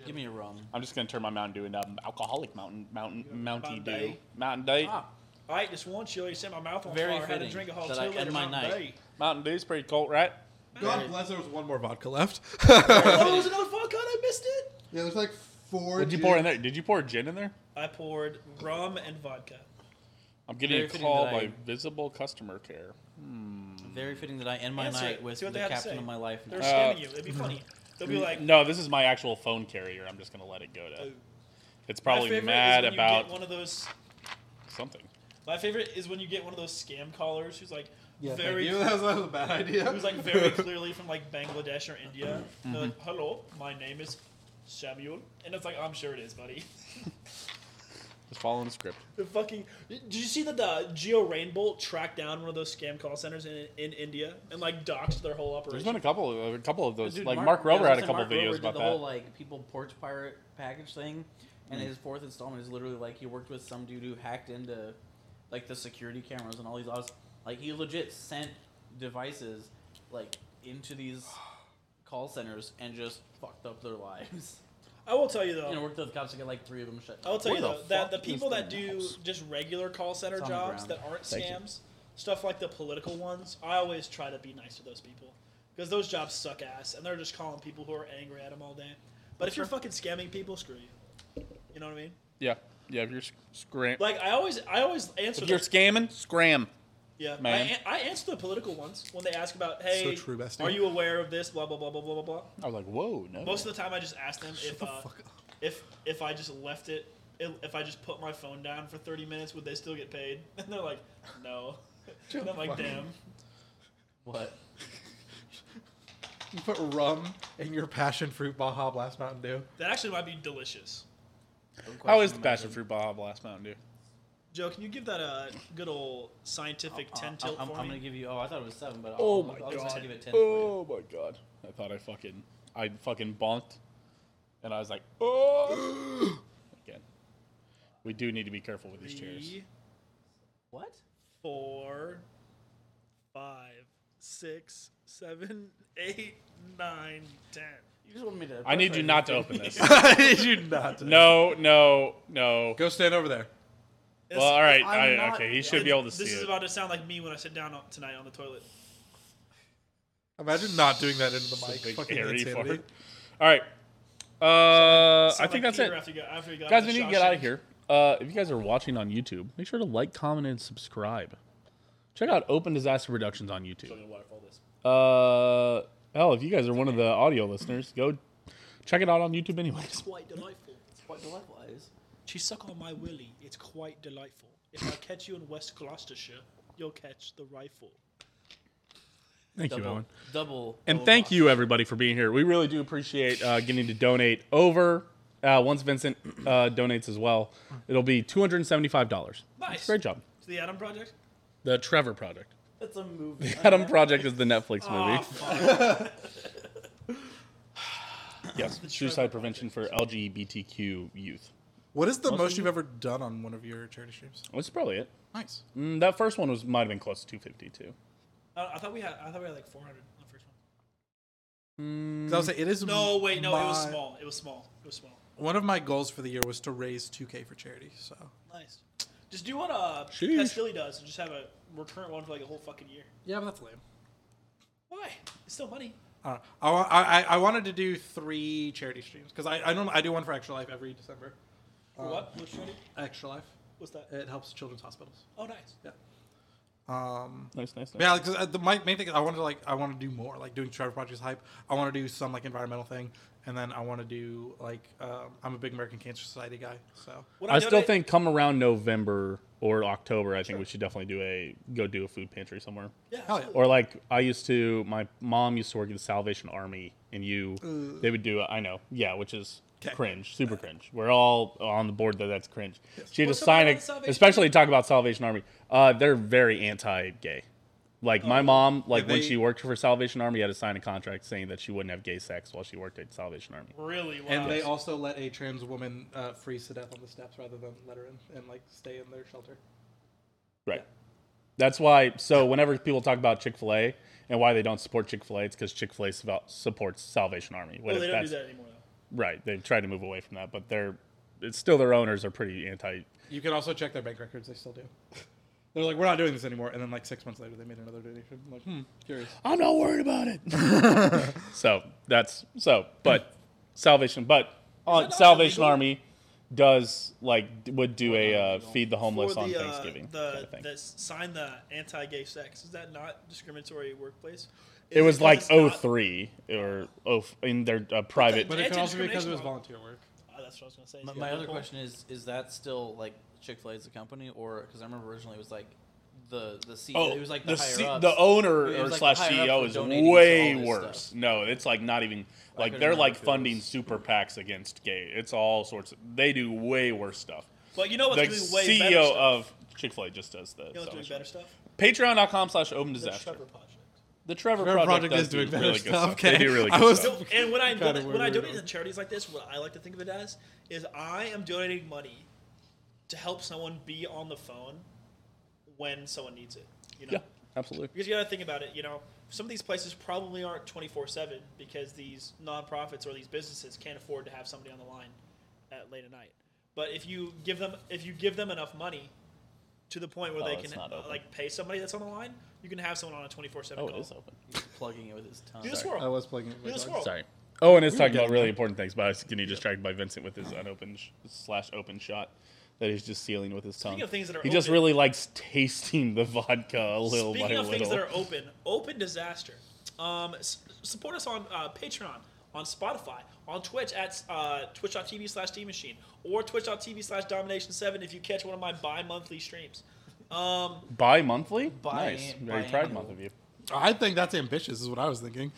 E: Give me a rum.
A: I'm just gonna turn my Mountain Dew into um, alcoholic Mountain Mountain Mountain
C: Mountain
A: Dew Mountain Dew.
E: Ah,
C: I ate this one chili, set my mouth on
E: Very
C: fire, had to
E: fitting
C: drink a whole
E: that
C: two
E: I
C: liter
E: end my
C: Mountain
E: night.
C: Dew.
A: Mountain Dew's pretty cold, right?
B: God bless. There was one more vodka left. [LAUGHS]
C: Oh, there was another vodka and I missed it.
B: Yeah, there's like four.
A: What'd you pour in there? Did you pour gin in there?
C: I poured rum and vodka.
A: I'm getting
E: Very
A: a
E: fitting
A: call
E: that
A: by
E: I-
A: visible customer care.
E: very fitting that I end my
C: Answer it.
E: night with
C: See
E: the
C: what they have to say.
E: captain of my life. Uh,
C: They're
E: now.
C: scamming you. It'd be funny. They'll be like,
A: No, this is my actual phone carrier. I'm just gonna let it go to. It's
C: my
A: probably
C: favorite
A: mad
C: is when you
A: about
C: get one of those.
A: something.
C: My favorite is when you get one of those scam callers who's like
B: Yeah,
C: very,
B: very. That was, that was a bad [LAUGHS] idea.
C: who's like very clearly from like Bangladesh or India. They're like, "Hello, my name is Samuel," and it's like, "I'm sure it is, buddy." [LAUGHS]
A: Just following the script.
C: The fucking. Did you see that the Geo Rainbolt tracked down one of those scam call centers in in India and like doxed their whole
A: There's been
C: operation?
A: a couple, a couple of those.
E: Dude,
A: like Mark,
E: yeah, I
A: Rober
E: was
A: had a
E: gonna say
A: couple
E: Mark Rober
A: videos
E: did
A: about
E: the
A: that. Mm.
E: whole like people porch pirate package thing, and his fourth installment is literally like he worked with some dude who hacked into like the security cameras and all these. Odds. Like he legit sent devices like
A: [SIGHS]
E: into these call centers and just fucked up their lives. [LAUGHS]
C: I will tell you though.
E: And it worked with the cops to get like three of them shut.
C: I will tell
A: Where
C: you
A: the
C: though
A: fuck
C: that the
A: is
C: people
A: the
C: that do
A: mouse?
C: just regular call center
E: It's on the
C: jobs
E: ground.
C: that aren't
A: Thank you.
C: scams, stuff like the political ones, I always try to be nice to those people because those jobs suck ass and they're just calling people who are angry at them all day. But if you're fucking scamming people, screw you. You know what I mean?
A: Yeah, yeah. If you're sc- scram,
C: Like I always, I always answer.
A: if you're
C: the,
A: scamming, scram.
C: yeah, I,
A: man.
C: an- I answer the political ones when they ask about, hey,
B: true, bestie.
C: are you aware of this? Blah blah blah blah blah blah blah.
A: I was like, whoa, no.
C: Most of the time, I just ask them if uh,
B: fuck up.
C: if if I just left it, if I just put my phone down for 30 minutes, would they still get paid? [LAUGHS] And they're like,
B: [LAUGHS]
C: no. And I'm like, damn.
D: What?
B: You put rum in your passion fruit Baja Blast Mountain [LAUGHS] Dew.
C: That actually might be delicious.
A: How is the passion fruit Baja Blast Mountain Dew?
C: Joe, can you give that a good old scientific
E: Uh,
C: 10 tilt
D: I'm,
C: for
D: I'm
C: me?
D: gonna give you. Oh, I thought it was seven, but I'll,
A: Oh
D: I'll,
A: my
D: I'll just
A: God.
D: give it ten. for
A: Oh my god! I thought I fucking I fucking bonked, and I was like,
C: [GASPS]
A: oh. Again, we do need to be careful with these chairs.
C: Three,
D: you. What?
C: four, five, six, seven, [LAUGHS] eight, nine, ten.
D: You just wanted me to.
A: I need you not to open
C: [LAUGHS]
A: this.
B: I did not.
A: No, no, no.
B: Go stand over there.
C: This-
A: Well, all right.
C: I'm
A: I,
C: not-
A: okay, he should be able to
C: This
A: see
C: is
A: it.
C: about to sound like me when I sit down on, tonight on the toilet.
B: Imagine not doing that into the mic.
A: Big
B: Fucking
A: hairy
B: insanity.
A: fart. All right. Uh,
C: Sound
A: I think
C: like
A: that's
C: Peter
A: it.
C: After you got, after you got
A: Guys,
C: out
A: we
C: of
A: need to
C: Shawshank.
A: get out of here. Uh, if you guys are watching on YouTube, make sure to like, comment, and subscribe. Check out Open Disaster Productions on YouTube. Uh, hell, if you guys are one of the audio listeners, go check it out on YouTube anyways.
C: Quite delightful.
D: What delightful eyes.
C: She suck on my willy. It's quite delightful. If I catch you in West Gloucestershire, you'll catch the rifle.
A: [LAUGHS] Thank you,
D: Double.
A: Owen.
D: Double.
A: And
D: oh,
A: thank
D: wow.
A: you, everybody, for being here. We really do appreciate uh, getting to donate over. Uh, once Vincent uh, donates as well, it'll be $275.
C: Nice.
A: Great job.
C: To the Adam Project.
A: The Trevor Project.
D: That's a movie.
A: [LAUGHS] Adam Project is the Netflix
C: Ah,
A: movie.
C: fuck.
A: [LAUGHS] yes, suicide prevention for LGBTQ youth.
B: What is the most you've ever done on one of your charity streams?
A: That's probably it.
B: Nice.
A: Mm, that first one was might have been close to 250 too.
C: Uh, I, I thought we had. I thought we had like 400 on the first one.
B: 'Cause I was like, it is.
C: No, Oh, wait, no, it was
B: my-
C: small. It was small. It was small.
B: One of my goals for the year was to raise 2K for charity. So
C: Nice. Just do what uh
A: Sheesh.
C: Pastilli does and just have a recurrent one for like a whole fucking year.
B: yeah, but that's lame.
C: Why? It's still money.
B: I, don't know. I, wa- I, I- I wanted to do three charity streams because I I, norm- I do one for Extra Life every December.
A: Uh,
C: For what? Which one?
B: Extra Life.
C: What's that?
B: It helps children's hospitals.
C: Oh, nice.
A: Nice, nice, nice.
B: Yeah, because the my main thing is I want to like I want to do more like doing Trevor Project's hype. I want to do some like environmental thing, and then I want to do like um, I'm a big American Cancer Society guy, so
C: When
A: I still
C: donate-
A: think come around November or October, I think we should definitely do a go do a food pantry somewhere.
C: Yeah,
B: Hell yeah.
C: absolutely.
A: Or like I used to, my mom used to work at the Salvation Army, and you, they would do. I know, yeah, which is
B: 'Kay.
A: cringe, super cringe. We're all on the board that that's cringe. She had
C: What's
A: to
C: so
A: sign
C: bad
A: a,
C: about Salvation
A: especially talk about Salvation Army. Uh, they're very anti-gay. Like my mom, like when
B: they-
A: she worked for Salvation Army, had to sign a contract saying that she wouldn't have gay sex while she worked at Salvation Army.
C: Really? Wow.
B: And they also let a trans woman uh, freeze to death on the steps rather than let her in and like stay in their shelter.
A: Right. That's why. So whenever people talk about Chick Fil A and why they don't support Chick Fil A, it's because Chick Fil A supports Salvation Army. What
C: well,
A: if
C: Oh, they don't do
A: that's-
C: that anymore though.
A: Right. They've tried to move away from that, but they're it's still their owners are pretty anti.
B: You can also check their bank records; they still do. [LAUGHS] They're like, we're not doing this anymore, and then like six months later, they made another donation. I'm like, hmm, curious.
A: I'm not worried about it.
C: [LAUGHS]
A: so that's so, but Salvation, but on
C: not
A: Salvation
C: illegal?
A: Army does like d- would do a uh, feed the homeless
C: For
A: on
C: the, uh,
A: Thanksgiving
C: the,
A: kind of thing.
C: the s- sign the anti-gay sex is that not discriminatory workplace?
A: it was like
C: oh
A: 03 or oh in their uh, private.
B: But it can also be because it was
C: Anti-discrimination law.
B: volunteer work.
C: Ah, that's what I was gonna say.
D: My,
C: Yeah,
D: my other
C: loophole.
D: question is: Is that still like Chick Fil A as a company, or because I remember originally it was like the the CEO,
A: Oh,
D: it was like
A: the
D: the,
A: C-
D: higher ups.
A: the owner
D: It
A: or
D: was like
A: slash
D: the higher
A: CEO
D: ups
A: is
D: were donating to
A: way
D: all this
A: worse.
D: stuff.
A: No, it's like not even like
D: couldn't
A: they're
D: remember
A: like
D: if it
A: funding
D: was-
A: super PACs against gay. It's all sorts of they do way worse stuff.
C: But you know what's
A: the
C: gonna be
A: CEO
C: way better stuff?
A: of Chick Fil A just does the
C: you know what's doing
A: salvation.
C: better stuff?
A: Patreon.com slash Open
C: The
A: Disaster.
D: [LAUGHS]
C: Trevor Project.
A: The Trevor,
B: Trevor
A: Project,
B: Project
A: does
B: is doing
A: do
B: better
A: really
B: stuff,
A: good stuff. They
B: okay.
A: do really
B: I
A: good
B: was-
A: stuff.
C: So, and when I
B: Kinda
C: when I
B: weird.
C: donate to charities like this, what I like to think of it as is I am donating money to help someone be on the phone when someone needs it. You know,
A: Yeah, absolutely.
C: because you got to think about it. You know, some of these places probably aren't twenty four seven because these nonprofits or these businesses can't afford to have somebody on the line at late at night. But if you give them if you give them enough money to the point where
A: Oh,
C: they
A: it's
C: can
A: not open.
C: like pay somebody that's on the line, you can have someone on a twenty four seven
A: Oh,
C: call.
A: it is open.
D: plugging it with his tongue.
C: Do the
B: I
C: swirl.
B: was plugging. it
C: Do
B: with
C: the
B: dogs.
C: swirl.
A: Sorry. Owen is Oh, talking about really important things, but I was getting distracted by Vincent with his unopened sh- slash open shot that he's just sealing with his tongue.
C: of things that are
A: he just
C: open-
A: really likes tasting the vodka a little
C: Speaking
A: by
C: of
A: little.
C: things that are open, open disaster. Um, s- support us on uh, Patreon, on Spotify, on Twitch at uh, twitch.tv slash Steam Machine, or twitch.tv slash Domination7 if you catch one of my bi monthly streams. Um,
A: Bi monthly?
D: Bi-
A: nice. Very proud month of you. [LAUGHS]
B: I think that's ambitious, is what I was thinking.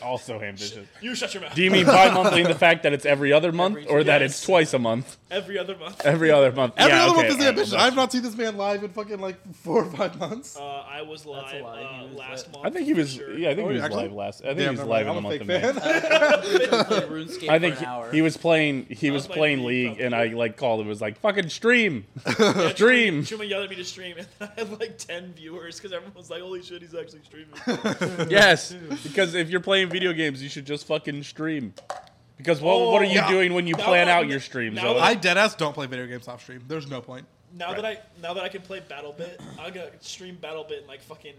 A: also ambitious.
C: you shut your mouth.
A: Do you mean bi monthly in the fact that it's every other month or that
C: Yes.
A: it's twice a month?
C: Every other month.
A: Every other month.
B: Every
A: yeah,
B: other
A: okay,
B: month is
A: alright,
B: ambitious.
A: well,
B: I've not seen this man live in fucking like four or
A: [LAUGHS]
B: five months.
C: Uh, I was live
D: lie.
C: uh,
D: He was
C: last month.
A: I think he
C: for
A: was.
C: sure.
A: Yeah, I think he was
B: Oh, Actually?
A: live last. I think
B: Damn,
A: he was
B: never
A: live
B: mind.
A: in the
B: I'm a
A: month
B: fake
A: of May.
B: fan. [LAUGHS]
D: RuneScape
A: I think
D: for an hour.
A: he, he was playing. He was
C: was playing
A: playing
C: League,
A: League, and I
C: probably.
A: like called. It was like fucking stream,
C: Yeah,
A: stream.
C: Truman- Truman yelled at me to stream, and I had like 10 viewers because everyone was like, holy shit, he's actually streaming. [LAUGHS]
A: yes, because if you're playing video games, you should just fucking stream. Because what, what are you
B: yeah.
A: doing when you
C: Oh, Now
A: plan
C: that-
A: out your streams?
C: now
A: Owen?
B: I deadass don't play video games off stream. There's no point.
C: Now that I now that I can play BattleBit, I'm gonna stream BattleBit in like fucking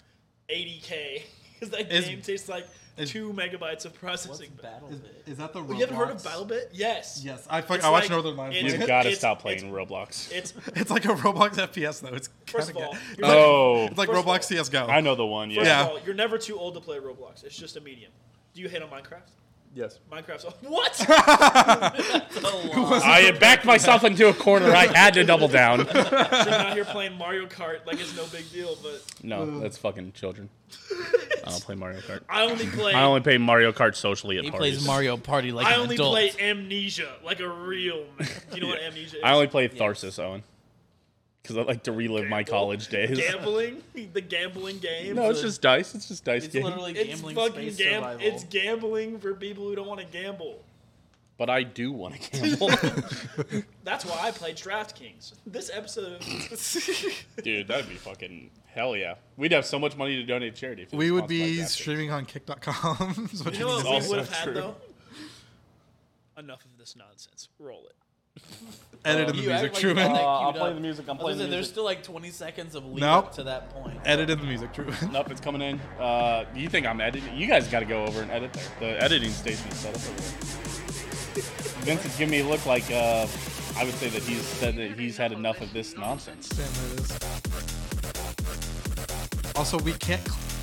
C: [LAUGHS] 80k because that
B: Is-
C: game takes like
B: is-
C: two megabytes of
D: What's
C: processing.
D: Battle Bit?
B: Is that the
C: you haven't heard of BattleBit? Yes.
B: Yes, I fuck,
C: It's
B: I watch
C: like-
B: Northern Lion.
C: it's-
B: play [LAUGHS]
A: You've
B: it.
A: got to
C: it's-
A: stop
C: it's-
A: playing Roblox.
D: [LAUGHS]
C: It's
B: It's like a Roblox FPS though. It's
C: First
B: kinda
C: of all,
B: gay.
C: you're
B: It's
A: [LAUGHS]
B: like-
A: oh,
B: it's like
C: First of all,
B: Roblox CS:GO.
A: I know the one. Yeah.
C: first
B: Yeah.
C: of all, you're never too old to play Roblox. It's just a medium. Do you hate on Minecraft?
A: Yes.
C: Minecraft's [LAUGHS] what?
A: [LAUGHS] I had backed myself into a corner.
C: [LAUGHS]
A: I had to double down.
C: You're out here playing Mario Kart like it's no big deal, but
A: No, that's fucking children. I don't play Mario
C: [LAUGHS]
A: Kart.
C: I
A: [LAUGHS]
C: only play
A: I only play Mario Kart socially at
E: He
A: parties.
E: plays Mario Party like
C: I
E: an
C: only
E: adult.
C: play Amnesia like a real man. Do you know
A: [LAUGHS]
C: what Amnesia is?
A: I only play Tharsis, Owen. Because I like to relive my college days.
C: gambling, [LAUGHS] the gambling
A: [LAUGHS]
C: game.
A: No, it's just dice. It's just dice
D: It's
A: game.
D: literally
C: It's
D: gambling
C: fucking
D: space
C: gam-
D: survival.
C: It's gambling for people who don't want to gamble.
A: [LAUGHS] But I do [LAUGHS] want to gamble.
C: That's why I played DraftKings. This episode, [LAUGHS]
A: Dude, that'd [LAUGHS] be fucking hell yeah. We'd have so much money to donate to charity. If it
B: we
A: was
B: would be
A: sponsored
B: streaming on kick.com. [LAUGHS] is what
C: you
B: you
C: know
B: need to
C: what we
A: also
C: would have had
A: true.
C: though. Enough of this nonsense. Roll it.
B: edit in the
D: Oh, You act like
B: music,
D: you got
B: Truman.
D: that
B: [LAUGHS]
A: I'll
D: queued
A: play
D: up.
A: the music,
D: I
A: Uh, I'm
D: was gonna say,
A: playing the
D: There's
A: music.
D: still like 20 seconds of lead
B: Nope.
D: up to that point.
B: Edit in the music, Truman.
A: by Backpacker. Nope, it's coming in. Uh, you think I'm editing? You guys got to go over and edit there. The editing station is set up over there. Vincent's giving me a look like uh, I would say that he's said that he's had enough of this nonsense.
B: Damn, there it is. Also, we can't. Cl-